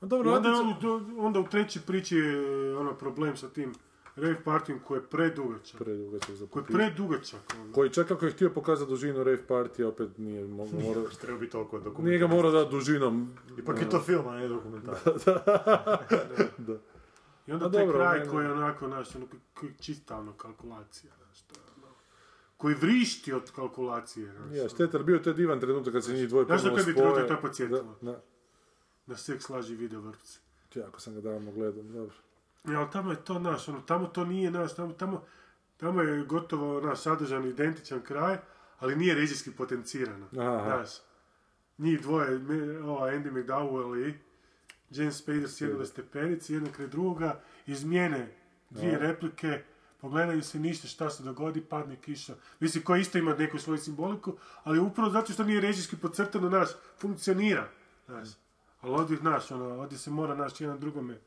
B: Pa
A: I
B: dobro,
A: onda,
B: onda...
A: u, do- onda u trećoj priči je ono problem sa tim rave partijom koji je predugačak.
B: Predugačak za
A: Koji je
B: popis.
A: predugačak. ono.
B: Koji čak ako je htio pokazati dužinu rave partija, opet nije mo- morao...
C: Treba biti toliko
B: nije ga
C: dokumentarno.
B: morao dati dužinom.
C: Ipak je to film, a ne dokumentar.
B: Da.
A: I onda
B: A
A: taj
B: dobro,
A: kraj
B: meni-
A: koji je onako, znaš, ono, koji- koji je čista ono, kalkulacija. Znaš, to je ono, koji vrišti od kalkulacije. Znaš,
B: Ja, šteta, ali bio je to divan trenutak kad se njih dvoje
A: Znaš na
B: ponovo
A: koji bi
B: ono spoje.
A: trenutak to podsjetilo?
B: Da, da.
A: na seks laži video vrpci.
B: Jako sam ga davno gledao, dobro.
A: Ja, E, ali tamo je to, naš, ono, tamo to nije, naš, tamo, tamo, tamo je gotovo, naš, sadržan, identičan kraj, ali nije režijski potencirano.
B: Aha.
A: Znaš, njih dvoje, me- ova, Andy McDowell i James Spader sjedile stepenici, jedna kraj druga, izmijene dvije
B: Aha.
A: replike, pogledaju se ništa šta se dogodi, padne kiša. Mislim, koja isto ima neku svoju simboliku, ali upravo zato što nije režijski podcrtano, naš, funkcionira. Znaš, ali ovdje, znaš, ono, ovdje se mora, naš, jedan drugome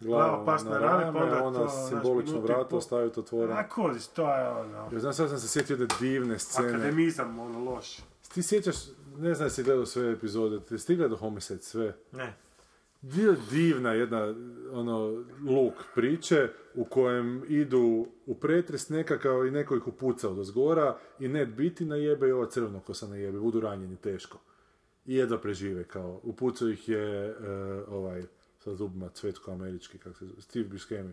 A: Glava pas na rame, pa onda
B: ona
A: to, znaš,
B: ono, simbolično
A: minutu i
B: vrata
A: pol.
B: ostaviti otvoreno.
A: A koziš, to je ono,
B: Ja znam, sad sam se sjetio jedne divne scene.
A: akademizam, ono, loš.
B: Ti sjećaš, ne znam jesi gledao sve epizode, ti si gledao Homicide sve?
C: Ne.
B: Dio divna jedna, ono, luk priče u kojem idu u pretres nekakav i neko ih upuca od ozgora i Ned biti najebe i ova crvno kosa najebe, budu ranjeni teško. I jedva prežive kao, upucao ih je e, ovaj, sa zubima cvetko američki, kak se zove, Steve Buscemi.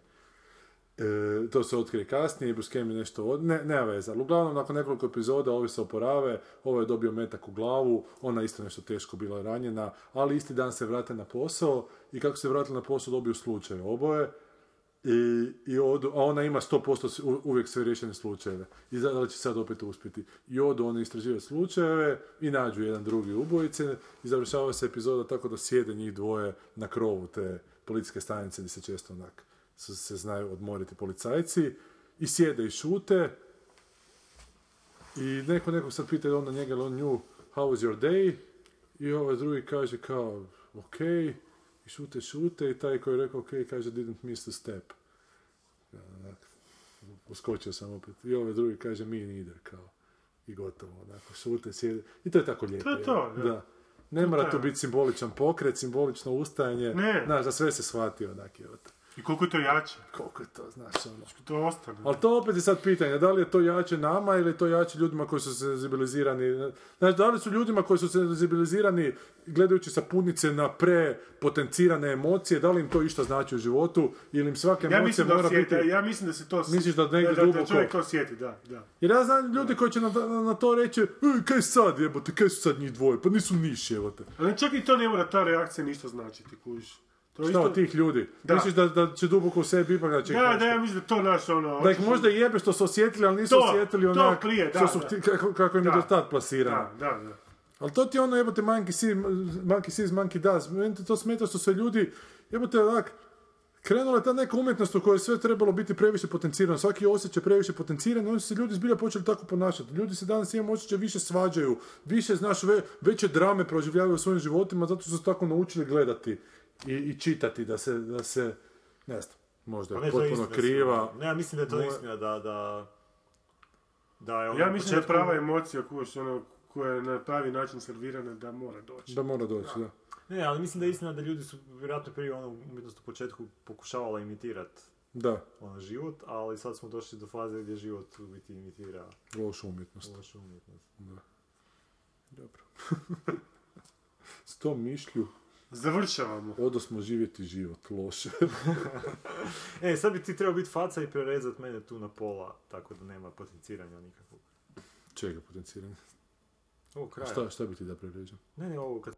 B: E, to se otkrije kasnije, Buscemi nešto od... Ne, nema veze, ali uglavnom nakon nekoliko epizoda ovi se oporave, ovo je dobio metak u glavu, ona je isto nešto teško bila ranjena, ali isti dan se vrate na posao i kako se vratili na posao dobiju slučaj oboje i, i odu, a ona ima 100% s- u- uvijek sve riješene slučajeve. I za- da li će sad opet uspjeti. I odu oni istraživati slučajeve i nađu jedan drugi ubojice i završava se epizoda tako da sjede njih dvoje na krovu te policijske stanice gdje se često onak su- se znaju odmoriti policajci i sjede i šute i neko nekog sad pita je on na njega ili on nju how was your day i ovaj drugi kaže kao ok i šute šute i taj koji je rekao ok kaže didn't miss a step Ja, onak, uskočio sam opet i ovaj drugi kaže me neither kao i gotovo onako šute sjede i to je tako lijepo
A: To je
B: jel?
A: to, da.
B: da. Ne
A: To je
B: mora
A: taj,
B: to
A: ono.
B: biti simboličan pokret, simbolično ustajanje.
A: Ne.
B: Znaš, da sve se shvati onak, evo te.
A: I koliko je to jače?
B: Koliko je to, znaš, ono.
A: To ostane.
B: Ali to opet je sad pitanje, da li je to jače nama ili je to jače ljudima koji su senzibilizirani. Znači, da li su ljudima koji su senzibilizirani gledajući sapunice na prepotencirane emocije, da li im to išta znači u životu ili im svaka
A: Ja
B: emocija
A: mislim, da
B: mora
A: osjeti,
B: biti...
A: ja mislim da se to... osjeti.
B: Misliš da negdje
A: da, da,
B: duboko-
A: Da čovjek to osjeti, da, da.
B: Jer ja znam ljudi koji će na, na- na to reći, "E, kaj sad jebote, kaj su sad njih dvoje, pa nisu niš jebote.
A: Ali čak i to ne mora ta reakcija ništa značiti, kužiš. To je
B: Šta
A: isto-
B: od tih ljudi?
A: Da.
B: Misliš da, da će duboko u sebi ipak da će ih
A: Da,
B: nešto-
A: da, ja mislim da to naš ono...
B: Da ih možda jebe što su osjetili, ali nisu
A: To,
B: osjetili
A: to
B: onak
A: prije, da,
B: što su
A: da.
B: hti- kako, kako im je
A: Da.
B: do tad plasirano.
A: Da, da, da.
B: Ali to ti je ono jebote monkey see, monkey sees, monkey does. Meni te to smeta što se ljudi, jebote onak, krenula je ta neka umjetnost u kojoj je sve trebalo biti previše potencirano, svaki osjećaj previše potenciran, i onda su se ljudi zbilja počeli tako ponašati. Ljudi se danas imam osjećaj više svađaju, više, znaš, ve- veće drame proživljavaju u svojim životima, zato što su tako naučili gledati i, i čitati da se, da se, ne znam, možda
C: Pa
B: je
C: ne, to je
B: potpuno
C: istina,
B: kriva.
C: sigurno. Ne, ja mislim da je to
B: Moje-
C: istina, da, da... Da, je ono
A: Ja
C: na
A: mislim da je
C: početku-
A: prava emocija, kužiš, ono, koja je na pravi način servirana da mora doći.
B: Da mora doći, da.
C: Ne, ali mislim da je istina da ljudi su vjerojatno prije ono umjetnost u početku pokušavala imitirati
B: Da,
C: ono život, ali sad smo došli do faze gdje život u biti imitira
B: lošu umjetnost.
C: lošu umjetnost.
B: Da. Dobro. S tom mišlju
A: Završavamo.
B: odosmo živjeti život loše.
C: E, sad bi ti trebao biti faca i prerezat mene tu na pola, tako da nema potenciranja nikakvog.
B: Čega potenciranje?
C: Ovo kraj.
B: Šta, šta bi ti da preređem?
C: Ne, ne, ovo kad...